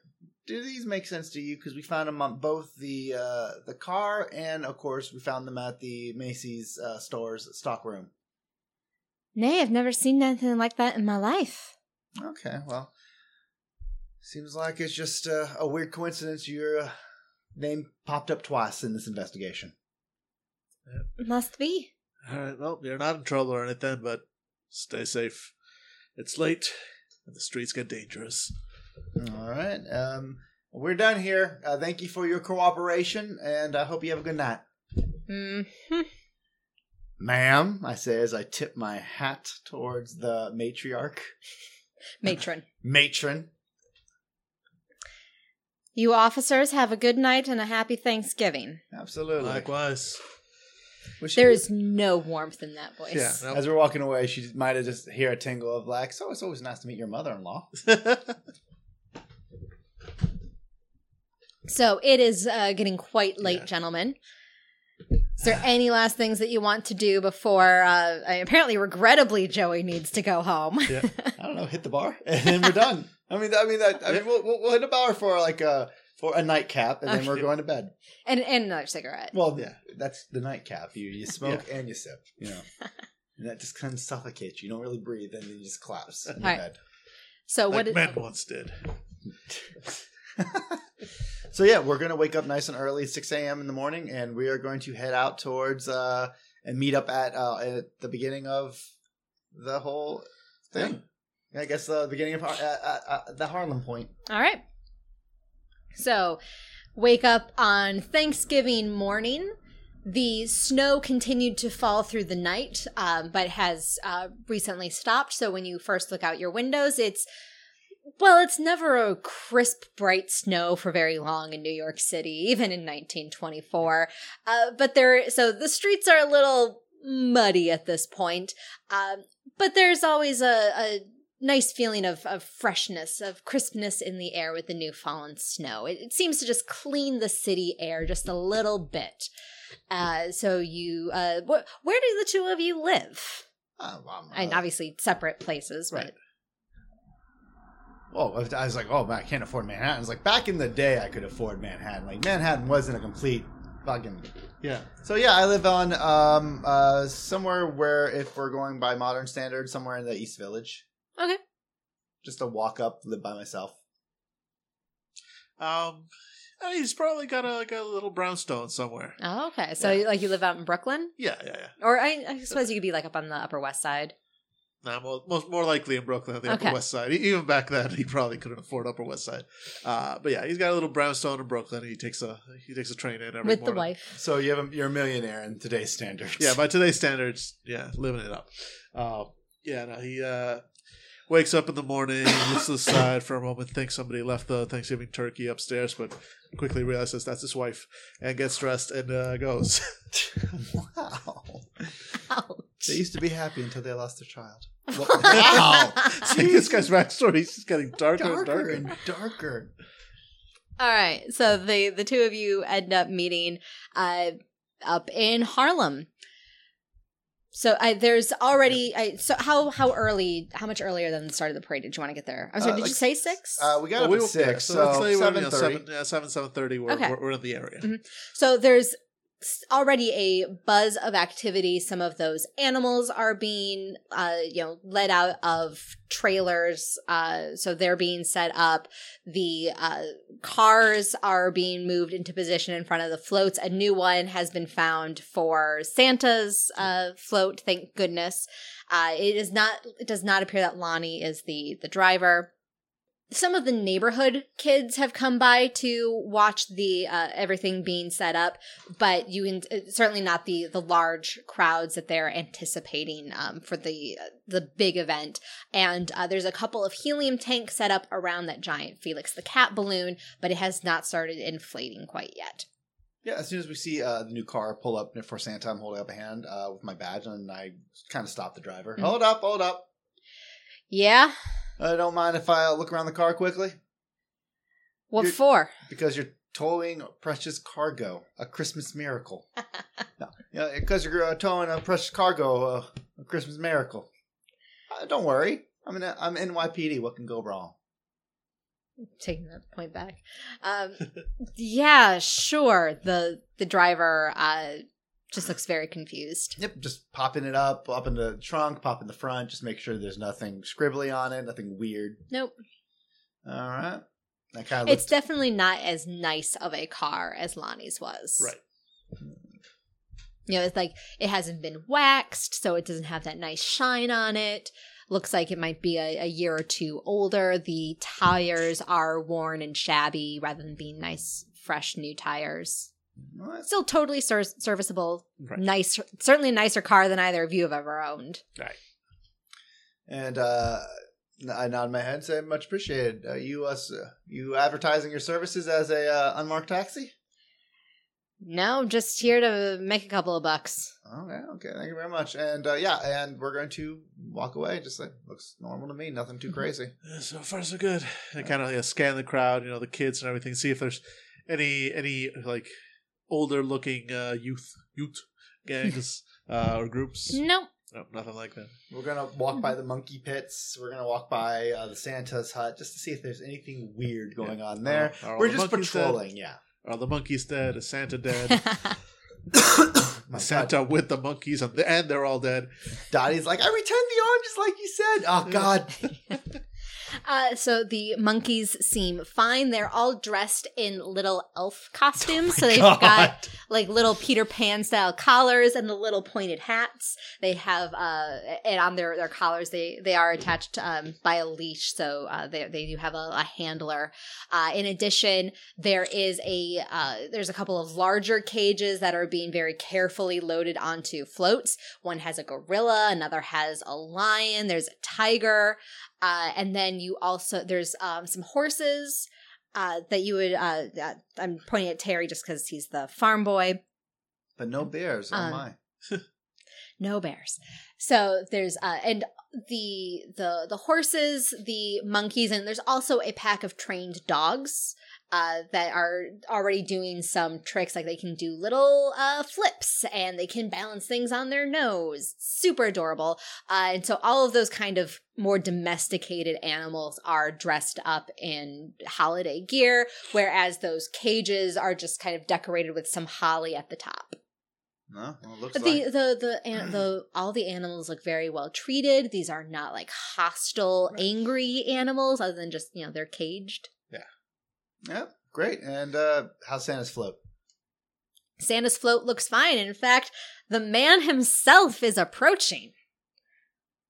Speaker 6: Do these make sense to you? Because we found them on both the uh, the car and, of course, we found them at the Macy's uh, store's stock room.
Speaker 12: Nay, I've never seen anything like that in my life.
Speaker 6: Okay, well, seems like it's just uh, a weird coincidence. Your uh, name popped up twice in this investigation.
Speaker 12: Must be.
Speaker 5: All right. Well, you're not in trouble or anything, but stay safe. It's late, and the streets get dangerous.
Speaker 6: All right, um, we're done here. Uh, thank you for your cooperation, and I hope you have a good night.
Speaker 2: Mm.
Speaker 6: Ma'am, I say as I tip my hat towards the matriarch.
Speaker 2: Matron.
Speaker 6: Matron.
Speaker 2: You officers have a good night and a happy Thanksgiving.
Speaker 6: Absolutely.
Speaker 5: Likewise.
Speaker 6: Was she-
Speaker 2: There is no warmth in that voice.
Speaker 5: Yeah.
Speaker 6: As we're walking away, she might have just hear a tingle of like, so it's always nice to meet your mother in law.
Speaker 5: no.
Speaker 2: So it is uh, getting quite late,
Speaker 5: Yeah.
Speaker 2: gentlemen. Is there any last things that you want to do before? Uh, I- apparently, regrettably, Joey needs to go home.
Speaker 6: I don't know, hit the bar and then we're done. I mean, I mean, that, I mean, we'll, we'll, we'll hit the bar for like a for a nightcap and then we're
Speaker 5: Okay.
Speaker 6: going to bed.
Speaker 2: and, and another cigarette.
Speaker 6: Well, yeah,
Speaker 5: Yeah.
Speaker 6: that's the nightcap. You you smoke and you sip, you know, and that just kind of suffocates you. You don't really breathe, and then you just collapse in
Speaker 2: All
Speaker 6: your
Speaker 2: right.
Speaker 6: bed.
Speaker 2: So
Speaker 5: like
Speaker 2: what?
Speaker 5: men once did.
Speaker 6: So yeah, we're gonna wake up nice and early, six a.m. in the morning, and we are going to head out towards uh and meet up at uh at the beginning of the whole thing. I guess the beginning of Har- uh, uh, uh, the Harlem Point.
Speaker 2: All right. So, wake up on Thanksgiving morning. The snow continued to fall through the night, um, but has uh, recently stopped. So, when you first look out your windows, it's well, it's never a crisp, bright snow for very long in New York City, even in 1924. Uh, but there, so the streets are a little muddy at this point. Um, but there's always a, a nice feeling of, of freshness, of crispness in the air with the new fallen snow. It, it seems to just clean the city air just a little bit. Uh, so you, uh, wh- where do the two of you live?
Speaker 6: Oh, wow,
Speaker 5: Uh,
Speaker 2: and obviously separate places,
Speaker 6: right. Oh, I was- I was like, oh man, I can't afford Manhattan. I was like, back in the day, I could afford Manhattan. Like Manhattan wasn't a complete fucking.
Speaker 5: Yeah.
Speaker 6: So yeah, I live on um uh somewhere where, if we're going by modern standards, somewhere in the East Village.
Speaker 2: Okay.
Speaker 6: Just a walk up, live by myself.
Speaker 5: Um, I mean, he's probably got a, like a little brownstone somewhere.
Speaker 2: but oh, okay. So
Speaker 5: Yeah.
Speaker 2: like you live out in Brooklyn,
Speaker 5: Yeah, yeah, yeah.
Speaker 2: or I, I suppose you could be like up on the Upper West Side.
Speaker 5: Nah, mo most more likely in Brooklyn at the
Speaker 2: Okay.
Speaker 5: Upper West Side. E- Even back then, he probably couldn't afford Upper West Side. Uh, but yeah, he's got a little brownstone in Brooklyn. He takes a he takes a train in every
Speaker 2: with
Speaker 5: morning.
Speaker 2: the wife.
Speaker 6: So you have a, you're a millionaire in today's standards.
Speaker 5: Yeah, by today's standards, yeah, living it up. Uh, yeah, no, he uh, wakes up in the morning, looks to the side for a moment, thinks somebody left the Thanksgiving turkey upstairs, but quickly realizes that's his wife and gets dressed and uh, goes.
Speaker 6: wow.
Speaker 2: Oh.
Speaker 6: They used to be happy until they lost their child.
Speaker 5: wow! See, this guy's backstory is just getting darker, and
Speaker 6: Darker
Speaker 5: darker.
Speaker 6: and darker.
Speaker 2: All right. So the the two of you end up meeting uh up in Harlem. So I, there's already I, so how how early how much earlier than the start of the parade did you want to get there? I'm sorry.
Speaker 6: Uh,
Speaker 2: did
Speaker 6: like
Speaker 2: you say six?
Speaker 6: Uh, we got
Speaker 5: Well,
Speaker 6: up
Speaker 5: we
Speaker 6: at
Speaker 5: were- yeah,
Speaker 6: six, so,
Speaker 5: let's say we're, you know,
Speaker 6: seven thirty.
Speaker 5: seven, yeah, seven, seven thirty. We're,
Speaker 2: Okay.
Speaker 5: we're, we're in the area.
Speaker 2: Mhm. So there's s- already a buzz of activity. Some of those animals are being, uh, you know, let out of trailers. Uh, so they're being set up. The uh, cars are being moved into position in front of the floats. A new one has been found for Santa's uh, float. Thank goodness. Uh, it is not. It does not appear that Lonnie is the the driver some of the neighborhood kids have come by to watch the uh, everything being set up, but you can uh, certainly not the the large crowds that they're anticipating um, for the the big event. And uh, there's a couple of helium tanks set up around that giant Felix the Cat balloon, but it has not started inflating quite yet.
Speaker 6: Yeah, as soon as we see uh, the new car pull up for Santa, I'm holding up a hand uh, with my badge, and I kind of stop the driver.
Speaker 2: Mhm.
Speaker 6: Hold up, hold up.
Speaker 2: Yeah,
Speaker 6: I don't mind if I look around the car quickly
Speaker 2: what
Speaker 6: You're-
Speaker 2: for?
Speaker 6: because you're towing precious cargo, a Christmas miracle. no, yeah, because you're uh, towing a precious cargo, uh, a Christmas miracle. Uh, don't worry, I'm in, I'm NYPD. What can go wrong?
Speaker 2: taking that point back. Um, yeah, sure. The the driver uh, just looks very confused.
Speaker 6: Yep, just popping it up, up in the trunk, pop in the front. Just make sure there's nothing scribbly on it, nothing weird.
Speaker 2: Nope.
Speaker 6: All right. I kind of
Speaker 2: It's definitely not as nice of a car as Lonnie's was.
Speaker 5: Right.
Speaker 2: You know, it's like it hasn't been waxed, so it doesn't have that nice shine on it. Looks like it might be a, a year or two older. The tires are worn and shabby rather than being nice, fresh, new tires.
Speaker 6: Well,
Speaker 2: Still totally ser- serviceable,
Speaker 5: Right.
Speaker 2: nice, certainly a nicer car than either of you have ever owned.
Speaker 6: And uh, I nod my head, say, "Much appreciated." Are you us, uh, you advertising your services as a uh, unmarked taxi?
Speaker 2: No, just here to make a couple of bucks.
Speaker 6: Okay, "Oh, okay, thank you very much. And uh, yeah, and we're going to walk away. Just like looks normal to me, nothing too crazy.
Speaker 5: So far, so good. And kind of yeah, scan the crowd, you know, the kids and everything, see if there's any any like older looking uh, youth youth gangs uh, or groups.
Speaker 2: Nope.
Speaker 5: No, nothing like that.
Speaker 6: We're gonna walk by the monkey pits. We're gonna walk by uh, the Santa's hut just to see if there's anything weird going on there.
Speaker 5: Are all
Speaker 6: we're
Speaker 5: the
Speaker 6: just
Speaker 5: monkeys dead?
Speaker 6: patrolling. Yeah,
Speaker 5: Are the monkeys dead? Is Santa dead?
Speaker 6: My
Speaker 5: Santa with the monkeys, and, and they're all dead.
Speaker 6: God, Dottie's like, I returned the oranges like you said. Oh God,
Speaker 2: Uh, Uh, so the monkeys seem fine. They're all dressed in little elf costumes. so they've got like little Peter Pan style collars and the little pointed hats. They have uh and on their their collars they they are attached um by a leash, so uh they they do have a, a handler. Uh in addition, there is a uh there's a couple of larger cages that are being very carefully loaded onto floats. One has a gorilla, another has a lion, there's a tiger, uh and then you also there's um some horses uh, that you would. Uh, uh, I'm pointing at Terry just because he's the farm boy.
Speaker 6: But no bears. Oh
Speaker 2: Um,
Speaker 6: my!
Speaker 2: No bears. So there's uh, and the the the horses, the monkeys, and there's also a pack of trained dogs. Uh, that are already doing some tricks, like they can do little uh, flips and they can balance things on their nose. Super adorable. Uh, and so all of those kind of more domesticated animals are dressed up in holiday gear, whereas those cages are just kind of decorated with some holly at the top.
Speaker 6: No, well, it looks
Speaker 2: The
Speaker 6: like
Speaker 2: the the an, the all the animals look very well treated. These are not like hostile, angry animals, other than just you know they're caged.
Speaker 6: yeah, great. And uh, how Santa's float?
Speaker 2: Santa's float looks fine. In fact, the man himself is approaching.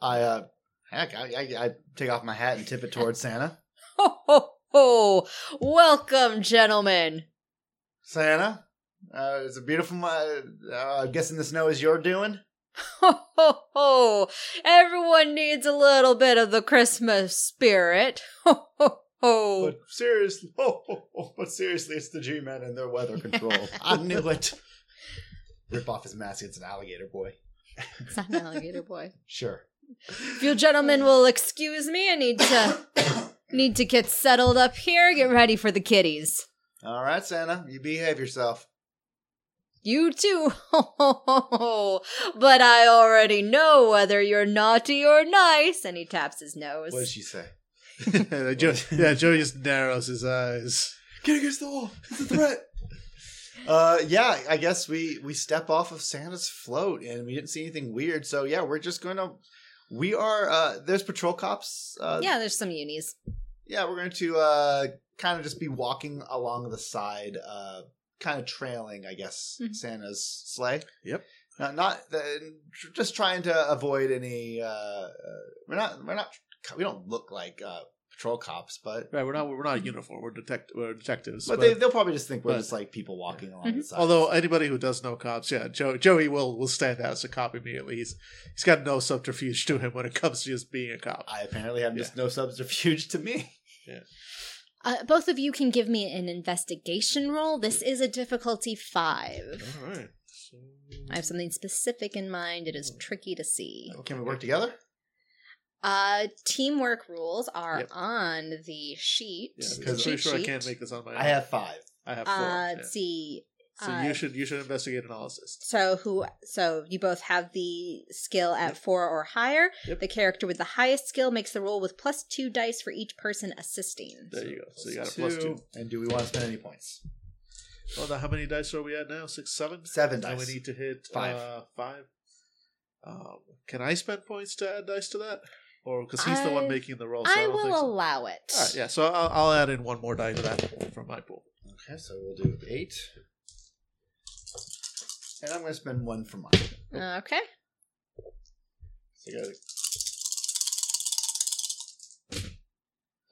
Speaker 6: I uh, heck, I, I, I take off my hat and tip it towards Santa.
Speaker 2: Ho ho ho! Welcome, gentlemen.
Speaker 6: Santa, uh, it's a beautiful. mo- Uh, I'm guessing the snow is your doing.
Speaker 2: Ho ho ho! Everyone needs a little bit of the Christmas spirit. Ho ho ho!
Speaker 6: But seriously, oh, oh, oh, but seriously, it's the G-Men and their weather control. I knew it. Rip off his mask. It's an alligator boy.
Speaker 2: It's not an alligator boy.
Speaker 6: Sure.
Speaker 2: If you gentlemen will excuse me, I need to need to get settled up here, get ready for the kiddies.
Speaker 6: All right, Santa, you behave yourself.
Speaker 2: You too. Ho ho ho ho! But I already know whether you're naughty or nice. And he taps his nose.
Speaker 6: What did she say?
Speaker 5: Joe, yeah, Joey just narrows his eyes.
Speaker 6: Get against the wall. It's a threat. uh, yeah, I guess we we step off of Santa's float, and we didn't see anything weird. So yeah, we're just going to. We are. Uh, there's patrol cops. Uh,
Speaker 2: yeah, there's some unis.
Speaker 6: yeah, we're going to uh, kind of just be walking along the side, uh, kind of trailing, I guess,
Speaker 2: Mhm.
Speaker 6: Santa's sleigh.
Speaker 5: Yep.
Speaker 6: Not, not the, just trying to avoid any. Uh, uh, we're not. We're not. We don't look like uh, patrol cops, but
Speaker 5: Right, we're not we're not uniform. We're detect we're detectives.
Speaker 6: but, they, they'll probably just think we're
Speaker 5: but-
Speaker 6: just like people walking along the side.
Speaker 5: although anybody who does know cops, yeah, Joe, Joey will will stand out as a cop immediately. He's he's got no subterfuge to him when it comes to just being a cop.
Speaker 6: I apparently have just no subterfuge to me.
Speaker 2: Uh, both of you can give me an investigation roll. This is a difficulty five.
Speaker 5: All right.
Speaker 2: I have something specific in mind. It is tricky to see.
Speaker 6: Can we work together?
Speaker 2: Uh, teamwork rules are
Speaker 5: Yep.
Speaker 2: on the sheet.
Speaker 5: Yeah, because I'm
Speaker 2: cheat
Speaker 5: pretty sure I
Speaker 2: sheet.
Speaker 5: can't make this on my own.
Speaker 6: I have five.
Speaker 5: I have four.
Speaker 2: Uh,
Speaker 5: yeah.
Speaker 2: let's see.
Speaker 5: So
Speaker 2: uh,
Speaker 5: you should you should investigate analysis.
Speaker 2: So who? So you both have the skill at four or higher.
Speaker 5: Yep.
Speaker 2: The character with the highest skill makes the roll with plus two dice for each person assisting.
Speaker 5: There you go. So you got a plus two.
Speaker 6: And do we want to spend any points?
Speaker 5: Well, now how many dice are we at now? Six, seven.
Speaker 6: Seven
Speaker 5: And
Speaker 6: dice.
Speaker 5: we need to hit
Speaker 6: Five.
Speaker 5: Uh, five. Um, can I spend points to add dice to that, or because he's the
Speaker 2: I-
Speaker 5: one making the roll? So I,
Speaker 2: I
Speaker 5: don't
Speaker 2: will
Speaker 5: think so.
Speaker 2: allow it.
Speaker 5: All right, yeah. So I'll, I'll add in one more die to that from my pool.
Speaker 6: Okay, so we'll do eight. And I'm going to spend one for mine.
Speaker 2: Uh, Okay.
Speaker 6: So you gotta-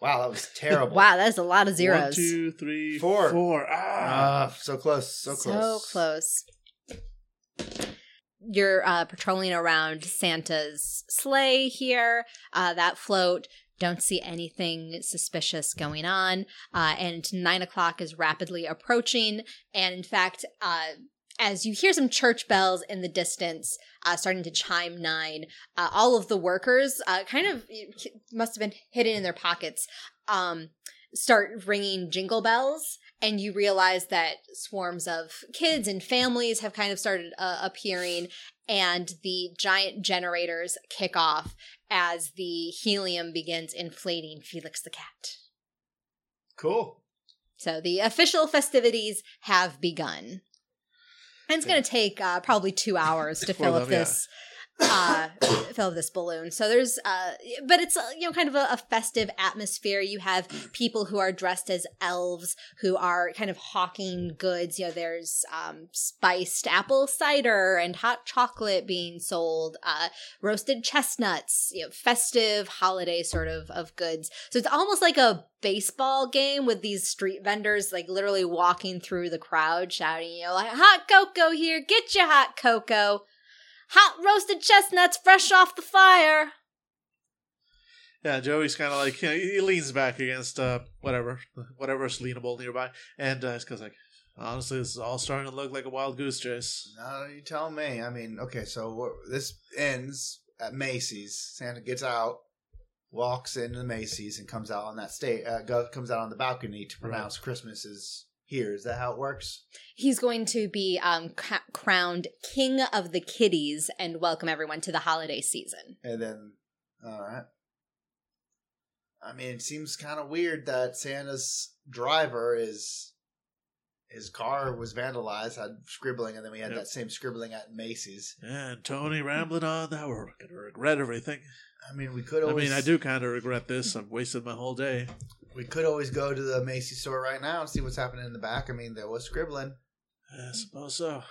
Speaker 6: Wow, that was terrible.
Speaker 2: Wow, that's a lot of zeros.
Speaker 5: One, two, three,
Speaker 6: Four.
Speaker 5: four. Ah,
Speaker 6: Ah, so close, so close.
Speaker 2: So close. You're uh, patrolling around Santa's sleigh here, uh, that float. Don't see anything suspicious going on. Uh, and nine o'clock is rapidly approaching. And in fact, uh, as you hear some church bells in the distance uh, starting to chime nine, uh, all of the workers uh, kind of must have been hidden in their pockets. Um, start ringing jingle bells and you realize that swarms of kids and families have kind of started uh, appearing and the giant generators kick off as the helium begins inflating Felix the cat.
Speaker 6: Cool.
Speaker 2: So the official festivities have begun. And it's going to take uh, probably two hours to
Speaker 5: For
Speaker 2: fill up
Speaker 5: them, yeah.
Speaker 2: this uh, fell of this balloon. So there's, uh, but it's uh, you know kind of a, a festive atmosphere. You have people who are dressed as elves who are kind of hawking goods. You know, there's um, spiced apple cider and hot chocolate being sold, uh, roasted chestnuts, you know, festive holiday sort of of goods. So it's almost like a baseball game with these street vendors like literally walking through the crowd shouting, you know, like hot cocoa here, get your hot cocoa. Hot roasted chestnuts fresh off the fire.
Speaker 5: Yeah, Joey's kind of like you know, he leans back against uh, whatever, whatever's leanable nearby, and uh, goes like, honestly, this is all starting to look like a wild goose chase.
Speaker 6: No, you tell me. I mean, okay, so we're- this ends at Macy's. Santa gets out, walks into Macy's, and comes out on that state. Uh, go, comes out on the balcony to pronounce Christmas is here. Is that how it works?
Speaker 2: He's going to be um, ca- crowned king of the kiddies and welcome everyone to the holiday season.
Speaker 6: And then, all right. I mean, it seems kind of weird that Santa's driver is his car was vandalized, had scribbling, and then we had
Speaker 5: Yep.
Speaker 6: that same scribbling at Macy's.
Speaker 5: And Tony rambling on that we're gonna regret everything.
Speaker 6: I mean, we could.
Speaker 5: I
Speaker 6: Always,
Speaker 5: mean, I do kind of regret this. I've wasted my whole day.
Speaker 6: We could always go to the Macy's store right now and see what's happening in the back. I mean, there was scribbling.
Speaker 5: I suppose so.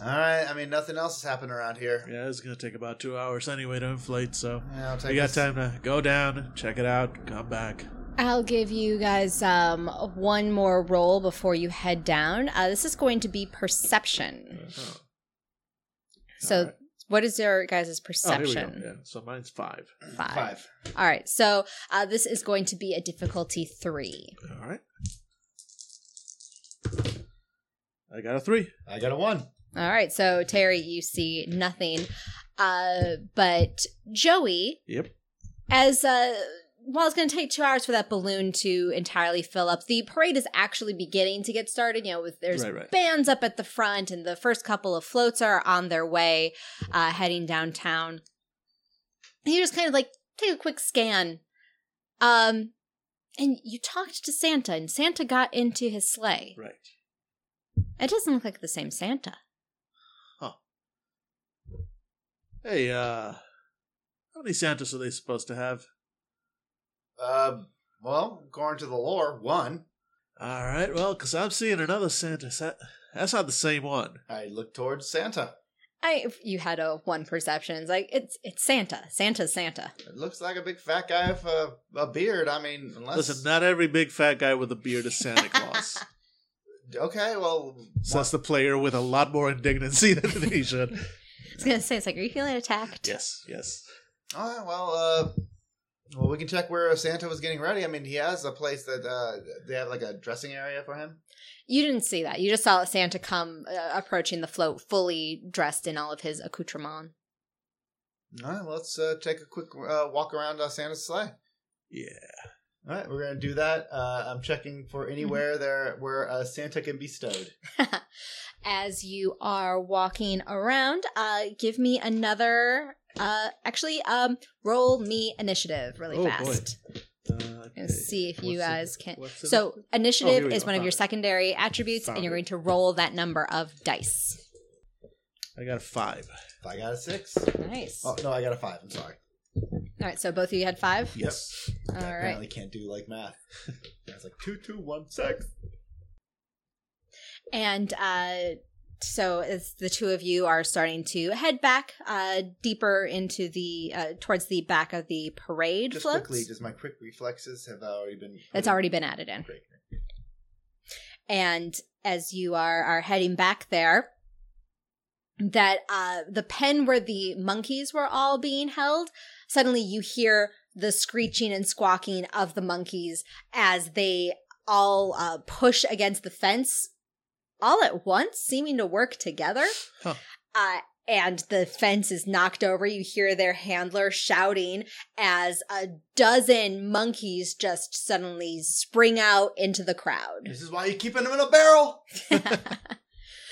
Speaker 6: All right. I mean, nothing else is happening around here.
Speaker 5: Yeah, it's gonna take about two hours anyway to inflate, so
Speaker 6: Yeah, I'll take
Speaker 5: we got
Speaker 6: this.
Speaker 5: time to go down, check it out, come back.
Speaker 2: I'll give you guys um, one more roll before you head down. Uh, this is going to be perception. So,
Speaker 5: Alright.
Speaker 2: what is your guys'
Speaker 5: Oh, here we go.
Speaker 2: perception?
Speaker 5: Yeah, so mine's five.
Speaker 2: Five.
Speaker 6: Five.
Speaker 2: All right. So, uh, this is going to be a difficulty three.
Speaker 5: All right. I got a three.
Speaker 6: I got a one.
Speaker 2: All right. So, Terry, you see nothing. Uh, but Joey,
Speaker 5: Yep.
Speaker 2: as uh while it's going to take two hours for that balloon to entirely fill up, the parade is actually beginning to get started. You know, with there's
Speaker 5: Right, right.
Speaker 2: bands up at the front, and the first couple of floats are on their way, uh, heading downtown. And you just kind of like take a quick scan, um, and you talked to Santa, and Santa got into his sleigh.
Speaker 5: Right.
Speaker 2: It doesn't look like the same Santa.
Speaker 5: Hey, uh, how many Santas are they supposed to have?
Speaker 6: Uh, well, according to the lore, one.
Speaker 5: All right, well, because I'm seeing another Santa. Sa- That's not the same one.
Speaker 6: I look towards Santa.
Speaker 2: I, if you had a one perception, it's like it's it's Santa. Santa's Santa.
Speaker 6: It looks like a big fat guy with a, a beard. I mean, unless
Speaker 5: Listen, not every big fat guy with a beard is Santa Claus.
Speaker 6: okay, well,
Speaker 5: so that's the player with a lot more indignancy than he should.
Speaker 2: I was gonna say, it's like, are you feeling attacked?
Speaker 5: Yes, yes.
Speaker 6: all right, well, uh, well, we can check where uh, Santa was getting ready. I mean, he has a place that uh, they have like a dressing area for him.
Speaker 2: You didn't see that. You just saw Santa come uh, approaching the float, fully dressed in all of his accoutrement.
Speaker 6: All right, let's uh, take a quick uh, walk around uh, Santa's sleigh.
Speaker 5: Yeah.
Speaker 6: All right, we're gonna do that. Uh, I'm checking for
Speaker 2: Mm-hmm.
Speaker 6: anywhere there where uh, Santa can be stowed.
Speaker 2: As you are walking around, uh, give me another. Uh, actually, um, roll me initiative really
Speaker 5: Oh, boy.
Speaker 2: fast.
Speaker 5: Uh,
Speaker 2: And see if you
Speaker 5: What's it-
Speaker 2: guys can.
Speaker 5: what's it-
Speaker 2: So,
Speaker 5: Oh, here
Speaker 2: initiative
Speaker 5: we
Speaker 2: is
Speaker 5: go.
Speaker 2: one of
Speaker 5: Found
Speaker 2: your
Speaker 5: it.
Speaker 2: secondary attributes,
Speaker 5: Found
Speaker 2: and you're
Speaker 5: it.
Speaker 2: going to roll that number of dice.
Speaker 5: I got a five.
Speaker 6: I got a six.
Speaker 2: Nice.
Speaker 6: Oh no, I got a five. I'm sorry.
Speaker 2: All right, so both of you had five?
Speaker 5: Yes.
Speaker 2: All
Speaker 6: I
Speaker 2: right.
Speaker 6: apparently can't do like math. It's like two, two, one, six.
Speaker 2: And uh, so as the two of you are starting to head back uh, deeper into the uh, towards the back of the parade
Speaker 6: Just
Speaker 2: floats.
Speaker 6: quickly, does my quick reflexes have already been?
Speaker 2: That's already been added in.
Speaker 6: Great.
Speaker 2: And as you are are heading back there, that uh, the pen where the monkeys were all being held, suddenly you hear the screeching and squawking of the monkeys as they all uh, push against the fence all at once, seeming to work together.
Speaker 5: Huh.
Speaker 2: Uh, and the fence is knocked over. You hear their handler shouting as a dozen monkeys just suddenly spring out into the crowd.
Speaker 6: This is why you keep them in a barrel.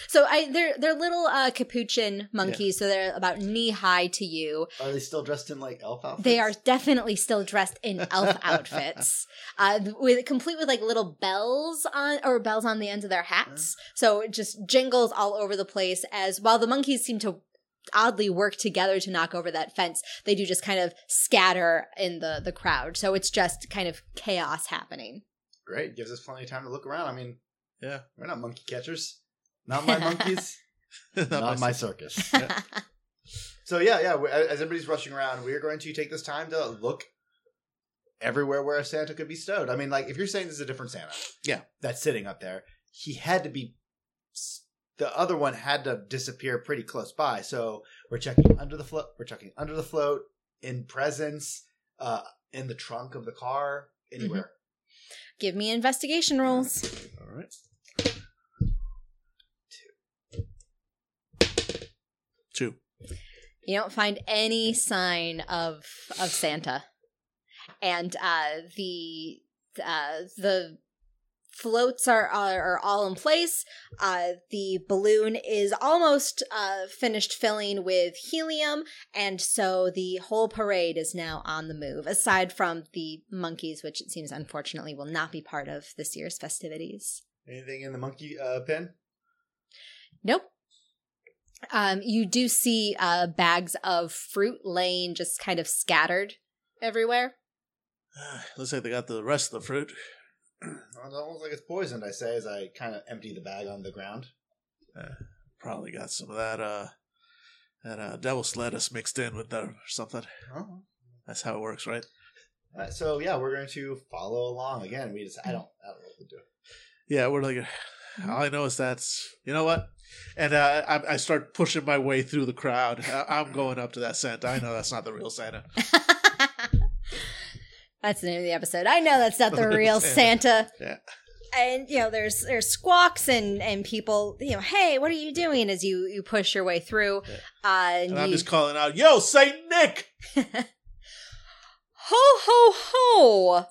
Speaker 2: so I they're they're little uh, capuchin monkeys, so they're about knee high to you.
Speaker 6: Are they still dressed in like elf outfits?
Speaker 2: They are definitely still dressed in elf outfits, uh, with complete with like little bells on or bells on the ends of their hats. So it just jingles all over the place. As while the monkeys seem to oddly work together to knock over that fence. They do just kind of scatter in the the crowd. So it's just kind of chaos happening.
Speaker 6: Great. Gives us plenty of time to look around. I mean,
Speaker 5: Yeah.
Speaker 6: we're not monkey catchers. Not my monkeys. not my circus. So yeah, yeah. we- As everybody's rushing around, we are going to take this time to look everywhere where a Santa could be stowed. I mean, like if you're saying this is a different Santa,
Speaker 5: Yeah.
Speaker 6: that's sitting up there. He had to be. The other one had to disappear pretty close by. So we're checking under the float. We're checking under the float in presence, uh, in the trunk of the car, anywhere.
Speaker 2: Give me investigation rolls.
Speaker 5: All right. Two.
Speaker 2: You don't find any sign of of Santa, and uh, the uh, the floats are, are are all in place. Uh, the balloon is almost uh, finished filling with helium, and so the whole parade is now on the move. Aside from the monkeys, which it seems unfortunately will not be part of this year's festivities.
Speaker 6: Anything in the monkey uh, pen?
Speaker 2: Nope. Um, you do see uh, bags of fruit laying just kind of scattered everywhere.
Speaker 5: Looks like they got the rest of the fruit.
Speaker 6: Well, it's almost like it's poisoned. I say as I kind of empty the bag on the ground.
Speaker 5: Probably got some of that uh that uh devil's lettuce mixed in with them or something.
Speaker 6: Oh,
Speaker 5: That's how it works, right?
Speaker 6: Uh, so yeah, we're going to follow along again. We just I don't I don't know what to do.
Speaker 5: Yeah, we're like all I know is that's you know what? And uh, I, I start pushing my way through the crowd. I, I'm going up to that Santa. I know that's not the real Santa.
Speaker 2: That's the name of the episode. I know that's not the real Santa.
Speaker 5: Yeah.
Speaker 2: And you know, there's there's squawks and and people. You know, hey, what are you doing? As you you push your way through, uh, and,
Speaker 5: And I'm
Speaker 2: you,
Speaker 5: just calling out, "Yo, Saint Nick!"
Speaker 2: ho ho ho!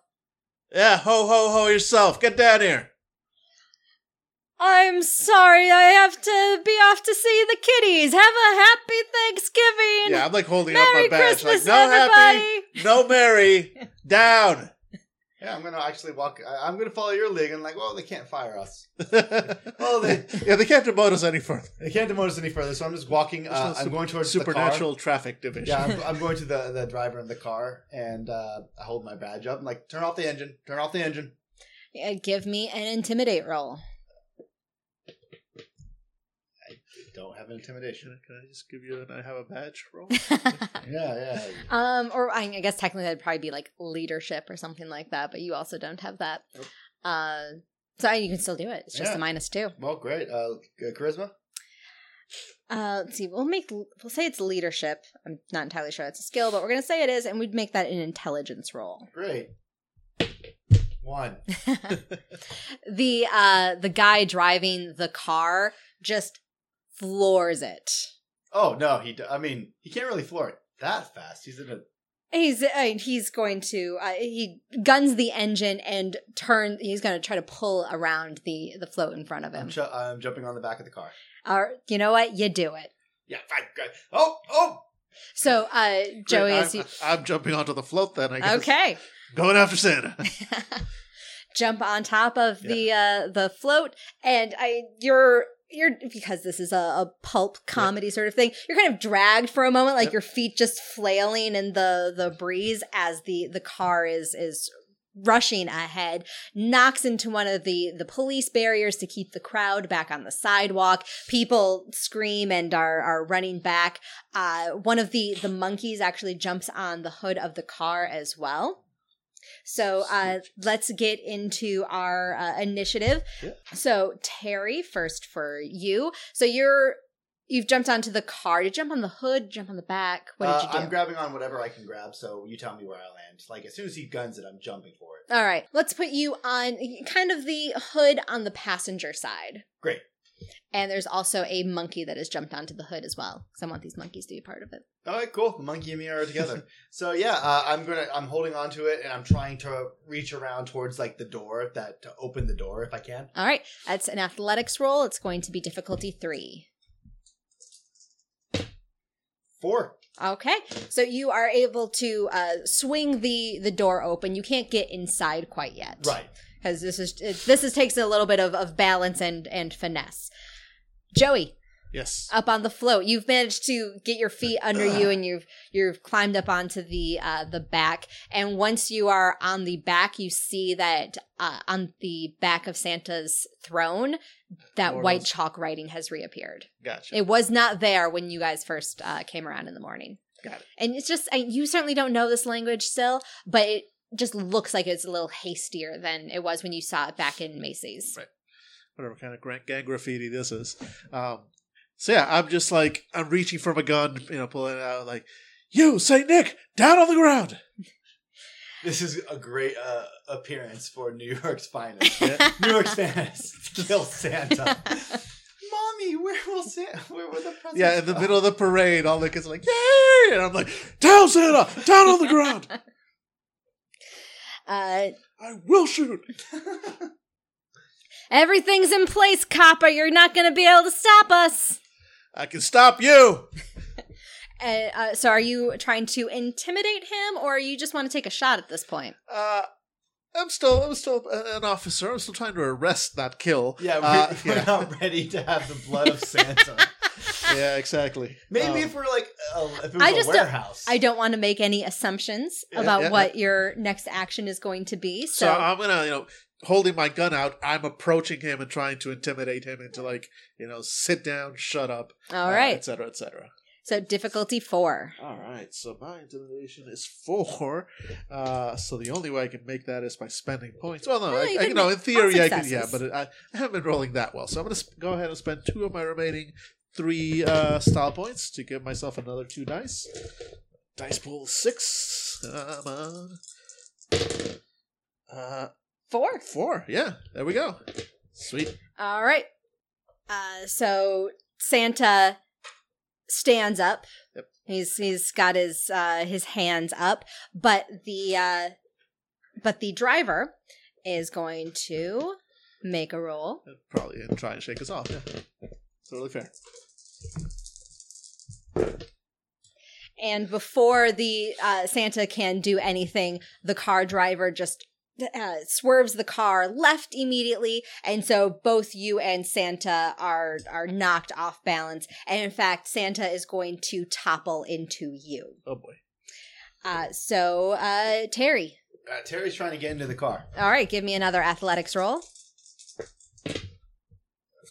Speaker 5: Yeah, ho ho ho yourself. Get down here.
Speaker 2: I'm sorry, I have to be off to see the kitties. Have a happy Thanksgiving.
Speaker 5: Yeah, I'm like holding up
Speaker 2: Merry
Speaker 5: my badge,
Speaker 2: Christmas,
Speaker 5: like no
Speaker 2: everybody.
Speaker 5: happy, no Mary, down.
Speaker 6: Yeah, I'm gonna actually walk. I, I'm gonna follow your lead and like, well, they can't fire us.
Speaker 5: well,
Speaker 6: they-
Speaker 5: yeah, Oh, they can't demote us any further.
Speaker 6: They can't demote us any further. So I'm just walking.
Speaker 5: There's no
Speaker 6: Uh, I'm
Speaker 5: sup-
Speaker 6: going towards
Speaker 5: Supernatural
Speaker 6: The car.
Speaker 5: traffic division.
Speaker 6: Yeah, I'm, I'm going to the, the driver in the car, and uh, I hold my badge up. I'm like, turn off the engine. Turn off the engine.
Speaker 2: Yeah, give me an intimidate roll.
Speaker 6: Don't have an intimidation.
Speaker 5: Can I just give you an I have a badge roll?
Speaker 6: Yeah, yeah.
Speaker 2: um, or I, I guess technically that'd probably be like leadership or something like that, but you also don't have that.
Speaker 6: Nope.
Speaker 2: Uh, so you can still do it. It's just
Speaker 6: Yeah.
Speaker 2: a minus two.
Speaker 6: Well, great. Uh, charisma.
Speaker 2: Uh, let's see. We'll make we'll say it's leadership. I'm not entirely sure it's a skill, but we're gonna say it is, and we'd make that an intelligence roll.
Speaker 6: Great. One.
Speaker 2: the uh the guy driving the car just floors it.
Speaker 6: Oh no, he. d- I mean, he can't really floor it that fast. He's in a
Speaker 2: He's I mean, he's going to uh, he guns the engine and turn. He's going to try to pull around the the float in front of
Speaker 5: Hmm.
Speaker 6: I'm,
Speaker 2: him.
Speaker 6: ju- I'm jumping on the back of the car.
Speaker 2: Or you know what? You do it.
Speaker 6: Yeah. fine, great. Oh, oh.
Speaker 2: So uh, Joey
Speaker 5: Great,
Speaker 2: is
Speaker 5: I'm, I'm jumping onto the float then. I guess.
Speaker 2: okay.
Speaker 5: going after Santa.
Speaker 2: Jump on top of the uh the float, and I you're. You're because this is a, a pulp comedy sort of thing. You're kind of dragged for a moment, like
Speaker 5: Yep.
Speaker 2: your feet just flailing in the the breeze as the the car is is rushing ahead knocks into one of the the police barriers to keep the crowd back on the sidewalk people scream and are are running back uh one of the the monkeys actually jumps on the hood of the car as well so uh let's get into our uh, initiative
Speaker 6: Yep.
Speaker 2: so terry first for you so you're you've jumped onto the car you jump on the hood jump on the back what did
Speaker 6: Uh,
Speaker 2: you do
Speaker 6: I'm grabbing on whatever I can grab, so you tell me where I land. Like as soon as he guns it, I'm jumping for it.
Speaker 2: All right, let's put you on kind of the hood on the passenger side.
Speaker 6: Great.
Speaker 2: And there's also a monkey that has jumped onto the hood as well, because I want these monkeys to be part of it.
Speaker 6: All right, cool. Monkey and me are together. so yeah, uh, I'm gonna. I'm holding on to it, and I'm trying to reach around towards like the door that to open the door if I can.
Speaker 2: All right, that's an athletics roll. It's going to be difficulty three.
Speaker 6: Four.
Speaker 2: Okay, so you are able to uh, swing the the door open. You can't get inside quite yet,
Speaker 6: Right.
Speaker 2: Because this is it, this is takes a little bit of, of balance and and finesse. Joey,
Speaker 5: Yes.
Speaker 2: up on the float. You've managed to get your feet under you, and you've you've climbed up onto the uh, the back. And once you are on the back, you see that uh, on the back of Santa's throne, that
Speaker 5: Morals.
Speaker 2: white chalk writing has reappeared.
Speaker 5: Gotcha.
Speaker 2: It was not there when you guys first uh, came around in the morning.
Speaker 5: Got it.
Speaker 2: And it's just I, you certainly don't know this language still, but it just looks like it's a little hastier than it was when you saw it back in Macy's.
Speaker 5: Whatever kind of grand, gang graffiti this is. Um, so yeah, I'm just like I'm reaching for my gun, you know, pulling it out like, "You, Saint Nick, down on the ground."
Speaker 4: This is a great uh, appearance for New York's finest.
Speaker 5: Yeah.
Speaker 4: New York's finest, little Santa. Mommy, where will Santa? Where will the presents?
Speaker 5: Yeah, in the
Speaker 4: go?
Speaker 5: middle of the parade, all the kids are like, "Yay!" and I'm like, "Down, Santa, down on the ground."
Speaker 2: Uh,
Speaker 5: I will shoot.
Speaker 2: Everything's in place, copper. You're not going to be able to stop us.
Speaker 5: I can stop you.
Speaker 2: Uh, uh, so, are you trying to intimidate him, or you just want to take a shot at this point?
Speaker 5: Uh, I'm still, I'm still a- an officer. I'm still trying to arrest, not kill.
Speaker 4: Yeah, we're,
Speaker 5: Uh,
Speaker 4: we're
Speaker 5: yeah,
Speaker 4: not ready to have the blood of Santa.
Speaker 5: yeah, exactly.
Speaker 4: Maybe
Speaker 5: Um,
Speaker 4: if we're like, a, if it was
Speaker 2: I
Speaker 4: a
Speaker 2: just don't-
Speaker 4: warehouse,
Speaker 2: I don't want to make any assumptions
Speaker 5: Yeah,
Speaker 2: about
Speaker 5: yeah,
Speaker 2: what your next action is going to be. So,
Speaker 5: So uh, I'm gonna, you know, holding my gun out, I'm approaching him and trying to intimidate him into like, you know, sit down, shut up, uh,
Speaker 2: all right.
Speaker 5: etc., etc.
Speaker 2: so, difficulty four.
Speaker 5: All right, so my intimidation is four. Uh, so the only way I can make that is by spending points. Well, no,
Speaker 2: No,
Speaker 5: I,
Speaker 2: you
Speaker 5: I,
Speaker 2: can
Speaker 5: you know,
Speaker 2: make
Speaker 5: in theory,
Speaker 2: all
Speaker 5: I can, yeah,
Speaker 2: successes.
Speaker 5: but I, I haven't been rolling that well. So I'm gonna sp- go ahead and spend two of my remaining three uh, style points to give myself another two dice. Dice pool six. Come on. Uh,
Speaker 2: Four.
Speaker 5: Four, yeah. There we go. Sweet.
Speaker 2: All right. Uh, so Santa stands up.
Speaker 5: Yep.
Speaker 2: He's he's got his uh, his hands up, but the uh, but the driver is going to make a roll.
Speaker 5: Probably gonna try and shake us off. Yeah. Totally fair.
Speaker 2: And before the uh, Santa can do anything, the car driver just uh, swerves the car left immediately, and so both you and Santa are are knocked off balance. And in fact, Santa is going to topple into you.
Speaker 5: Oh boy.
Speaker 2: Uh, so uh, Terry,
Speaker 4: Uh, Terry's trying to get into the car.
Speaker 2: all right, give me another athletics roll.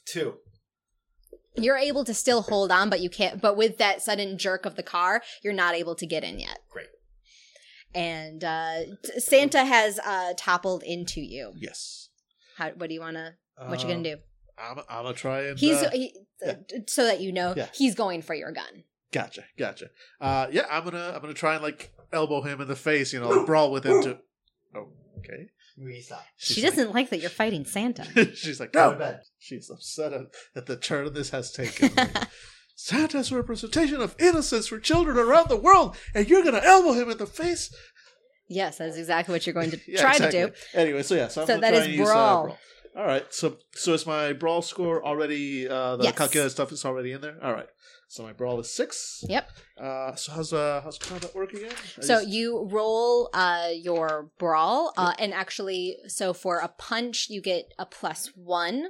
Speaker 4: Two.
Speaker 2: You're able to still hold on, but you can't. But with that sudden jerk of the car, you're not able to get in yet.
Speaker 4: Great.
Speaker 2: And uh, t- Santa has uh, toppled into you.
Speaker 5: Yes.
Speaker 2: How, what do you want to? What you gonna do?
Speaker 5: I'm, I'm gonna try and.
Speaker 2: He's
Speaker 5: Um, uh,
Speaker 2: he,
Speaker 5: yeah.
Speaker 2: so that you know
Speaker 5: Yeah.
Speaker 2: he's going for your gun.
Speaker 5: gotcha, gotcha. Uh, yeah, I'm gonna I'm gonna try and like elbow him in the face. You know, brawl with him to. Oh, Okay.
Speaker 4: We stop.
Speaker 2: She
Speaker 5: She's
Speaker 2: doesn't like that you're fighting Santa.
Speaker 5: Like, she's like,
Speaker 4: Go to
Speaker 5: no.
Speaker 4: bed.
Speaker 5: She's upset at, at the turn this has taken. Santa's representation of innocence for children around the world, and you're gonna elbow him in the face.
Speaker 2: yes, that's exactly what you're going to
Speaker 5: Yeah,
Speaker 2: try to do.
Speaker 5: exactly. Anyway, so yeah, so, I'm
Speaker 2: So
Speaker 5: gonna
Speaker 2: that
Speaker 5: try
Speaker 2: is
Speaker 5: and use, uh,
Speaker 2: brawl.
Speaker 5: brawl. All right, so so is my brawl score already? Uh, the
Speaker 2: Yes.
Speaker 5: calculated stuff is already in there. All right, so my brawl is six.
Speaker 2: Yep.
Speaker 5: Uh, so how's uh how's combat work again? I
Speaker 2: So
Speaker 5: just-
Speaker 2: you roll uh, your brawl, uh, and actually, so for a punch, you get a plus one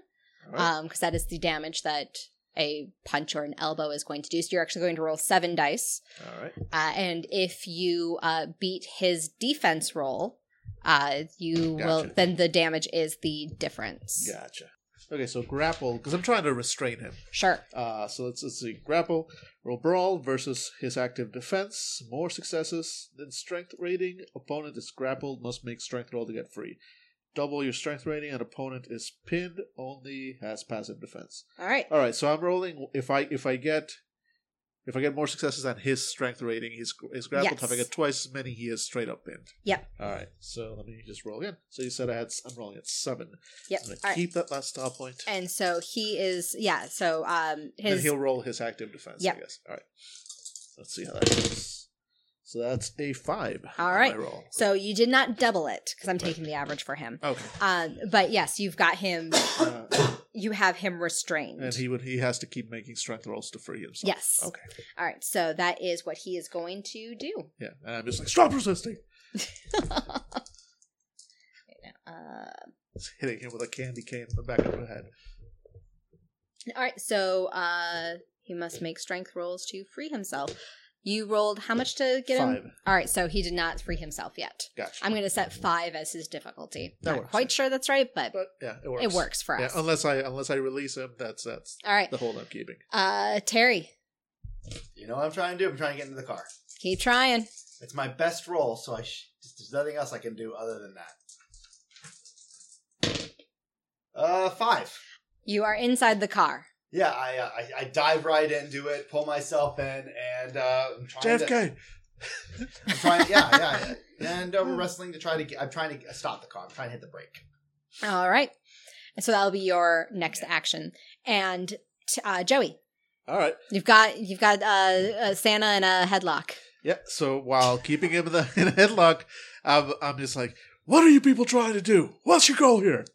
Speaker 5: all right.
Speaker 2: because that is the damage that a punch or an elbow is going to do. So you're actually going to roll seven dice,
Speaker 5: all right.
Speaker 2: uh, and if you uh, beat his defense roll, uh, you will
Speaker 5: Gotcha.
Speaker 2: then the damage is the difference.
Speaker 5: Gotcha. Okay, so grapple because I'm trying to restrain him.
Speaker 2: Sure.
Speaker 5: Uh, so let's let's see grapple, roll brawl versus his active defense. More successes than strength rating. Opponent is grappled, must make strength roll to get free. Double your strength rating, and opponent is pinned. Only has passive defense.
Speaker 2: All right.
Speaker 5: All right, so I'm rolling. If I if I get if I get more successes than his strength rating, his his grapple
Speaker 2: Yes.
Speaker 5: type, I get twice as many. He is straight up pinned.
Speaker 2: Yep.
Speaker 5: All right, so let me just roll again. So you said I had s- I'm rolling at seven.
Speaker 2: Yep.
Speaker 5: So I'm
Speaker 2: All
Speaker 5: gonna
Speaker 2: right.
Speaker 5: keep that last star point.
Speaker 2: And so he is, yeah. So um,
Speaker 5: And then
Speaker 2: his
Speaker 5: he'll roll his active defense.
Speaker 2: Yep.
Speaker 5: I guess. All right. Let's see how that goes. So that's a five.
Speaker 2: All
Speaker 5: on
Speaker 2: right.
Speaker 5: My roll.
Speaker 2: So you did not double it because I'm taking the average for him.
Speaker 5: Okay.
Speaker 2: Um, but yes, you've got him.
Speaker 5: Uh,
Speaker 2: You have him restrained.
Speaker 5: and he would he has to keep making strength rolls to free himself.
Speaker 2: yes.
Speaker 5: Okay.
Speaker 2: All right. So that is what he is going to do.
Speaker 5: Yeah. And I'm just like stop resisting.
Speaker 2: Uh, Uh,
Speaker 5: Just hitting him with a candy cane in the back of the head.
Speaker 2: All right, so uh he must make strength rolls to free himself. You rolled how much to get him?
Speaker 5: Five.
Speaker 2: All right, so he did not free himself yet.
Speaker 5: Gotcha.
Speaker 2: I'm going to set five as his difficulty.
Speaker 5: That
Speaker 2: not
Speaker 5: works.
Speaker 2: quite sure that's right, but,
Speaker 5: but yeah, it works.
Speaker 2: it works for
Speaker 5: Yeah,
Speaker 2: us.
Speaker 5: unless I unless I release him, that's that's
Speaker 2: All right,
Speaker 5: the whole I'm keeping.
Speaker 2: uh, Terry,
Speaker 4: You know what I'm trying to do? I'm trying to get into the car.
Speaker 2: keep trying.
Speaker 4: It's my best roll, so I sh- just, there's nothing else I can do other than that. Uh, five.
Speaker 2: You are inside the car.
Speaker 4: Yeah, I, uh, I I dive right into it, pull myself in, and uh, I'm trying to.
Speaker 5: JFK.
Speaker 4: I'm trying, yeah, yeah, yeah. And uh, we're wrestling to try to. Get, I'm trying to stop the car. I'm trying to hit the brake.
Speaker 2: All right, and so that'll be your next action. And t- uh, Joey,
Speaker 5: All right.
Speaker 2: you've got you've got uh, uh, Santa in a headlock.
Speaker 5: Yeah. So while keeping him in the in a headlock, I'm I'm just like, what are you people trying to do? What's your goal here?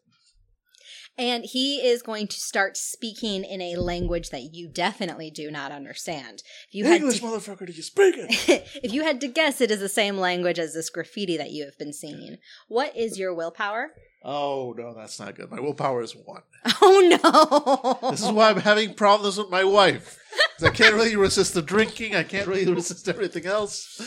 Speaker 2: And he is going to start speaking in a language that you definitely do not understand. If you had
Speaker 5: English
Speaker 2: to,
Speaker 5: motherfucker, do you speak it?
Speaker 2: if you had to guess, it is the same language as this graffiti that you have been seeing. What is your willpower?
Speaker 5: oh no, that's not good. My willpower is one.
Speaker 2: Oh no!
Speaker 5: This is why I'm having problems with my wife. 'Cause I can't really resist the drinking. I can't really resist everything else.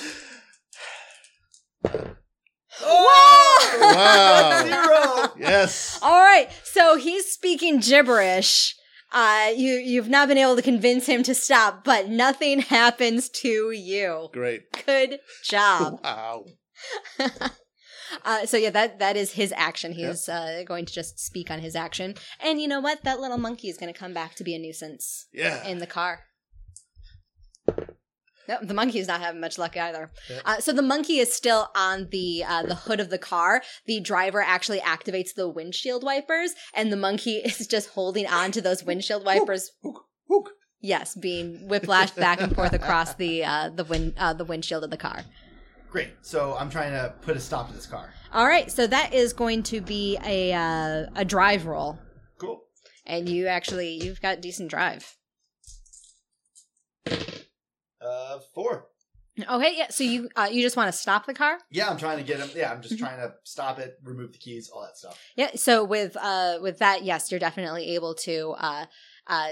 Speaker 2: Whoa!
Speaker 5: Wow.
Speaker 4: Zero.
Speaker 5: yes.
Speaker 2: All right, so he's speaking gibberish. Uh, you you've not been able to convince him to stop, but nothing happens to you.
Speaker 5: Great.
Speaker 2: Good job.
Speaker 5: Wow.
Speaker 2: Uh, so yeah, that that is his action.
Speaker 5: Yeah.
Speaker 2: He's uh, going to just speak on his action, and you know what? That little monkey is going to come back to be a nuisance
Speaker 5: Yeah.
Speaker 2: in the car. Nope, the monkey's not having much luck either. Uh, so the monkey is still on the uh, the hood of the car. The driver actually activates the windshield wipers, and the monkey is just holding on to those windshield wipers.
Speaker 5: Hook.
Speaker 2: Yes, being whiplashed back and forth across the uh, the wind uh, the windshield of the car.
Speaker 4: Great. So I'm trying to put a stop to this car.
Speaker 2: All right, so that is going to be a uh, a drive roll,
Speaker 4: Cool.
Speaker 2: and you actually you've got decent drive.
Speaker 4: Uh, four.
Speaker 2: Okay, yeah. So you uh, you just want to stop the car?
Speaker 4: Yeah, I'm trying to get him. Yeah, I'm just trying to stop it, remove the keys, all that stuff.
Speaker 2: Yeah. So with uh with that, yes, you're definitely able to uh uh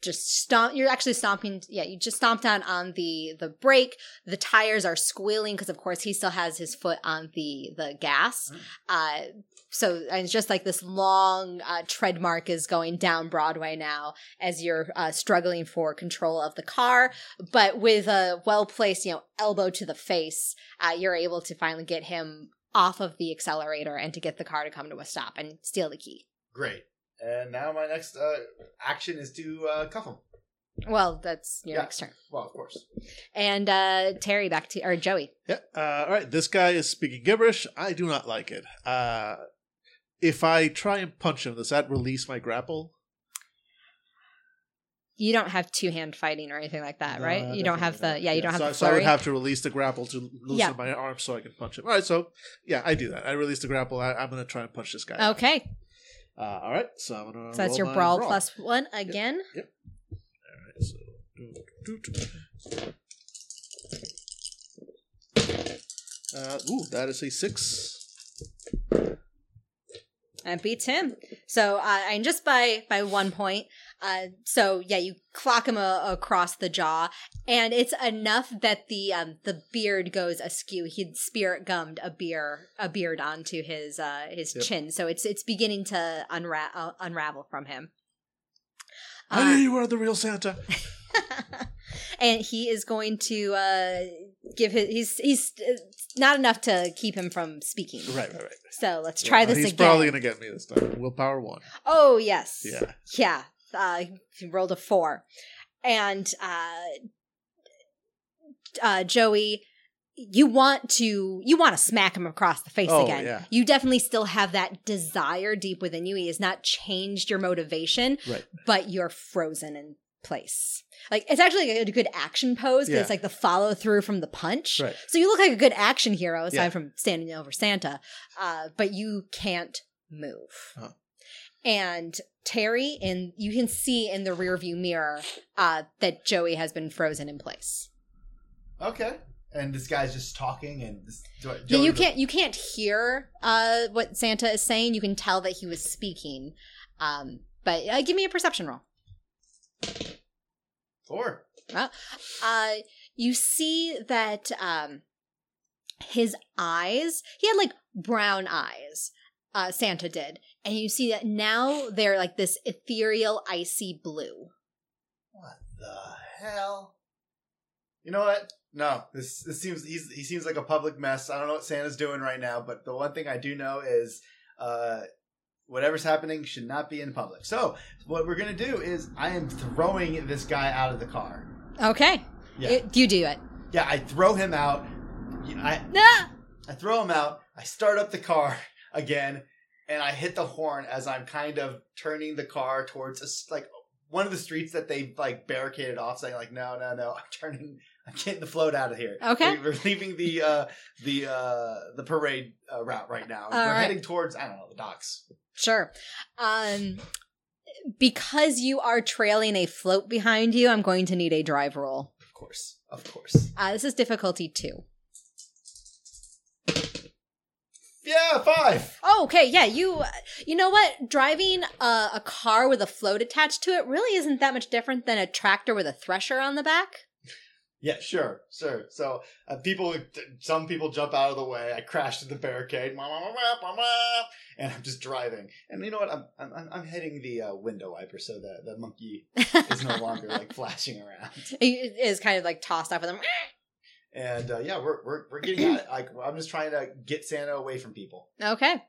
Speaker 2: just stomp. You're actually stomping. Yeah, you just stomped on on the the brake. The tires are squealing because of course he still has his foot on the the gas. Uh, so and it's just like this long uh, tread mark is going down Broadway now as you're uh, struggling for control of the car, but with a well placed you know elbow to the face, uh, you're able to finally get him off of the accelerator and to get the car to come to a stop and steal the key.
Speaker 4: Great. And now my next uh, action is to uh, cuff him.
Speaker 2: Well, that's your
Speaker 4: Yeah.
Speaker 2: next turn.
Speaker 4: Well, of course.
Speaker 2: And uh Terry back to or Joey.
Speaker 5: Yeah. Uh, all right. This guy is speaking gibberish. I do not like it. Uh, if I try and punch him, does that release my grapple?
Speaker 2: You don't have two hand fighting or anything like that,
Speaker 5: No,
Speaker 2: right? You don't
Speaker 5: definitely
Speaker 2: have the
Speaker 5: not.
Speaker 2: yeah, you don't
Speaker 5: so,
Speaker 2: have
Speaker 5: so
Speaker 2: the
Speaker 5: I
Speaker 2: flurry.
Speaker 5: would have to release the grapple to loosen
Speaker 2: Yeah.
Speaker 5: my arm so I can punch him. All right. So yeah, I do that. I release the grapple. I, I'm gonna try and punch this guy.
Speaker 2: okay.
Speaker 5: Uh, all right. So I'm gonna.
Speaker 2: So that's
Speaker 5: roll
Speaker 2: your
Speaker 5: my
Speaker 2: brawl plus one again.
Speaker 5: All right, so doot, doot. Uh, ooh, that is a six.
Speaker 2: and beats him. So uh, and just by by one point. Uh, so yeah, you clock him a- across the jaw, and it's enough that the um, the beard goes askew. He'd spirit gummed a beer a beard onto his uh, his
Speaker 5: Yep.
Speaker 2: chin, so it's it's beginning to unra- uh, unravel from him.
Speaker 5: I knew
Speaker 2: Uh,
Speaker 5: you were the real Santa.
Speaker 2: and he is going to uh, give his he's he's uh, not enough to keep him from speaking.
Speaker 5: Right, right, right.
Speaker 2: So let's try
Speaker 5: Yeah,
Speaker 2: this
Speaker 5: He's
Speaker 2: again.
Speaker 5: probably gonna get me this time. Willpower one.
Speaker 2: oh yes,
Speaker 5: Yeah.
Speaker 2: Yeah, uh, he rolled a four, and uh, uh, Joey, you want to you want to smack him across the face
Speaker 5: Oh,
Speaker 2: again.
Speaker 5: yeah.
Speaker 2: You definitely still have that desire deep within you. He has not changed your motivation,
Speaker 5: Right.
Speaker 2: but you're frozen in place. Like it's actually a good action pose because
Speaker 5: Yeah.
Speaker 2: it's like the follow through from the punch.
Speaker 5: Right.
Speaker 2: So you look like a good action hero aside
Speaker 5: Yeah.
Speaker 2: from standing over Santa, uh, but you can't move.
Speaker 5: Huh.
Speaker 2: And Terry, and you can see in the rearview mirror uh, that Joey has been frozen in place.
Speaker 4: Okay. And this guy's just talking, and this, Jo-
Speaker 2: Yeah,
Speaker 4: Joey-
Speaker 2: you can't you can't hear uh, what Santa is saying. You can tell that he was speaking, um, but uh, give me a perception roll.
Speaker 6: Four.
Speaker 2: Uh, you see that um, his eyes, he had like brown eyes, uh, Santa did. And you see that now they're like this ethereal, icy blue.
Speaker 6: What the hell? You know what? No, this this seems he's, he seems like a public mess. I don't know what Santa's doing right now, but the one thing I do know is uh, whatever's happening should not be in public. So what we're gonna do is I am throwing this guy out of the car.
Speaker 2: Okay.
Speaker 6: Yeah.
Speaker 2: You- you do it.
Speaker 6: Yeah, I throw him out. You- I
Speaker 2: Ah!
Speaker 6: I throw him out. I start up the car again, and I hit the horn as I'm kind of turning the car towards a s like one of the streets that they like barricaded off, saying like, "No, no, no! I'm turning. I'm getting the float out of here.
Speaker 2: Okay.
Speaker 6: We- we're leaving the uh, the uh, the parade uh, route right now.
Speaker 2: All
Speaker 6: we're
Speaker 2: right.
Speaker 6: heading towards I don't know the docks.
Speaker 2: Sure. Um, because you are trailing a float behind you, I'm going to need a drive roll.
Speaker 6: Of course, of course.
Speaker 2: Uh, this is difficulty two.
Speaker 6: Yeah, five.
Speaker 2: Oh, okay. Yeah, you. You know what? Driving a, a car with a float attached to it really isn't that much different than a tractor with a thresher on the back.
Speaker 6: Yeah, sure, sure. So uh, people, some people jump out of the way. I crash to the barricade, wah, wah, wah, wah, wah, wah, and I'm just driving. And you know what? I'm I'm- I'm, I'm hitting the uh, window wiper so that the monkey is no longer like flashing around.
Speaker 2: it is kind of like tossed off with them.
Speaker 6: And uh, yeah, we're we're we're getting out. Like I'm just trying to get Santa away from people.
Speaker 2: Okay.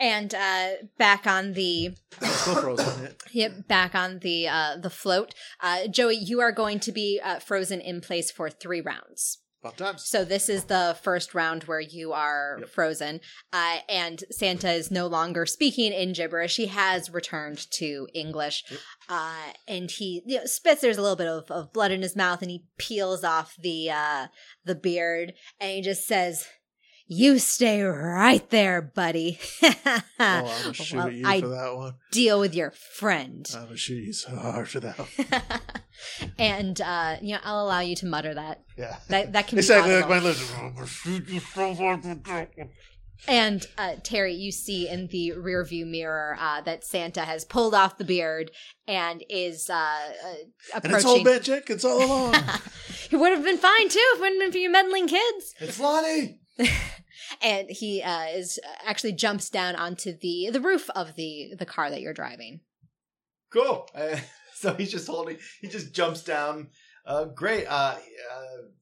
Speaker 2: And uh, back on the
Speaker 5: Still frozen.
Speaker 2: Uh,
Speaker 5: Oh, Yeah.
Speaker 2: Yep, back on the uh the float. Uh Joey, you are going to be uh, frozen in place for 3 rounds.
Speaker 5: About times.
Speaker 2: So this is the first round where you are frozen. Uh and Santa is no longer speaking in gibberish. He has returned to English. Uh and he you know, spits there's a little bit of, of blood in his mouth and he peels off the uh the beard and he just says, "You stay right there, buddy."
Speaker 5: Oh, I'm gonna shoot
Speaker 2: well,
Speaker 5: at you
Speaker 2: I-
Speaker 5: for that one.
Speaker 2: Deal with your friend.
Speaker 5: I'm gonna shoot you so hard for that. One.
Speaker 2: and uh, you know, I'll allow you to mutter that.
Speaker 5: Yeah.
Speaker 2: That that can
Speaker 5: Exactly
Speaker 2: be
Speaker 5: like
Speaker 2: audible.
Speaker 5: my lips. I'm gonna shoot you so hard for that one.
Speaker 2: And uh, Terry, you see in the rearview mirror uh, that Santa has pulled off the beard and is uh, uh,
Speaker 5: And it's old
Speaker 2: approaching.
Speaker 5: man Jenkins all along.
Speaker 2: He would have been fine too if it hadn't been for you meddling kids.
Speaker 6: It's Lonnie.
Speaker 2: And he uh, is actually jumps down onto the the roof of the the car that you're driving.
Speaker 6: Cool. Uh, so he's just holding. He just jumps down. Uh, great. Uh, uh,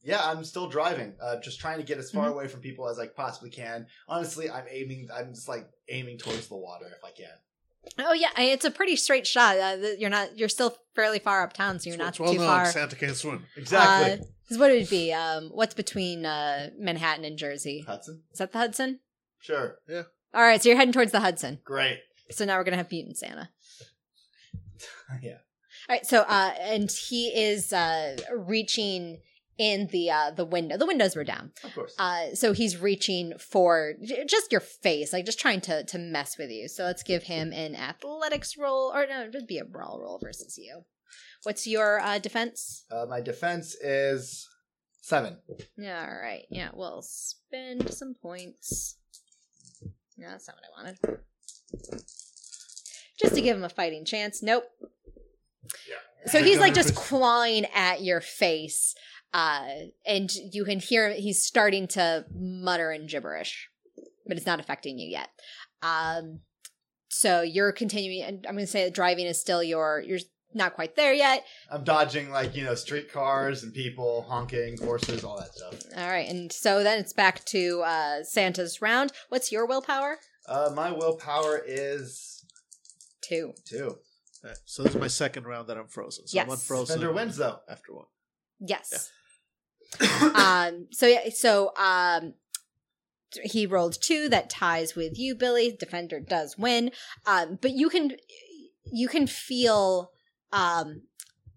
Speaker 6: yeah, I'm still driving. Uh, just trying to get as far
Speaker 2: Mhm.
Speaker 6: away from people as I possibly can. Honestly, I'm aiming. I'm just like aiming towards the water if I can.
Speaker 2: Oh yeah, I- it's a pretty straight shot. Uh, th- you're not you're still fairly far uptown, so you're
Speaker 5: It's-
Speaker 2: not
Speaker 5: it's well
Speaker 2: too
Speaker 5: known
Speaker 2: far.
Speaker 5: Santa can't swim.
Speaker 6: Exactly.
Speaker 2: Uh, this is what it would be. Um, what's between uh, Manhattan and Jersey?
Speaker 6: Hudson.
Speaker 2: Is that the Hudson?
Speaker 6: Sure.
Speaker 2: All right, so you're heading towards the Hudson.
Speaker 6: Great.
Speaker 2: So now we're gonna have Mutant Santa.
Speaker 6: Yeah.
Speaker 2: All right. So uh, and he is uh reaching in the uh the window. The windows were down.
Speaker 6: Of course.
Speaker 2: Uh, so he's reaching for j- just your face, like just trying to to mess with you. So let's give him an athletics roll, or no, it'd be a brawl roll versus you. What's your uh defense?
Speaker 6: Uh, my defense is seven.
Speaker 2: All right. Yeah, we'll spend some points. No, that's not what I wanted. Just to give him a fighting chance. Nope. So he's like just clawing at your face. Uh, and you can hear he's starting to mutter in gibberish, but it's not affecting you yet. Um, so you're continuing, and I'm going to say that driving is still your, you're not quite there yet.
Speaker 6: I'm dodging like you know streetcars and people honking, horses, all that stuff.
Speaker 2: All right, and so then it's back to uh, Santa's round. What's your willpower?
Speaker 6: Uh, my willpower is
Speaker 2: Two.
Speaker 6: two.
Speaker 5: Alright, so this is my second round that I'm frozen. So I'm
Speaker 2: Yes.
Speaker 5: unfrozen.
Speaker 6: Fender wins though.
Speaker 5: after one.
Speaker 2: Yes. um. So yeah. So um. He rolled two. That ties with you, Billy. Defender does win. Um. But you can, you can feel, um,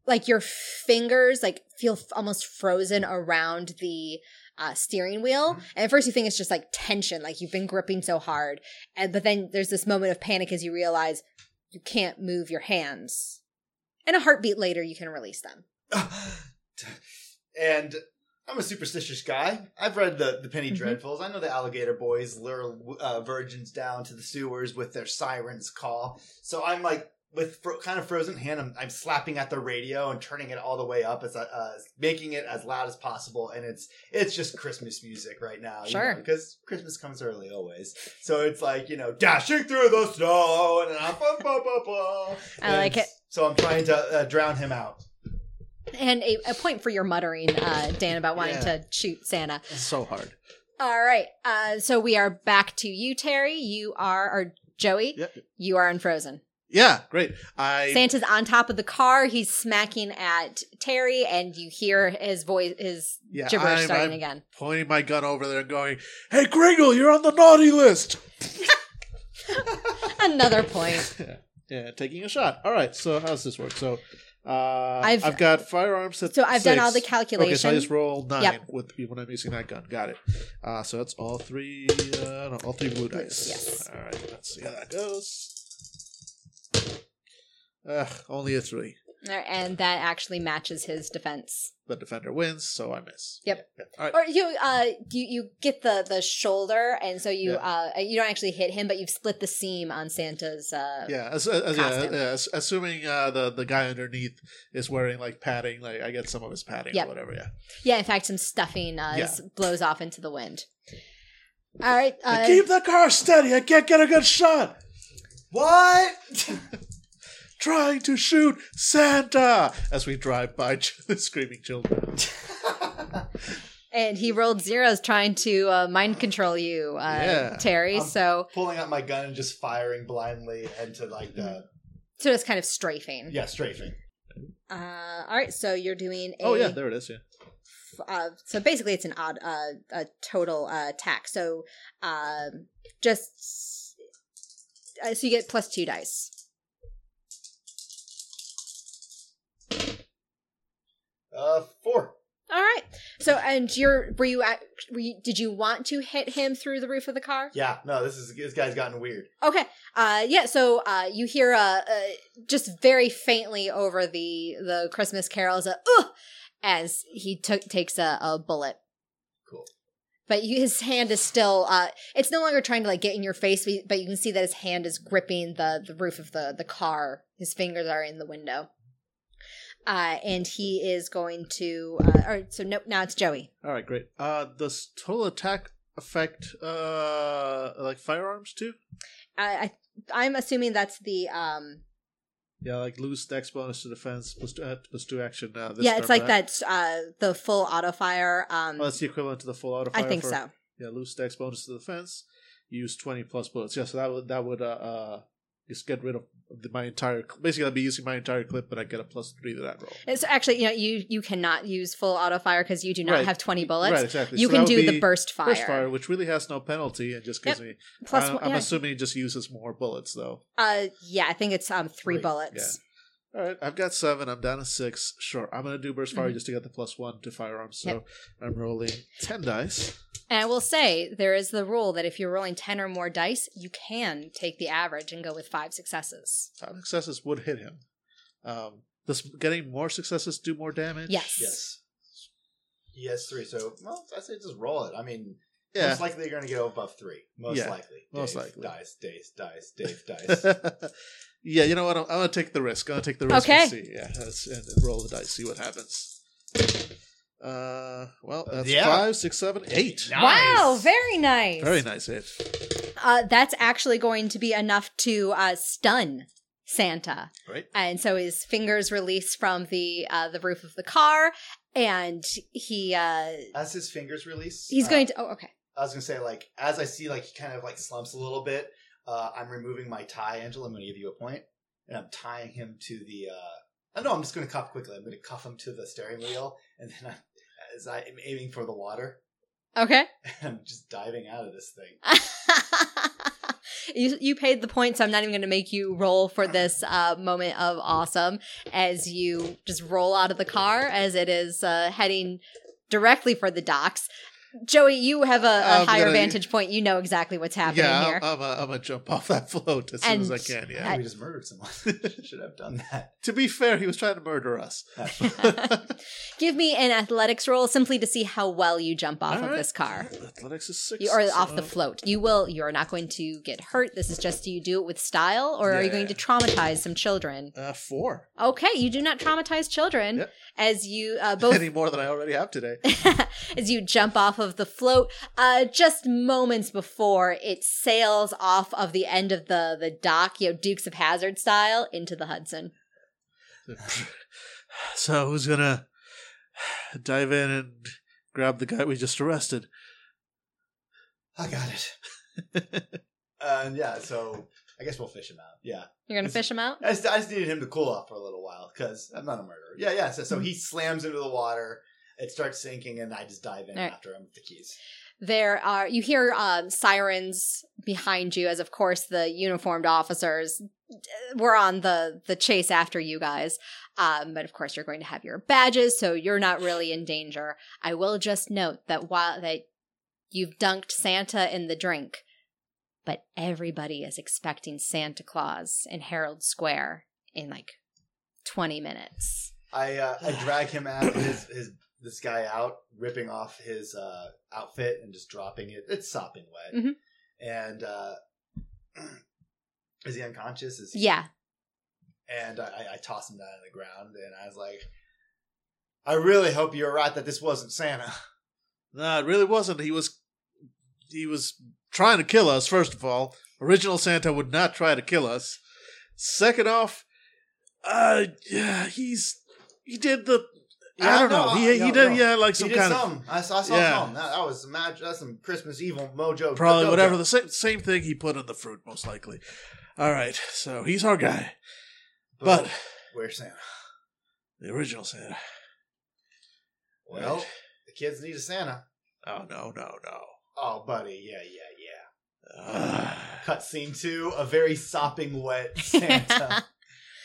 Speaker 2: like your fingers like feel f- almost frozen around the. Uh, steering wheel and at first you think it's just like tension like you've been gripping so hard and but then there's this moment of panic as you realize you can't move your hands and a heartbeat later you can release them
Speaker 6: and I'm a superstitious guy. I've read the, the Penny
Speaker 2: Mm-hmm.
Speaker 6: Dreadfuls. I know the alligator boys lure uh, virgins down to the sewers with their sirens call. So I'm like with fro- kind of frozen hand, I'm, I'm slapping at the radio and turning it all the way up, as uh, making it as loud as possible, and it's it's just Christmas music right now,
Speaker 2: Sure.
Speaker 6: because Christmas comes early always. So it's like you know, dashing through the snow, and I'm, bum, bum, bum, bum.
Speaker 2: I like
Speaker 6: And
Speaker 2: it.
Speaker 6: So I'm trying to uh, drown him out.
Speaker 2: And a, a point for your muttering, uh, Dan, about wanting
Speaker 6: Yeah.
Speaker 2: to shoot Santa.
Speaker 5: so hard.
Speaker 2: All right. Uh, so we are back to you, Terry. You are, or Joey,
Speaker 5: Yep.
Speaker 2: you are unfrozen.
Speaker 5: Yeah, great. I
Speaker 2: Santa's on top of the car. He's smacking at Terry, and you hear his voice, his
Speaker 5: yeah,
Speaker 2: gibberish
Speaker 5: I'm-
Speaker 2: starting
Speaker 5: I'm
Speaker 2: again.
Speaker 5: Pointing my gun over there, and going, "Hey, Kringle, you're on the naughty list."
Speaker 2: Another point.
Speaker 5: Yeah, taking a shot. All right. So how's this work? So uh,
Speaker 2: I've-
Speaker 5: I've I've got firearms. At
Speaker 2: So I've done
Speaker 5: six.
Speaker 2: all the
Speaker 5: Okay,
Speaker 2: calculations.
Speaker 5: so I just roll nine
Speaker 2: Yep.
Speaker 5: with when I'm using that gun. Got it. Uh, so that's all three. Uh, no, all three blue dice.
Speaker 2: yes.
Speaker 5: All right. Let's see how that goes. Ugh, only a three.
Speaker 2: uh, and that actually matches his defense.
Speaker 5: The defender wins, so I miss.
Speaker 2: Yep.
Speaker 5: Yeah. All right.
Speaker 2: Or you, uh, you you get the the shoulder, and so you uh you don't actually hit him, but you've split the seam on Santa's. Uh,
Speaker 5: Yeah, as, as, yeah,
Speaker 2: costume.
Speaker 5: yeah, as- assuming uh, the the guy underneath is wearing like padding, like I get some of his padding
Speaker 2: Yep.
Speaker 5: or whatever. Yeah,
Speaker 2: yeah, In fact, some stuffing uh,
Speaker 5: Yeah.
Speaker 2: s- blows off into the wind. All right. Uh,
Speaker 5: keep the car steady. I can't get a good shot.
Speaker 6: What?
Speaker 5: trying to shoot Santa as we drive by ch- screaming children.
Speaker 2: and he rolled zeros trying to uh, mind control you, uh,
Speaker 5: Yeah.
Speaker 2: Terry.
Speaker 6: Um,
Speaker 2: so
Speaker 6: Pulling out my gun and just firing blindly into like the
Speaker 2: so it's kind of
Speaker 5: Mm-hmm.
Speaker 2: strafing.
Speaker 6: yeah strafing.
Speaker 2: Uh, all right. So you're doing a
Speaker 5: Oh yeah, there it is. Yeah,
Speaker 2: uh, so basically it's an odd uh, a total uh, attack. So um, just uh, so you get plus two dice.
Speaker 6: Uh, four.
Speaker 2: All right. So and you're were you at were you, did you want to hit him through the roof of the car?
Speaker 6: Yeah, no, this is this guy's gotten weird.
Speaker 2: Okay. Uh, yeah. So uh, you hear uh, uh, just very faintly over the the Christmas carols a Ugh! as he took takes a, a bullet.
Speaker 6: Cool.
Speaker 2: But you, his hand is still. Uh, it's no longer trying to like get in your face, but, but you can see that his hand is gripping the the roof of the the car. His fingers are in the window. Uh, and he is going to. Uh, all right. So no, now it's Joey.
Speaker 5: all right, great. Uh, does total attack affect uh like firearms too?
Speaker 2: I, I I'm assuming that's the um.
Speaker 5: Yeah, like lose dex bonus to defense plus two, uh, plus two action. Uh, this
Speaker 2: yeah, it's
Speaker 5: turn,
Speaker 2: like
Speaker 5: right?
Speaker 2: that's uh the full auto fire. Um,
Speaker 5: Oh, that's the equivalent to the full auto.
Speaker 2: I
Speaker 5: fire
Speaker 2: think
Speaker 5: for-
Speaker 2: so.
Speaker 5: Yeah, lose dex bonus to defense. Use twenty plus bullets. Yeah, so that would that would uh, uh just get rid of the, my entire. Basically, I'd be using my entire clip, but I get a plus three to that roll.
Speaker 2: It's actually, you know, you you cannot use full auto fire because you do not
Speaker 5: Right.
Speaker 2: have twenty bullets.
Speaker 5: right, exactly.
Speaker 2: You
Speaker 5: So
Speaker 2: can
Speaker 5: that would
Speaker 2: do the
Speaker 5: be
Speaker 2: burst fire.
Speaker 5: First fire, which really has no penalty and just gives me
Speaker 2: Plus
Speaker 5: I,
Speaker 2: one.
Speaker 5: I'm
Speaker 2: yeah.
Speaker 5: assuming it just uses more bullets, though.
Speaker 2: uh, yeah, I think it's um three,
Speaker 6: Three,
Speaker 2: bullets.
Speaker 5: All right, I've got seven. I'm down to six. Sure, I'm gonna do burst fire just to get the plus one to firearms. So
Speaker 2: Mm-hmm. Yep.
Speaker 5: I'm rolling ten dice.
Speaker 2: And I will say there is the rule that if you're rolling ten or more dice, you can take the average and go with five successes.
Speaker 5: Five successes would hit him. Um, does getting more successes do more damage?
Speaker 2: Yes.
Speaker 6: Yes. He has three, so well, I say just roll it. I mean,
Speaker 5: Yeah.
Speaker 6: most likely you're going to get above three. Most
Speaker 5: Yeah,
Speaker 6: likely.
Speaker 5: most
Speaker 6: Dave,
Speaker 5: likely.
Speaker 6: Dice, dice, dice, Dave, dice.
Speaker 5: yeah. You know what? I'm, I'm gonna take the risk. I'm gonna take the risk.
Speaker 2: Okay.
Speaker 5: And see. Yeah. Let's, and then roll the dice. See what happens. Uh, well, that's
Speaker 6: Yeah.
Speaker 5: five, six, seven, eight.
Speaker 6: Nice.
Speaker 2: Wow, very nice.
Speaker 5: Very nice hit.
Speaker 2: Uh, that's actually going to be enough to uh, stun Santa.
Speaker 5: Right.
Speaker 2: And so his fingers release from the uh, the roof of the car, and he uh,
Speaker 6: As his fingers release,
Speaker 2: he's
Speaker 6: uh,
Speaker 2: going to. Oh, okay.
Speaker 6: I was going to say, like, as I see, like, he kind of like slumps a little bit. Uh, I'm removing my tie, Angela. I'm going to give you a point, and I'm tying him to the. uh I know. I'm just going to cuff quickly. I'm going to cuff him to the steering wheel, and then I, as I'm aiming for the water,
Speaker 2: Okay.
Speaker 6: and I'm just diving out of this thing.
Speaker 2: you you paid the point, so I'm not even going to make you roll for this uh, moment of awesome as you just roll out of the car as it is uh, heading directly for the docks. Joey, you have a, a
Speaker 5: I'm
Speaker 2: higher
Speaker 5: gonna-
Speaker 2: vantage point. You know exactly what's happening
Speaker 5: yeah,
Speaker 2: here.
Speaker 5: I'm, I'm, a, I'm gonna jump off that float as
Speaker 2: And-
Speaker 5: soon as I can. Yeah.
Speaker 2: I-
Speaker 6: we just murdered someone. Should have done that.
Speaker 5: to be fair, he was trying to murder us.
Speaker 2: Give me an athletics roll simply to see how well you jump off
Speaker 5: All
Speaker 2: of
Speaker 5: right.
Speaker 2: this car.
Speaker 5: Athletics is six.
Speaker 2: You are
Speaker 5: so-
Speaker 2: off the float. You will. You are not going to get hurt. This is just do you do it with style, or are you going to
Speaker 5: Yeah.
Speaker 2: traumatize some children?
Speaker 5: Uh, four.
Speaker 2: Okay, you do not traumatize children
Speaker 5: Yep.
Speaker 2: as you uh, both
Speaker 5: Any more than I already have today.
Speaker 2: as you jump off of the float. Uh, just moments before it sails off of the end of the the dock, you know, Dukes of Hazard style, into the Hudson.
Speaker 5: so who's gonna dive in and grab the guy we just arrested?
Speaker 6: I got it. and yeah, so I guess we'll fish him out. Yeah,
Speaker 2: You're gonna
Speaker 6: Is-
Speaker 2: fish him out.
Speaker 6: I just, I just needed him to cool off for a little while because I'm not a murderer. Yeah, yeah. So,
Speaker 5: Mm-hmm.
Speaker 6: so he slams into the water. It starts sinking, and I just dive in
Speaker 2: All right.
Speaker 6: after him with the keys.
Speaker 2: There are you hear um, sirens behind you, as of course the uniformed officers uh, were on the the chase after you guys. Um, but of course, you're going to have your badges, so you're not really in danger. I will just note that while that you've dunked Santa in the drink, but everybody is expecting Santa Claus in Herald Square in like twenty minutes.
Speaker 6: I uh, I drag him out his his this guy out, ripping off his uh, outfit and just dropping it. It's sopping wet.
Speaker 5: Mm-hmm.
Speaker 2: Mhm.
Speaker 6: And uh, is he unconscious? Is he
Speaker 2: Yeah,
Speaker 6: and I, I- I tossed him down on the ground, and I was like, "I really hope you're right that this wasn't Santa."
Speaker 5: No, it really wasn't. He was he was trying to kill us, first of all. Original Santa would not try to kill us. Second off, uh yeah, he's he did the I
Speaker 6: Yeah,
Speaker 5: don't
Speaker 6: no,
Speaker 5: know.
Speaker 6: I-
Speaker 5: He, he
Speaker 6: no,
Speaker 5: did
Speaker 6: no.
Speaker 5: yeah, like
Speaker 6: He
Speaker 5: some
Speaker 6: did
Speaker 5: kind of
Speaker 6: something. I saw, I saw
Speaker 5: Yeah.
Speaker 6: something. That, that was magic. That's some Christmas evil mojo.
Speaker 5: probably
Speaker 6: dojo.
Speaker 5: whatever the same, same thing he put in the fruit most likely. All right. So he's our guy. But
Speaker 6: where's Santa?
Speaker 5: the original Santa.
Speaker 6: Well, the kids need a Santa.
Speaker 5: Oh no, no, no.
Speaker 6: Oh, buddy, yeah, yeah, yeah.
Speaker 5: Ah.
Speaker 6: Cutscene two: a very sopping wet Santa,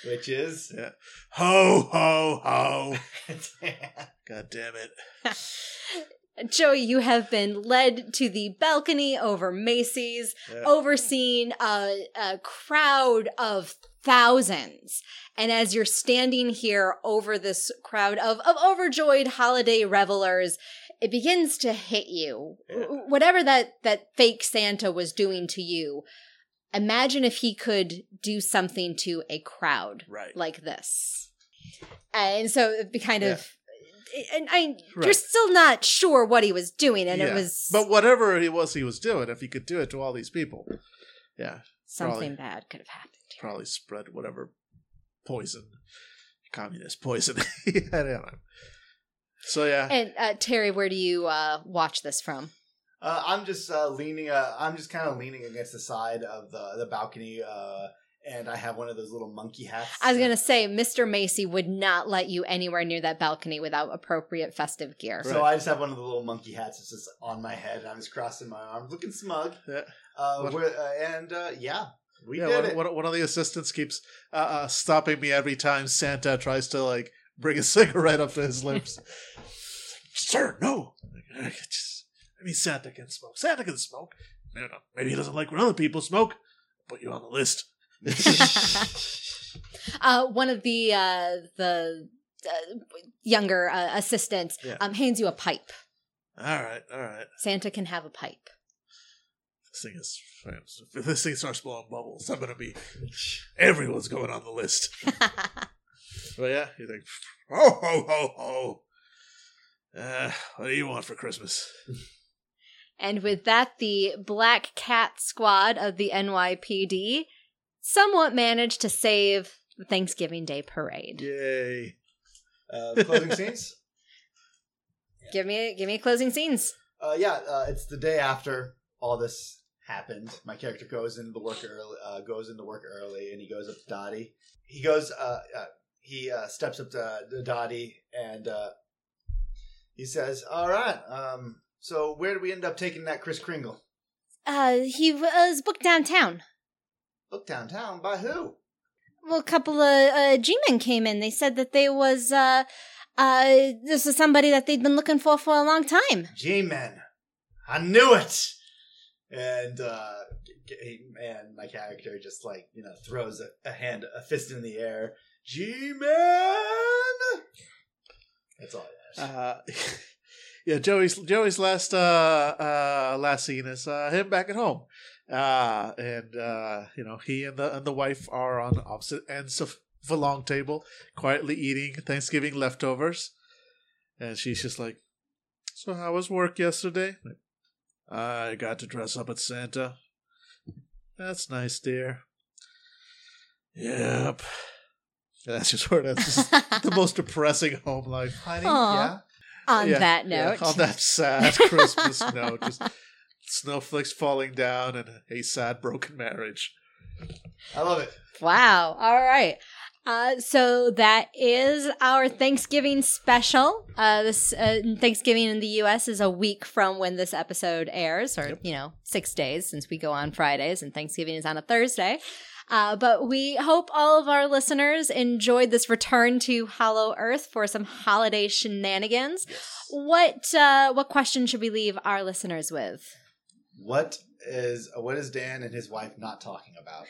Speaker 6: which is
Speaker 5: ho ho ho. God damn it.
Speaker 2: Joey, you have been led to the balcony over Macy's,
Speaker 5: Yeah.
Speaker 2: overseeing a, a crowd of thousands. And as you're standing here over this crowd of, of overjoyed holiday revelers, it begins to hit you.
Speaker 6: Yeah.
Speaker 2: Wh- Whatever that, that fake Santa was doing to you, imagine if he could do something to a crowd
Speaker 5: Right.
Speaker 2: like this. And so it'd be kind of and I you're
Speaker 5: Right.
Speaker 2: still not sure what he was doing and it
Speaker 5: Yeah.
Speaker 2: was
Speaker 5: But whatever it was he was doing, if he could do it to all these people, yeah,
Speaker 2: something
Speaker 5: probably.
Speaker 2: bad could have happened. here.
Speaker 5: probably spread whatever poison, communist poison. I don't know. So yeah,
Speaker 2: And uh, Terry, where do you uh, watch this from?
Speaker 6: Uh, I'm just uh, leaning. Uh, I'm just kind of leaning against the side of the the balcony, uh, and I have one of those little monkey hats.
Speaker 2: I was gonna say, Mr. Macy would not let you anywhere near that balcony without appropriate festive gear.
Speaker 6: So I just have one of the little monkey hats that's just on my head, and I'm just crossing my arms, looking smug.
Speaker 5: Yeah.
Speaker 6: Uh,
Speaker 5: What-
Speaker 6: we're, uh, and uh, yeah, we
Speaker 5: yeah.
Speaker 6: did
Speaker 5: One,
Speaker 6: it.
Speaker 5: one, one of the assistants keeps uh, uh, stopping me every time Santa tries to like bring a cigarette up to his lips. It's like, Sir, no. I just- I mean, Santa can smoke. Santa can smoke. No, no. Maybe he doesn't like when other people smoke. Put you on the list.
Speaker 2: Uh, one of the uh, the uh, younger uh, assistants
Speaker 5: Yeah.
Speaker 2: um, hands you a pipe.
Speaker 5: All right, all right.
Speaker 2: Santa can have a pipe.
Speaker 5: This thing is. If this thing starts blowing bubbles, I'm gonna be. Everyone's going on the list. But yeah, you think, ho ho ho ho. Uh, what do you want for Christmas?
Speaker 2: And with that, the Black Cat Squad of the NYPD somewhat managed to save the Thanksgiving Day parade.
Speaker 5: Yay!
Speaker 6: Uh, closing scenes.
Speaker 2: Give me, give me closing scenes.
Speaker 6: Uh, yeah, uh, it's the day after all this happened. My character goes into the work early, uh, goes into work early, and he goes up to Dottie. He goes, uh, uh, he uh, steps up to, to Dottie, and uh, he says, "All right, um, so where did we end up taking that Chris Kringle?
Speaker 3: Uh, he was booked downtown.
Speaker 6: Look downtown by who?
Speaker 3: Well, a couple of uh, G-men came in. They said that they was uh, uh, this was somebody that they'd been looking for for a long time.
Speaker 6: G-men.
Speaker 4: I knew it. And uh, g- g- and my character just like you know throws a, a hand, a fist in the air. G man. That's all. I got.
Speaker 5: Uh, yeah, Joey's Joey's last uh, uh, last scene is uh, him back at home, uh, and uh, you know he and the and the wife are on opposite ends of the long table, quietly eating Thanksgiving leftovers, and she's just like, "So how was work yesterday?" Like, I got to dress up as Santa. That's nice, dear. Yep. And that's just where that's just the most depressing home life, honey.
Speaker 2: Aw.
Speaker 5: Yeah.
Speaker 2: On
Speaker 5: Yeah,
Speaker 2: that
Speaker 5: Yeah,
Speaker 2: note,
Speaker 5: on that sad Christmas note, just snowflakes falling down and a sad broken marriage.
Speaker 4: I love it.
Speaker 2: Wow. All right. Uh, so that is our Thanksgiving special. Uh, this uh, Thanksgiving in the U.S. is a week from when this episode airs, or you know, six days since we go on Fridays, and Thanksgiving is on a Thursday. Uh, but we hope all of our listeners enjoyed this return to Hollow Earth for some holiday shenanigans. What uh, what question should we leave our listeners with?
Speaker 4: What is what is Dan and his wife not talking about?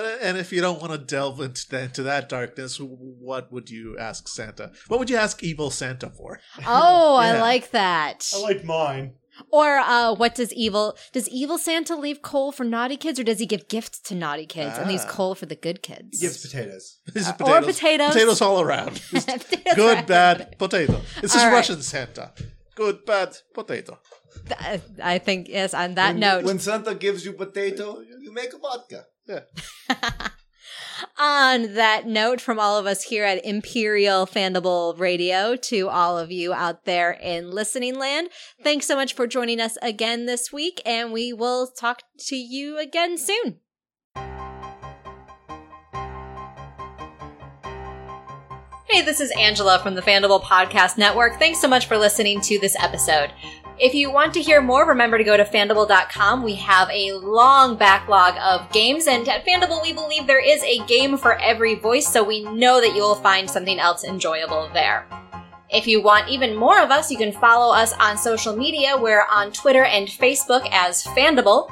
Speaker 5: And, and if you don't want to delve into that, into that darkness, what would you ask Santa? What would you ask evil Santa for?
Speaker 2: Oh, I
Speaker 5: Yeah.
Speaker 2: like that.
Speaker 4: like mine.
Speaker 2: Or uh, what does evil does evil Santa leave coal for naughty kids, or does he give gifts to naughty kids and leaves
Speaker 5: Ah.
Speaker 2: coal for the good kids?
Speaker 4: Gives potatoes.
Speaker 5: This is
Speaker 2: Uh, or
Speaker 5: potatoes.
Speaker 2: potatoes.
Speaker 5: Potatoes all around. Just good, bad potato. This is
Speaker 2: All right.
Speaker 5: Russian Santa. Good, bad potato.
Speaker 2: Th- I think yes. On that note,
Speaker 4: when Santa gives you potato, you make a vodka.
Speaker 2: on that note, from all of us here at Imperial Fandible Radio to all of you out there in listening land, thanks so much for joining us again this week, and we will talk to you again soon. Hey, this is Angela from the Fandible Podcast Network. Thanks so much for listening to this episode. If you want to hear more, remember to go to fandible.com. We have a long backlog of games, and at Fandible, we believe there is a game for every voice, so we know that you'll find something else enjoyable there. If you want even more of us, you can follow us on social media. We're on Twitter and Facebook as Fandible.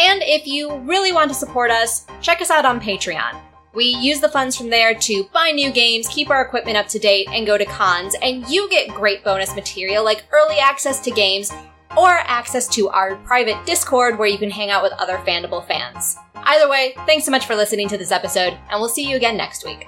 Speaker 2: And if you really want to support us, check us out on Patreon. We use the funds from there to buy new games, keep our equipment up to date, and go to cons, and you get great bonus material like early access to games or access to our private Discord where you can hang out with other Fandible fans. Either way, thanks so much for listening to this episode, and we'll see you again next week.